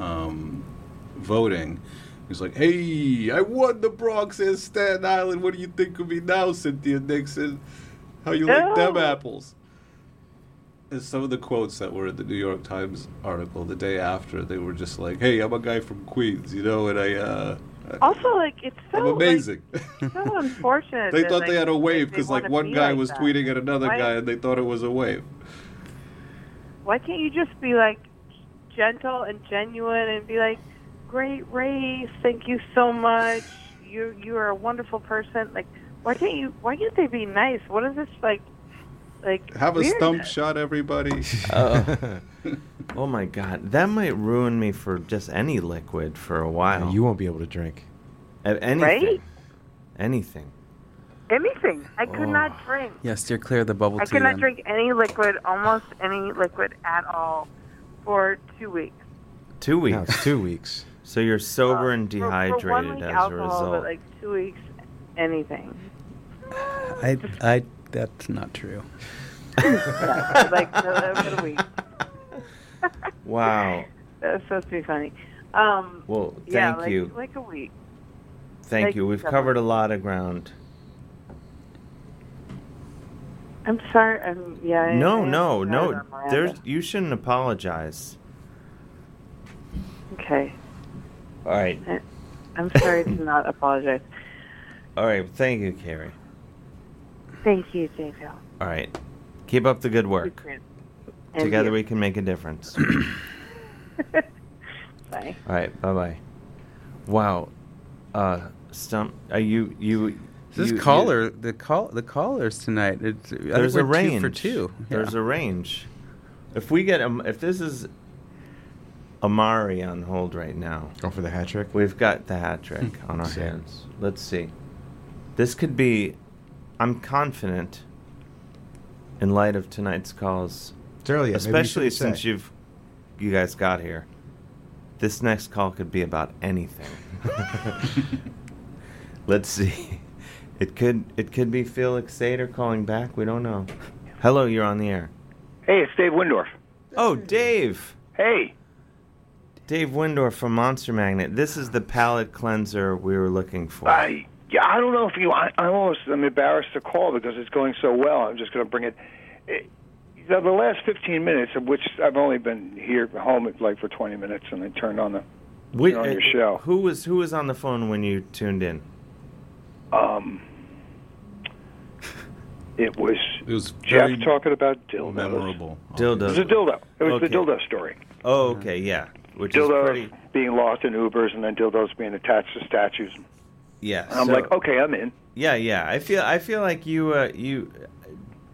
um, voting. He's like, hey, I won the Bronx and Staten Island. What do you think of me now, Cynthia Nixon? How you like them Oh. Ew. apples? And some of the quotes that were in the New York Times article the day after, they were just like, hey, I'm a guy from Queens, you know, and I, uh, Also, like, it's so, I'm amazing. *laughs* like, so unfortunate. They that, thought they like, had a wave they because like wanna one be guy like was that. tweeting at another Why- guy and they thought it was a wave. Why can't you just be like gentle and genuine and be like, "Great race, thank you so much. You you are a wonderful person." Like, why can't you? Why can't they be nice? What is this like? Like Have a weird- stump shot, *laughs* everybody. *laughs* Oh. oh my God, that might ruin me for just any liquid for a while. You won't be able to drink. Anything. Right? Anything. Anything. I could Oh. not drink. Yeah, steer clear of the bubble I tea. could not then. drink any liquid, almost any liquid at all, for two weeks. Two weeks. two weeks. *laughs* So you're sober and Uh, For- for dehydrated one week as alcohol, a But result. like two weeks, anything. *laughs* I, *laughs* I, that's not true. Yeah, like over the week. Wow. That's supposed to be funny. Um, Well, yeah, thank like, you. Like a week. Thank Thank you. you We've so covered a lot of ground. I'm sorry. I'm, yeah. I- I No, am no, sorry no. about Miranda. There's you shouldn't apologize. Okay. All right. I- I'm sorry to not apologize. All right. Thank you, Carrie. Thank you, J-Phil. All right. Keep up the good work. And Together you. we can make a *clears throat* difference. Bye. All right. Bye bye. Wow. Uh, Stump. Are you you? This you- caller, the call, the callers tonight. It's, I think there's we're a range two for two. Yeah. There's a range. If we get um, if this is Amari on hold right now. Go Oh, for the hat trick. Hmm. We've got the hat trick on our Sad. hands. Let's see. This could be. I'm confident. In light of tonight's calls, It's early yet. Maybe you especially shouldn't since say. you've you guys got here. This next call could be about anything. Let's see. It could it could be Felix Sater calling back. We don't know. Hello, you're on the air. Hey, it's Dave Windorf. Oh, Dave. Hey. Dave Windor from Monster Magnet. This is the palate cleanser we were looking for. I yeah, I don't know if you. I, I almost I'm embarrassed to call because it's going so well. I'm just going to bring it. it the, the last 15 minutes, of which I've only been here home like for 20 minutes, and I turned on the We- turned on your uh, show. Who was who was on the phone when you tuned in? Um, it was It was Jeff very talking about dildos. memorable. It Dildo. was a dildo. It was Okay. the dildo story. Oh, okay, yeah. Which is dildos pretty. being lost in Ubers, and then dildos being attached to statues. Yeah. And I'm so- like, okay, I'm in. Yeah, yeah. I feel I feel like you uh, you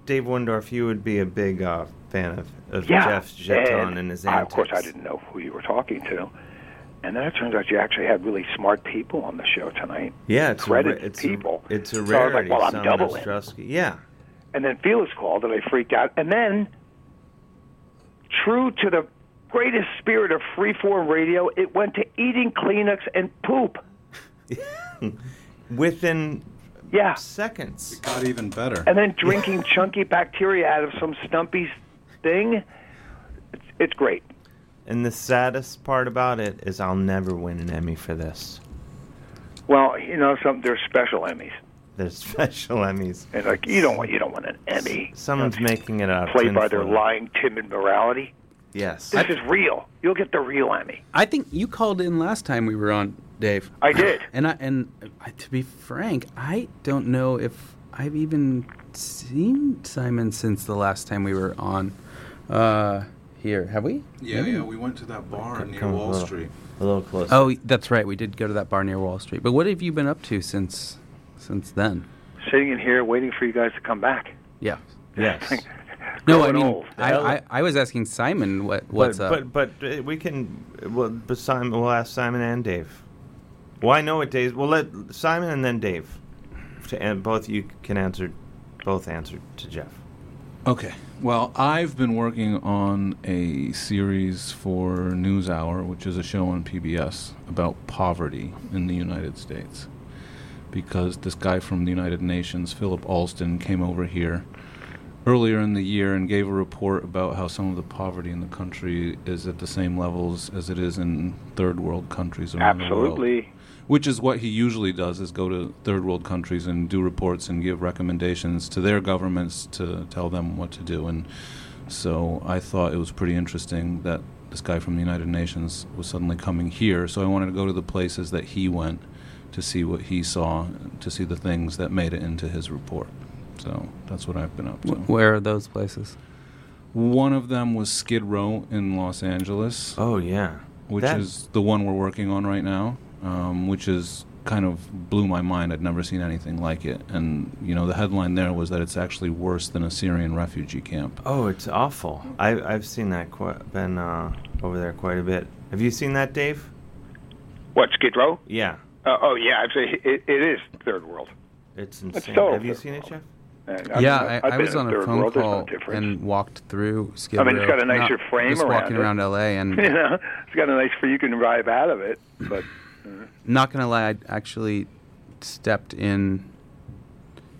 Dave Windorf, you would be a big uh, fan of, of yeah. Uh, Jeff's jeton and, his I, antics. Of course, I didn't know who you were talking to. And then it turns out you actually had really smart people on the show tonight. Yeah, it's a, Credited ra- it's people. A, it's a So I was rarity. like, well, I'm Simon double in. Ostrowski. Yeah. And then Felix called, and I freaked out. And then, true to the greatest spirit of freeform radio, it went to eating Kleenex and poop. *laughs* Within yeah seconds, it got even better. And then drinking chunky bacteria out of some stumpy thing. It's, it's great. And the saddest part about it is I'll never win an Emmy for this. Well, you know, some they're special Emmys. There's *laughs* special Emmys. And like you don't want you don't want an Emmy Someone's making it up. played by their lying, timid morality. Yes. This is real. You'll get the real Emmy. I think you called in last time we were on, Dave. I did. And I and I, to be frank, I don't know if I've even seen Simon since the last time we were on. Uh, here have we? Yeah, Maybe- yeah. We went to that bar near come a Wall little- Street. A little closer. Oh, that's right. We did go to that bar near Wall Street. But what have you been up to since since then? Sitting in here waiting for you guys to come back. Yeah. Yes. *laughs* No, I Growing mean, old. I, I, I was asking Simon what what's but, up. But but uh, we can. Well, but Simon, we'll ask Simon and Dave. Well, I know what Dave. We'll let Simon and then Dave. To, and both you can answer. Both answer to Jeff. Okay. Well, I've been working on a series for NewsHour, which is a show on PBS about poverty in the United States. Because this guy from the United Nations, Philip Alston, came over here earlier in the year and gave a report about how some of the poverty in the country is at the same levels as it is in third world countries around the world Absolutely. which is what he usually does is go to third world countries and do reports and give recommendations to their governments to tell them what to do and so i thought it was pretty interesting that this guy from the united nations was suddenly coming here so i wanted to go to the places that he went to see what he saw to see the things that made it into his report so that's what i've been up to Wh- Where are those places? one of them was Skid Row in Los Angeles. Oh yeah, which That- is the one we're working on right now, um, which is kind of blew my mind. I'd never seen anything like it, and you know the headline there was that it's actually worse than a Syrian refugee camp. Oh, it's awful. I I've seen that quite, been uh, over there quite a bit. Have you seen that, Dave? What Skid Row? Yeah, Uh, oh yeah, I'd say it, it is third world. it's It's insane. total Have you third seen it, Jeff? And yeah, I, mean, I, I've I been was in on a third phone world. There's no call difference. and walked through Skid I mean, it's Row. got a nicer Not- frame just around walking it. around L.A. and *laughs* you know, it's got a nice for you can drive out of it, but uh, not gonna lie, I actually stepped in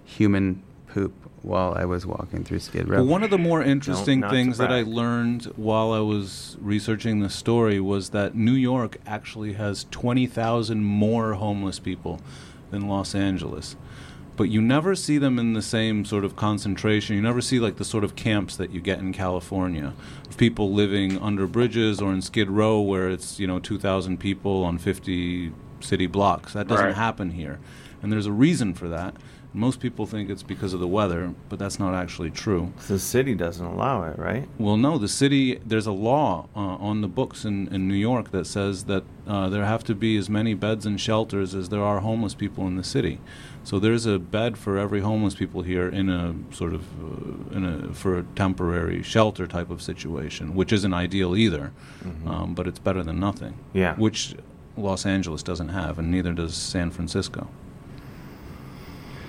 human poop while I was walking through Skid Row. Well, one of the more interesting things that I learned while I was researching this story was that New York actually has 20,000 more homeless people than Los Angeles. But you never see them in the same sort of concentration. You never see like the sort of camps that you get in California of people living under bridges or in Skid Row where it's, you know, 2,000 people on 50 city blocks. That doesn't Right. happen here. And there's a reason for that. Most people think it's because of the weather, but that's not actually true. The city doesn't allow it, right? Well, no, the city, there's a law uh, on the books in, in New York that says that uh, there have to be as many beds and shelters as there are homeless people in the city. So there's a bed for every homeless people here in a sort of uh, in a for a temporary shelter type of situation, which isn't ideal either, um, but it's better than nothing. Mm-hmm. Yeah. Which Los Angeles doesn't have, and neither does San Francisco.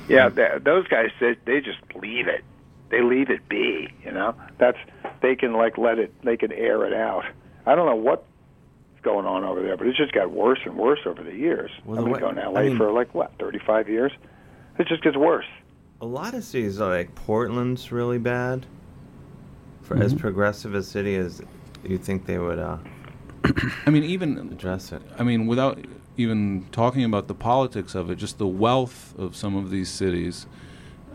yeah, th- those guys they, they just leave it. They leave it be. You know, that's they can like let it. They can air it out. I don't know what's going on over there, but it's just got worse and worse over the years. Well, the I've been way- going to I LA mean- for like what thirty five years. It just gets worse. A lot of cities, like Portland's really bad. For as Mhm. progressive a city as you think they would uh, *clears throat* I mean, even address it. I mean, without even talking about the politics of it, just the wealth of some of these cities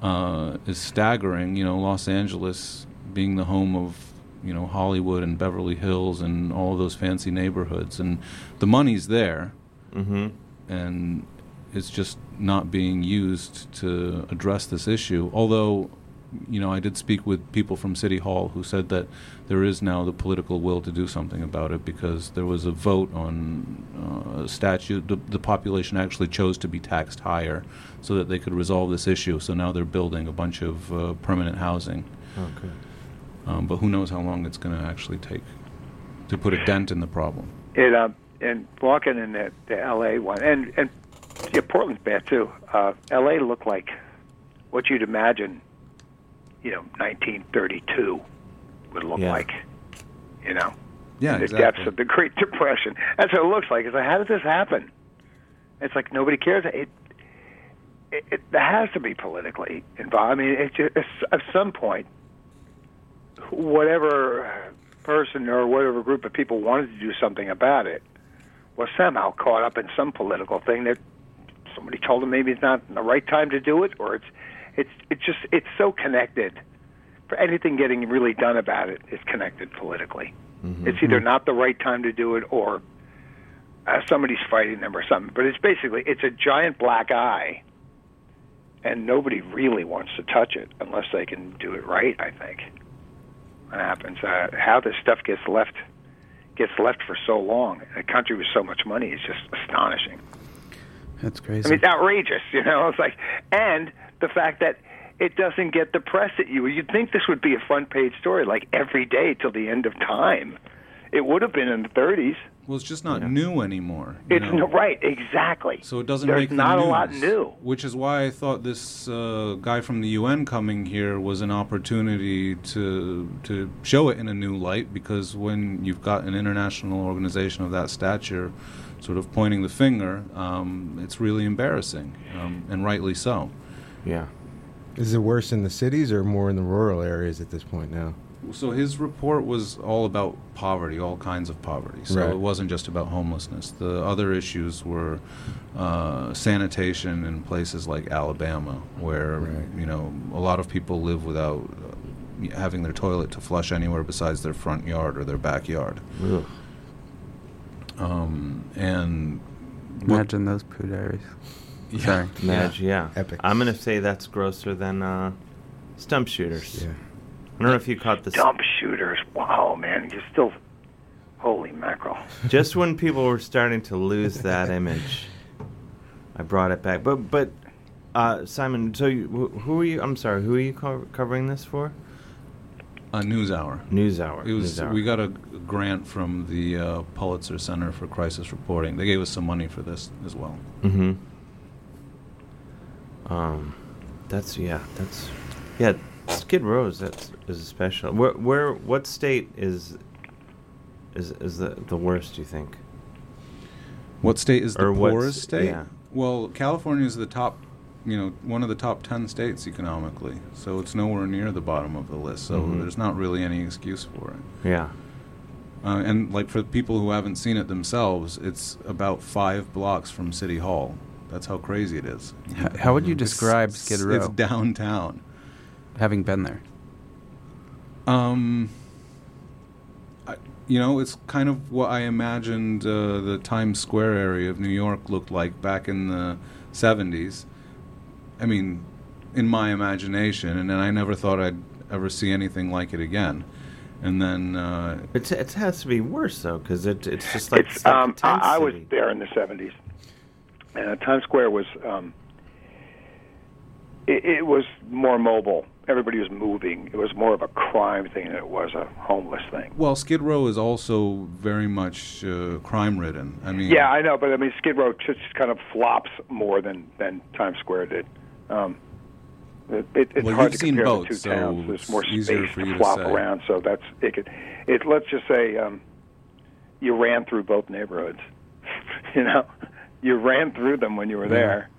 uh, is staggering. You know, Los Angeles being the home of you know Hollywood and Beverly Hills and all those fancy neighborhoods, and the money's there, Mhm. and it's just not being used to address this issue. Although. You know, I did speak with people from City Hall who said that there is now the political will to do something about it because there was a vote on uh, a statute. The, the population actually chose to be taxed higher so that they could resolve this issue. So now they're building a bunch of uh, permanent housing. Okay. Um, but who knows how long it's going to actually take to put a dent in the problem. It um and walking in the, the L.A. one and and yeah, Portland's bad too. Uh, L.A. looked like what you'd imagine, you know, 1932 would look Yeah. like, you know, Yeah, in the exactly. depths of the Great *laughs* Depression. That's what it looks like. It's like, how did this happen? It's like nobody cares. It it, it has to be politically involved. I mean, it's just, it's, at some point, whatever person or whatever group of people wanted to do something about it was somehow caught up in some political thing that somebody told them maybe it's not the right time to do it, or it's it's it's just it's so connected. For anything getting really done about it is connected politically. Mm-hmm. It's Mm-hmm. either not the right time to do it or uh, somebody's fighting them or something. But it's basically it's a giant black eye, and nobody really wants to touch it unless they can do it right. I think what happens uh, how this stuff gets left gets left for so long in a country with so much money is just astonishing. That's I crazy. mean, it's outrageous, you know. It's like, and the fact that it doesn't get the press that you. You'd think this would be a front page story, like every day till the end of time. It would have been in the 30s. Well, it's just not new anymore. you It's know? no, right, exactly. So it doesn't There's make the not a lot news, new. Which is why I thought this uh, guy from the UN coming here was an opportunity to to show it in a new light because when you've got an international organization of that stature, sort of pointing the finger, um, it's really embarrassing, um, and rightly so. Yeah. Is it worse in the cities or more in the rural areas at this point now? So his report was all about poverty, all kinds of poverty. So Right. it wasn't just about homelessness. The other issues were uh, sanitation in places like Alabama, where you know a lot of people live without uh, having their toilet to flush anywhere besides their front yard or their backyard. Ugh. Um, and Imagine those poo diaries. Sorry. Madge, yeah. Epic. I'm gonna say that's grosser than uh, stump shooters. Yeah. I don't know if you caught the Dump shooters. Wow, man, you're still. Holy mackerel. just when people were starting to lose that image, I brought it back. But but uh, Simon, so you, wh- who are you? I'm sorry, who are you co- covering this for? A news hour. News hour. It was News hour. we got a grant from the uh, Pulitzer Center for Crisis Reporting. They gave us some money for this as well. Mm-hmm. Um, that's yeah, that's Yeah, Skid Row's that's is special. Where where what state is is is the the worst? Do you think? What state is the Or what's- poorest state? yeah. Well, California is the top, you know, one of the top 10 states economically. So it's nowhere near the bottom of the list. So Mhm. there's not really any excuse for it. Yeah. Uh, and like for people who haven't seen it themselves, it's about five blocks from City Hall. That's how crazy it is. How, how would you It's- describe Skid Row? It's downtown. Having been there. Um, I, you know, it's kind of what I imagined uh, the Times Square area of New York looked like back in the 70s. I mean, in my imagination, and then I never thought I'd ever see anything like it again. And then uh, it it has to be worse though, because it it's just like it's like a um, tent I, I was city. there in the '70s, and uh, Times Square was um, it, it was more mobile. Everybody was moving. It was more of a crime thing than it was a homeless thing. well, Skid Row is also very much uh, crime-ridden. I mean, Yeah, I know, but I mean, Skid Row just kind of flops more than than Times Square did. Um, it, it, it's Well, hard you've to seen compare both, the two so towns. There's more it's easier space for you to flop say. around, so that's it. Could, it let's just say um, you ran through both neighborhoods. *laughs* you know, you ran through them when you were Yeah. there.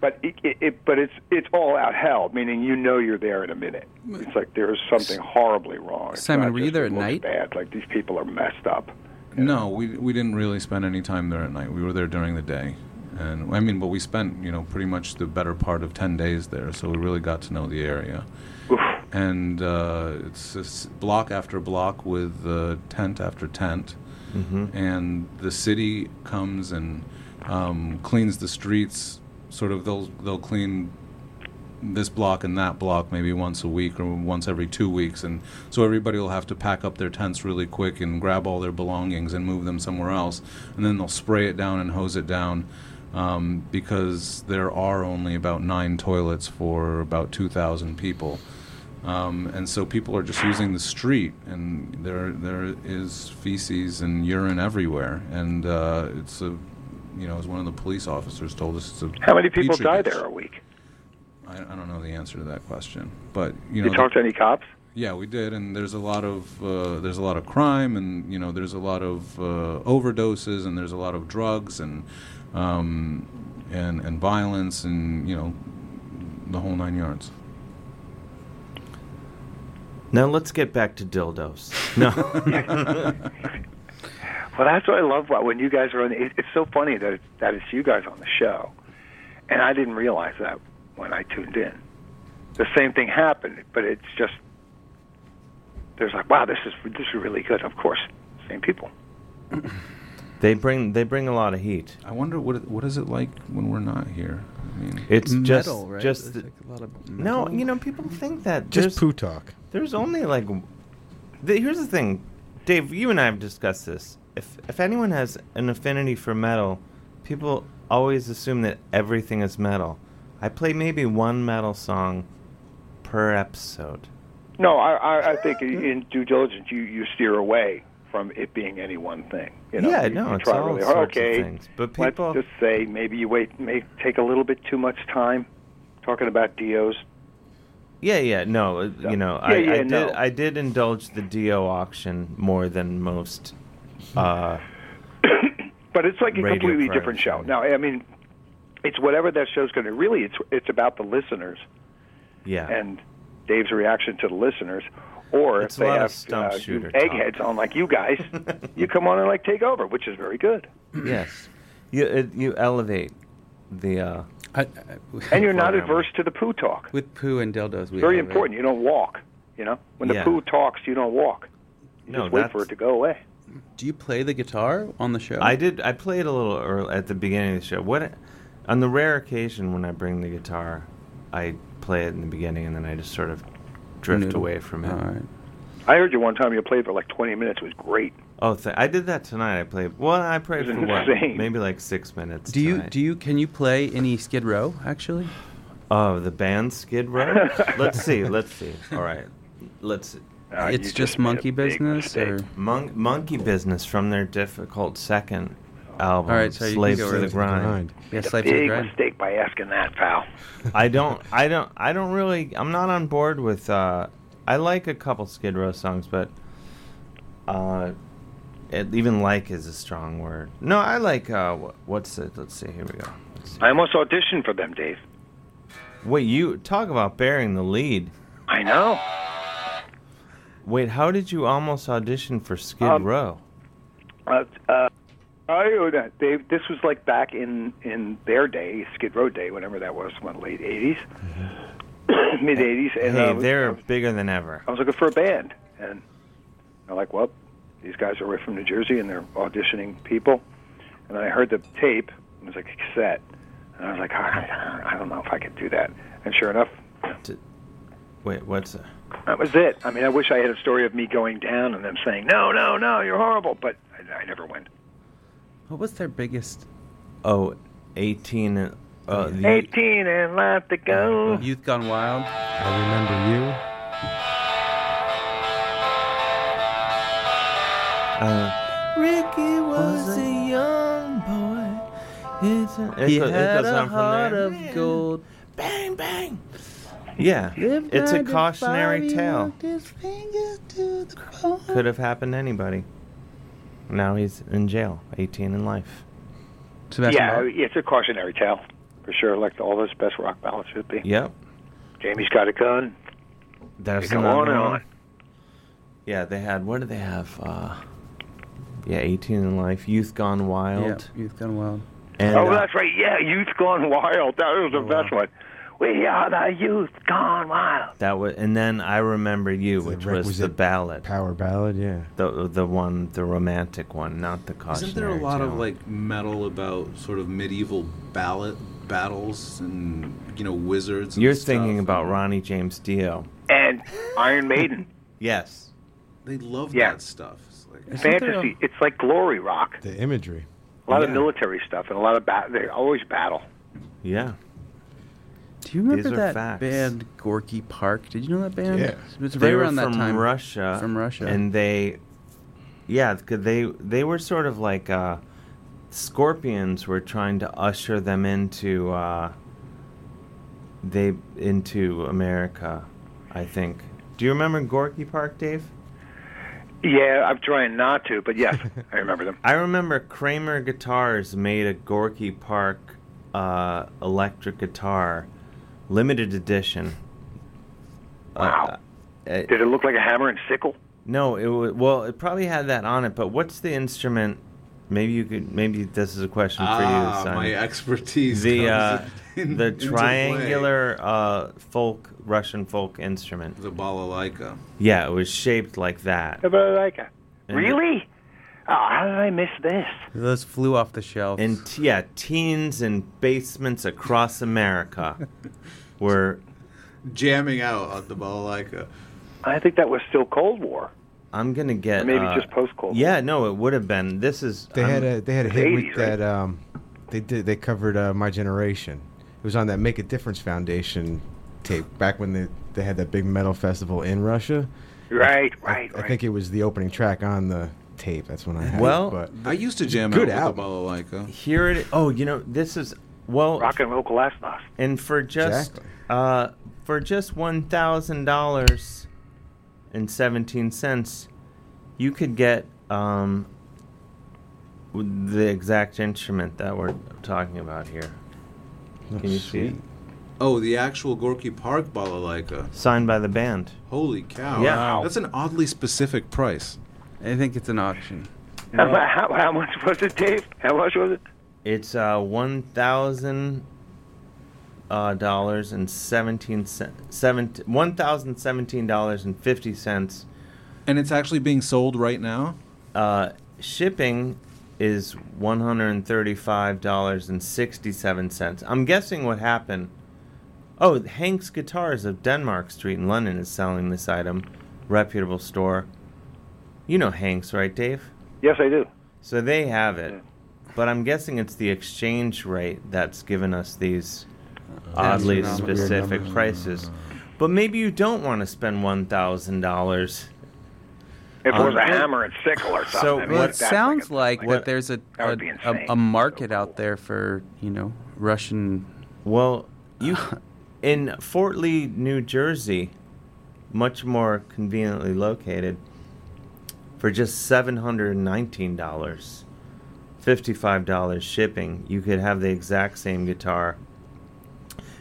But it, it, it but it's it's all out hell, meaning you know you're there in a minute. It's like there is something horribly wrong. It's Simon, not were you just there at it looks night? Bad, like these people are messed up. No, we we didn't really spend any time there at night. We were there during the day, and I mean, but we spent you know pretty much the better part of ten days there, so we really got to know the area. And uh, it's just block after block with uh, tent after tent, Mhm. and the city comes and um, cleans the streets. Sort of they'll they'll clean this block and that block maybe once a week or once every two weeks and so everybody will have to pack up their tents really quick and grab all their belongings and move them somewhere else and then they'll spray it down and hose it down um, because there are only about nine toilets for about 2000 people um, and so people are just using the street and there there is feces and urine everywhere and uh, it's a you know as one of the police officers told us it's a How many people petri die dish. there a week? I, I don't know *laughs* the answer to that question, but you You, know, talk to any cops? yeah, we did, and there's a lot of uh, there's a lot of crime, and you know, there's a lot of uh, overdoses, and there's a lot of drugs, and um, and and violence, and you know, the whole nine yards. Now let's get back *laughs* to dildos. No. *laughs* Well, that's what I love about when you guys are on. The, it, it's so funny that it's, that it's you guys on the show, and I didn't realize that when I tuned in. The same thing happened, but it's just there's like, wow, this is this is really good. Of course, same people. *laughs* they bring they bring a lot of heat. I wonder what it- what is it like when we're not here. I mean, It's just Metal, right? just There's, the- like, a lot of no. metal. You know, people think that Just there's- poo talk. There's only like the, here's the thing, Dave. You and I have discussed this. If if anyone has an affinity for metal, people always assume that everything is metal. I play maybe one metal song per episode. No, I I, I think in- in due diligence, you you steer away from it being any one thing. You know, yeah, you, no, you it's try all really sorts hard. of Okay, things. But Let's people, just say maybe you wait may take a little bit too much time talking about Dio's. yeah, yeah, no, uh, you know, I, Yeah, I yeah, did no. I did indulge the Dio auction more than most. Uh, *coughs* But it's like a Radio completely Friday. different show. Now, I mean, it's whatever that show's going to really. It's it's about the listeners yeah, and Dave's reaction to the listeners, or It's a if they lot of have stump uh, shooter eggheads on like *laughs* you guys, you come on and like take over, which is very good. yes, you it, you elevate the. Uh, And you're not program. adverse to the poo talk. With poo and dildos, we very have it. important. You don't walk. You know, when the Yeah. poo talks, you don't walk. You No, just wait for that's- it to go away. Do you play the guitar on the show? I did. I played a little early at the beginning of the show. What, on the rare occasion when I bring the guitar, I play it in the beginning and then I just sort of drift Noodle. away from it. I heard you one time. You played for like 20 minutes. It was great. Oh, th- I did that tonight. I played. Well, I played It was for what? insane. Maybe like six minutes. Do you tonight. do you can you play any Skid *laughs* Row actually? Oh, the band *laughs* Skid Row. let's see. Let's see. All right. Let's. Uh, It's you just just made a monkey big business, mistake. or- Mon- monkey business from their difficult second. album, All right, so you can Slave go to over the the Grind. grind. Yeah, Slave to the Grind. mistake by asking that, pal. I don't, I don't, I don't really. I'm not on board with. Uh, I like a couple Skid Row songs, but uh, it, even "like" is a strong word. No, I like. Uh, wh- what's it? Let's see. Here we go. I almost auditioned for them, Dave. Wait, you talk about bearing the lead. I know. Wait, how did you almost audition for Skid Um, Row? Uh, uh, I owe that. They, this was like back in in their day, Skid Row day, whenever that was, what late '80s, *coughs* mid '80s, and hey, uh, they're bigger than ever. I was looking for a band, and I'm like, well, these guys are away from New Jersey, and they're auditioning people. And then I heard the tape. It was like a cassette, and I was like, I I don't know if I could do that. And sure enough, Wait, what's? that was it. I mean, I wish I had a story of me going down and them saying, no, no, no, you're horrible, but I, I never went. What was their biggest? Oh, 18. and- Uh, the, 18 and life to go. Youth Gone Wild. I remember you. Uh, Ricky was a young boy. It's a, He it, go- it had goes a on heart from there. of gold. Bang, bang. Yeah, it's a cautionary tale. Could have happened to anybody. Now he's in jail, 18 in life. yeah, it's a cautionary tale for sure. Like all those best rock ballads should be. Yep. Jamie's got a gun. There's They go another on and one. on. Yeah, they had. What did they have? Uh, yeah, 18 in life, Youth Gone Wild. Yeah, Youth Gone Wild. And, oh, uh, that's right. Yeah, youth gone wild. That was the best one. We are the youth gone wild. That was, and then I remember you, which was the requisite ballad, Power ballad, yeah. the the one, the romantic one, not the cautionary. Isn't there a lot tale. of like metal about sort of medieval ballad battles and you know wizards? And You're stuff? thinking about Ronnie James Dio. And Iron Maiden. Yes. *laughs* They love Yeah. that stuff. It's like- Fantasy. It's like glory rock. The imagery. A lot of military stuff and a lot of bat. They always battle. Yeah. Do you remember These are that facts. band Gorky Park? Did you know that band? Yeah. It was they right were around that from time. Russia. From Russia. And they, yeah, 'cause they they were sort of like uh, Scorpions were trying to usher them into uh, they into America, I think. Do you remember Gorky Park, Dave? Yeah, I'm trying not to, but yes, I remember them. I remember Kramer Guitars made a Gorky Park uh, electric guitar, limited edition. Uh, Wow. Did it look like a hammer and sickle? No, it was well. It probably had that on it, but what's the instrument? Maybe you could. Maybe this is a question for Ah, you, son. my expertise The comes uh, *laughs* in- the into play. triangular uh, folk Russian folk instrument. The balalaika. Yeah, it was shaped like that. Balalaika. And- Really? Oh, how did I miss this? Those flew off the shelf. And t- yeah, teens in basements across *laughs* America were jamming out on the balalaika. I think that was still Cold War. I'm gonna get Or maybe uh, just post-Cold War. Yeah, no, it would have been. This is They I'm- had a they had a It's hit 80s, with that um, they did they covered uh, my generation. It was on that Make a Difference Foundation tape back when they they had that big metal festival in Russia. Right, I- I, think it was the opening track on the tape. That's when I had. it, Well, but I used to jam Good out album. with the balalaika. Here it. Oh, you know this is well rock and roll glasnost. And for just uh, for just one thousand dollars and seventeen cents, you could get um, the exact instrument that we're talking about here. Can you see it? Oh, the actual Gorky Park balalaika. Signed by the band. Holy cow! Yeah. Wow. that's an oddly specific price. I think it's an auction. How, how, how much was it, Dave? How much was it? It's uh, one thousand uh, dollars and seventeen cent, seven, one thousand seventeen dollars and fifty cents. And it's actually being sold right now. Uh, shipping is one hundred and thirty-five dollars and sixty-seven cents. I'm guessing what happened. Oh, Hank's Guitars of Denmark Street in London is selling this item, reputable store. You know Hank's, right, Dave? Yes, I do. So they have it, but I'm guessing it's the exchange rate that's given us these oddly astronomical specific numbers. prices. But maybe you don't want to spend one thousand dollars. If it was Um, a hammer and sickle or something. So I it mean, what that's like a- sounds like, like that there's a that a, would be a, insane. a market out there for you know Russian. Well, *laughs* you in Fort Lee, New Jersey, much more conveniently located, for just seven hundred and nineteen dollars, fifty-five dollars shipping, you could have the exact same guitar.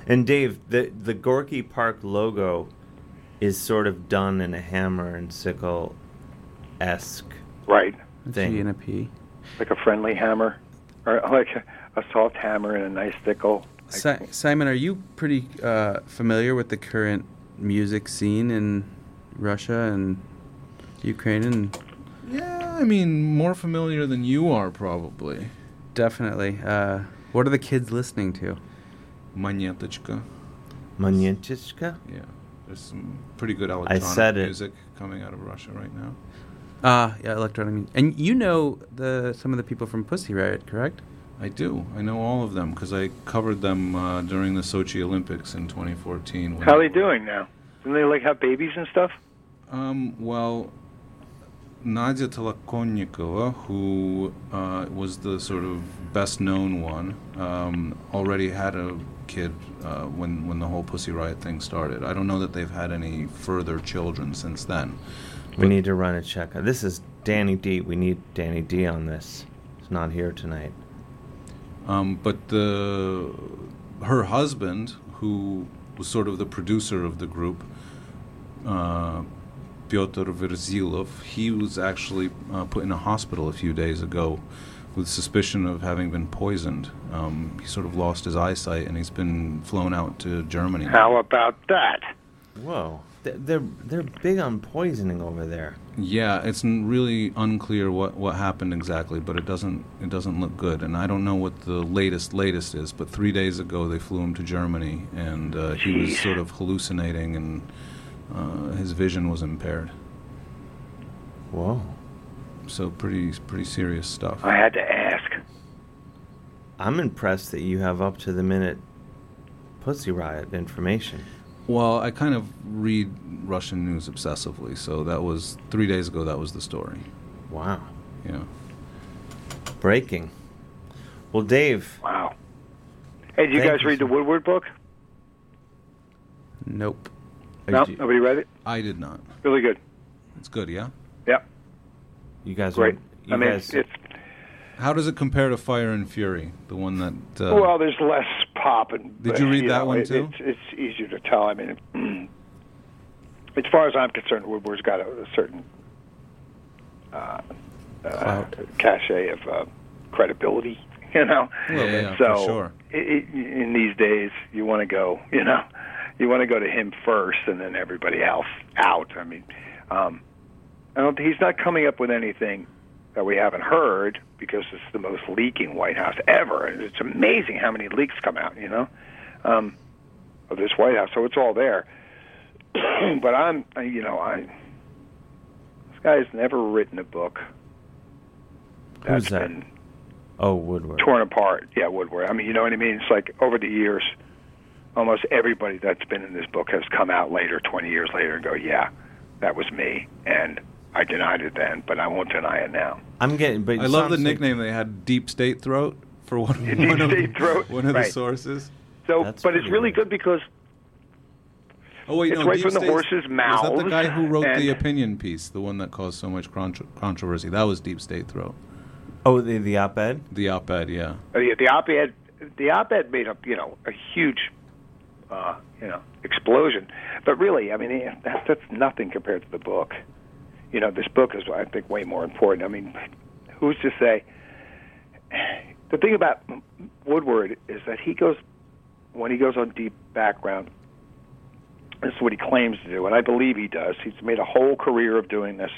And Dave, the the Gorky Park logo is sort of done in a hammer and sickle esque Right. thing. and a P. Like a friendly hammer, or like a, a soft hammer and a nice sickle. Si- Simon, are you pretty uh, familiar with the current music scene in Russia and Ukraine and? Yeah, I mean, more familiar than you are, probably. Definitely. Uh, what are the kids listening to? Manetочka. Manetchka? Yeah. There's some pretty good I electronic said it. music coming out of Russia right now. Ah, yeah, electronic. mu- And you know the some of the people from Pussy Riot, correct? I do. I know all of them because I covered them uh, during the Sochi Olympics in 2014. when- How are they doing now? Didn't they like have babies and stuff? Um, well, Nadia Tolokonnikova, who uh, was the sort of best known one, um, already had a kid uh, when, when the whole Pussy Riot thing started. I don't know that they've had any further children since then. We need to run a check. This is Danny D. We need Danny D on this. He's not here tonight. Um, but the her husband, who was sort of the producer of the group, uh, Pyotr Verzilov, he was actually uh, put in a hospital a few days ago with suspicion of having been poisoned. Um, he sort of lost his eyesight and he's been flown out to Germany. How about that? Whoa. Th- They're they're big on poisoning over there. Yeah, it's n- really unclear what, what happened exactly, but it doesn't it doesn't look good, and I don't know what the latest latest is. But three days ago, they flew him to Germany, and uh, he was Jeez. sort of hallucinating, and uh, his vision was impaired. Whoa! So pretty pretty serious stuff. I had to ask. I'm impressed that you have up to the minute Pussy Riot information. Well, I kind of read Russian news obsessively, so that was three days ago. That was the story. Wow. Yeah. Breaking. Well, Dave. Wow. Hey, did you Thank guys read the Woodward book? Nope. No, nobody read it. I did not. Really good. It's good, yeah. Yeah. You guys. Great. are- I mean, it's How does it compare to Fire and Fury, the one that? Uh, well, there's less pop and. uh, Did you read that one, it- too? It's, it's easier to tell. I mean, *clears throat* as far as I'm concerned, Woodward's got a, a certain uh, uh, cachet of uh, credibility. *laughs* You know, Yeah, yeah, yeah, so for sure. it, it, in these days, you want to go. You know, you want to go to him first, and then everybody else out. I mean, um, I don't. He's not coming up with anything that we haven't heard because it's the most leaking White House ever. And It's amazing how many leaks come out, you know, um, of this White House. So it's all there. *clears throat* but I'm, I- you know, I this guy's never written a book Who's that? Oh, Woodward. torn apart. Yeah, Woodward. I mean, you know what I mean? It's like over the years, almost everybody that's been in this book has come out later, 20 years later, and go, yeah, that was me, and I denied it then, but I won't deny it *laughs* now. I'm getting. But I love Sam the said- nickname they had, Deep State Throat, for one, Deep one of, State Throat, one of the right. sources. So, but it's really good because Oh wait, It's no, right Deep from the State's- horse's Was that mouths the guy who wrote the and- opinion piece, the one that caused so much contro- controversy? That was Deep State Throat. Oh, the the op-ed. The op-ed, yeah. uh, the, the op-ed, the op-ed made up, you know, a huge, uh, you know, explosion. But really, I mean, eh, that, that's nothing compared to the book. You know, this book is, I think, way more important. I mean, who's to say? The thing about Woodward is that he goes when he goes on deep background. This is what he claims to do, and I believe he does. He's made a whole career of doing this,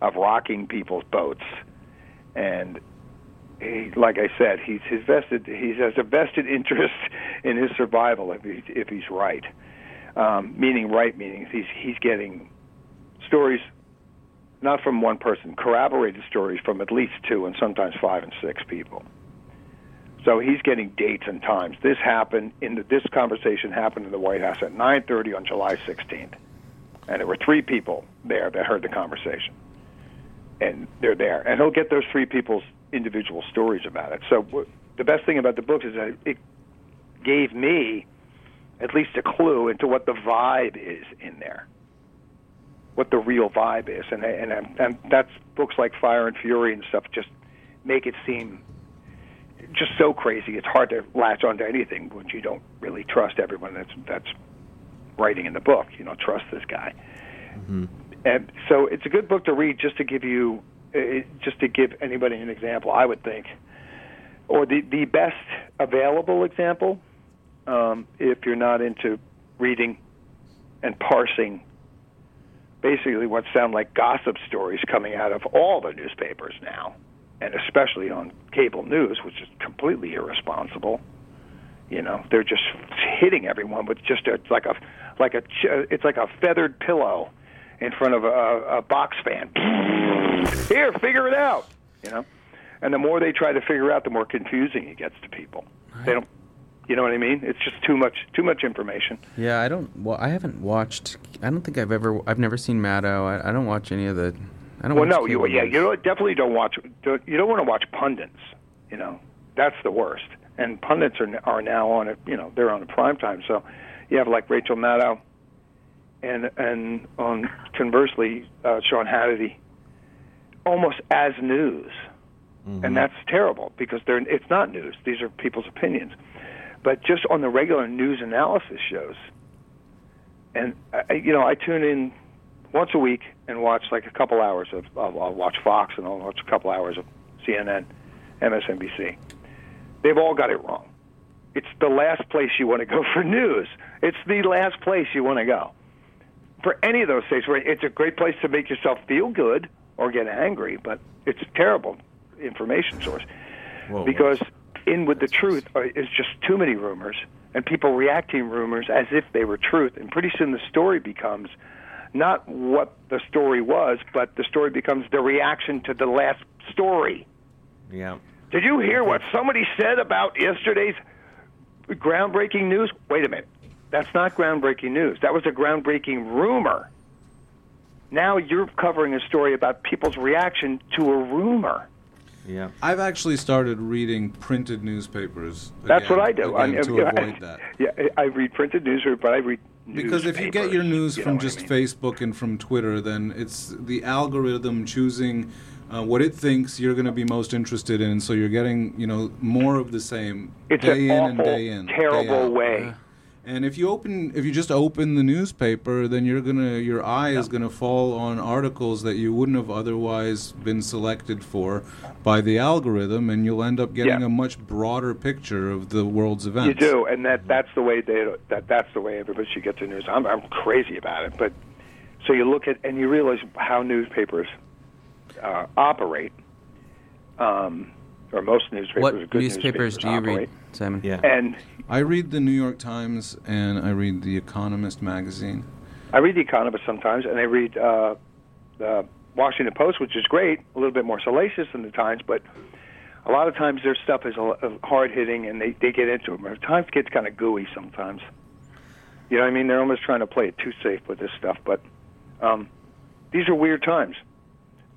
of rocking people's boats, and he, like I said, he's his vested. He has a vested interest *laughs* in his survival if he's if he's right. Um, meaning right meaning he's he's getting stories not from one person, corroborated stories from at least two and sometimes five and six people. So he's getting dates and times. This happened in the, this conversation happened in the White House at 9:30 on July 16th. and there were three people there that heard the conversation, and they're there, and he'll get those three people's individual stories about it. So wh- the best thing about the book is that it gave me at least a clue into what the vibe is in there, what the real vibe is, and and, and, and that's books like Fire and Fury and stuff just make it seem just so crazy. It's hard to latch onto anything when you don't really trust everyone that's that's writing in the book. You don't trust this guy, and so it's a good book to read just to give you, uh, just to give anybody an example. I would think, or the the best available example, um, if you're not into reading and parsing. Basically, what sound like gossip stories coming out of all the newspapers now and especially on cable news, which is completely irresponsible. You know, they're just hitting everyone with just a, like a like a ch- it's like a feathered pillow in front of a, a box fan. *laughs* Here, figure it out. You know, and the more they try to figure out, the more confusing it gets to people. They don't, you know what I mean? It's just too much too much information. Yeah, I don't. Well, I haven't watched. I don't think I've ever. I've never seen Maddow. I, I don't watch any of the. I don't. well, watch no, you cable yeah, news. you don't, definitely don't watch. Don't, you don't want to watch pundits. You know, that's the worst. And pundits are n- are now on it. You know, they're on a prime time. So you have like Rachel Maddow, and and on conversely, uh, Sean Hannity, almost as news, and that's terrible because they're it's not news. These are people's opinions. But just on the regular news analysis shows, and I, I- you know, I tune in once a week and watch like a couple hours of I'll, I'll watch Fox and I'll watch a couple hours of CNN, MSNBC. They've all got it wrong. It's the last place you want to go *laughs* for news. It's the last place you want to go for any of those things. Where it's a great place to make yourself feel good or get angry, but it's a terrible information source because in with the truth are- is just too many rumors, and people react to rumors as if they were truth, and pretty soon the story becomes not what the story was, but the story becomes the reaction to the last story. Yeah. Did you hear what somebody said about yesterday's groundbreaking news? Wait a minute. That's not groundbreaking news. That was a groundbreaking rumor. Now you're covering a story about people's reaction to a rumor. Yeah. I've actually started reading printed newspapers. That's again- what I do. I again mean, *laughs* to I- avoid that. Yeah, I read printed newspaper, but I read Because if you get your news from just Facebook and from Twitter, then it's the algorithm choosing uh, what it thinks you're going to be most interested in. So you're getting, you know, more of the same It's day in an and awful, day in, day terrible out. Uh-huh. way. And if you open, if you just open the newspaper, then you're gonna, your eye is gonna fall on articles that you wouldn't have otherwise been selected for by the algorithm, and you'll end up getting Yeah. a much broader picture of the world's events. You do, and that that's the way they that that's the way everybody should get the news. I'm I'm crazy about it, but so you look at and you realize how newspapers uh, operate, um, or most newspapers. What good newspapers do you read, operate. Simon? Yeah. And I read the New York Times and I read the Economist magazine. I read The Economist sometimes, and I read uh, the Washington Post, which is great, a little bit more salacious than the Times, but a lot of times their stuff is hard hitting, and they they get into it. The Times gets kind of gooey sometimes. You know what I mean? They're almost trying to play it too safe with this stuff, but um, these are weird times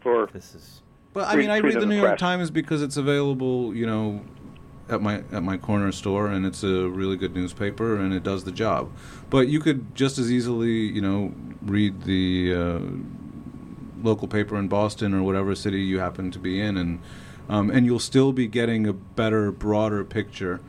for. This is. But I mean, I read the New York Times because it's available, you know, at my at my corner store, and it's a really good newspaper, and it does the job. But you could just as easily, you know, read the uh, local paper in Boston or whatever city you happen to be in, and um, and you'll still be getting a better, broader picture.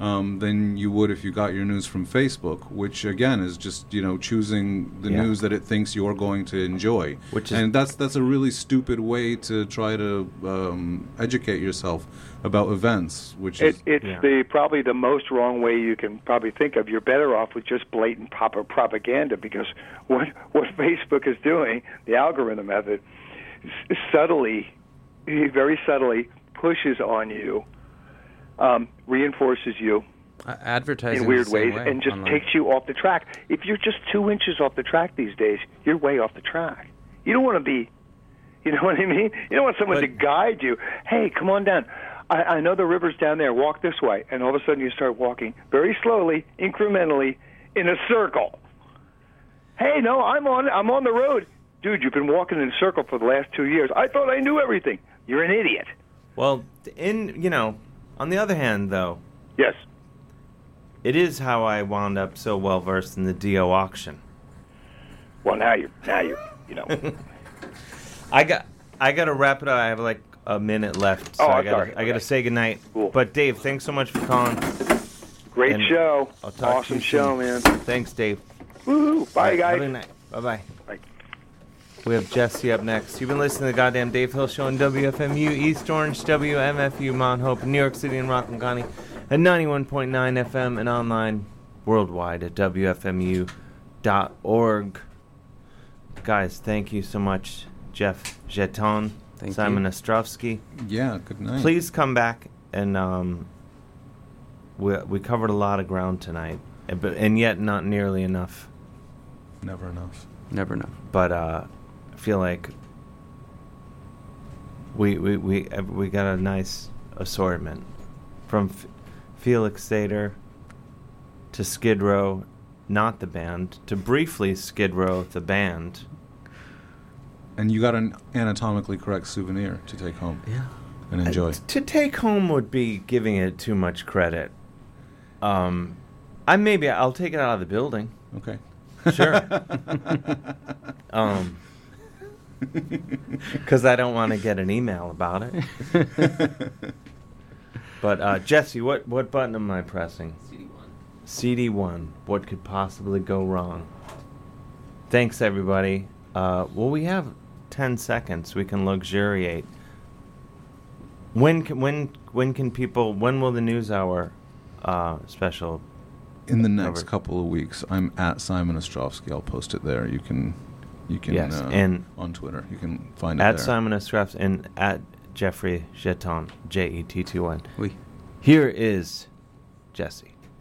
Um, than you would if you got your news from Facebook, which again is just you know choosing the Yeah. news that it thinks you're going to enjoy. Which is- and that's that's a really stupid way to try to um, educate yourself about events, which It, is it's the probably the most wrong way you can probably think of. You're better off with just blatant pop- propaganda because what what *laughs* Facebook is doing, the algorithm method, s- subtly, very subtly pushes on you, um, reinforces you Uh, advertising in weird the same ways, way and just online. takes you off the track. If you're just two inches off the track these days, you're way off the track. You don't want to be, you know *laughs* what I mean? You don't want someone to guide you. Hey, come on down. I, I know the river's down there. Walk this way. And all of a sudden, you start walking very slowly, incrementally, in a circle. Hey, no, I'm on. I'm on the road, dude. You've been walking in a circle for the last two years. I thought I knew everything. You're an idiot. Well, in you know, on the other hand, though. Yes. It is how I wound up so well versed in the Do auction. Well, now you're now you're you *laughs* know. I got I got to wrap it up. I have like a minute left, so Oh, I I'm got sorry. I got to say goodnight. Cool. But Dave, thanks so much for calling. Great And show. I'll talk to Awesome you show, soon. man. Thanks, Dave. Woohoo! Bye, guys. Bye bye. We have Jesse up next. You've been listening to the goddamn Dave Hill Show on WFMU East Orange, WMFU Mount Hope, New York City, and Rockland County, at 91.9 FM and online worldwide at WFMU.org. Guys, thank you so much, Jeff Jeton, Simon you. Ostrovsky. Yeah, good night. Please come back and um, we we covered a lot of ground tonight, and- but and yet not nearly enough. Never enough. Never enough. But uh, I feel like we we we uh, we got a nice assortment from F- Felix Sater to Skid Row, not the band, to briefly Skid Row the band. And you got an anatomically correct souvenir to take home. Yeah. And enjoy. Uh, to take home would be giving it too much credit. Um, I maybe I'll take it out of the building. Okay. Sure. um, *laughs* because I don't want to get an email about *laughs* it. but uh, Jesse, what what button am I pressing? CD one. CD one. What could possibly go wrong? Thanks, everybody. Uh, well, we have ten seconds. We can luxuriate. When can, when when can people? When will the news hour uh, special? In the next couple of weeks, I'm at Simon Ostrovsky. I'll post it there. You can, you can. Yes, uh, and- on Twitter, you can find it at there. Simon Escraps and at Jeffrey Jeton J E T T Y. Here is Jesse.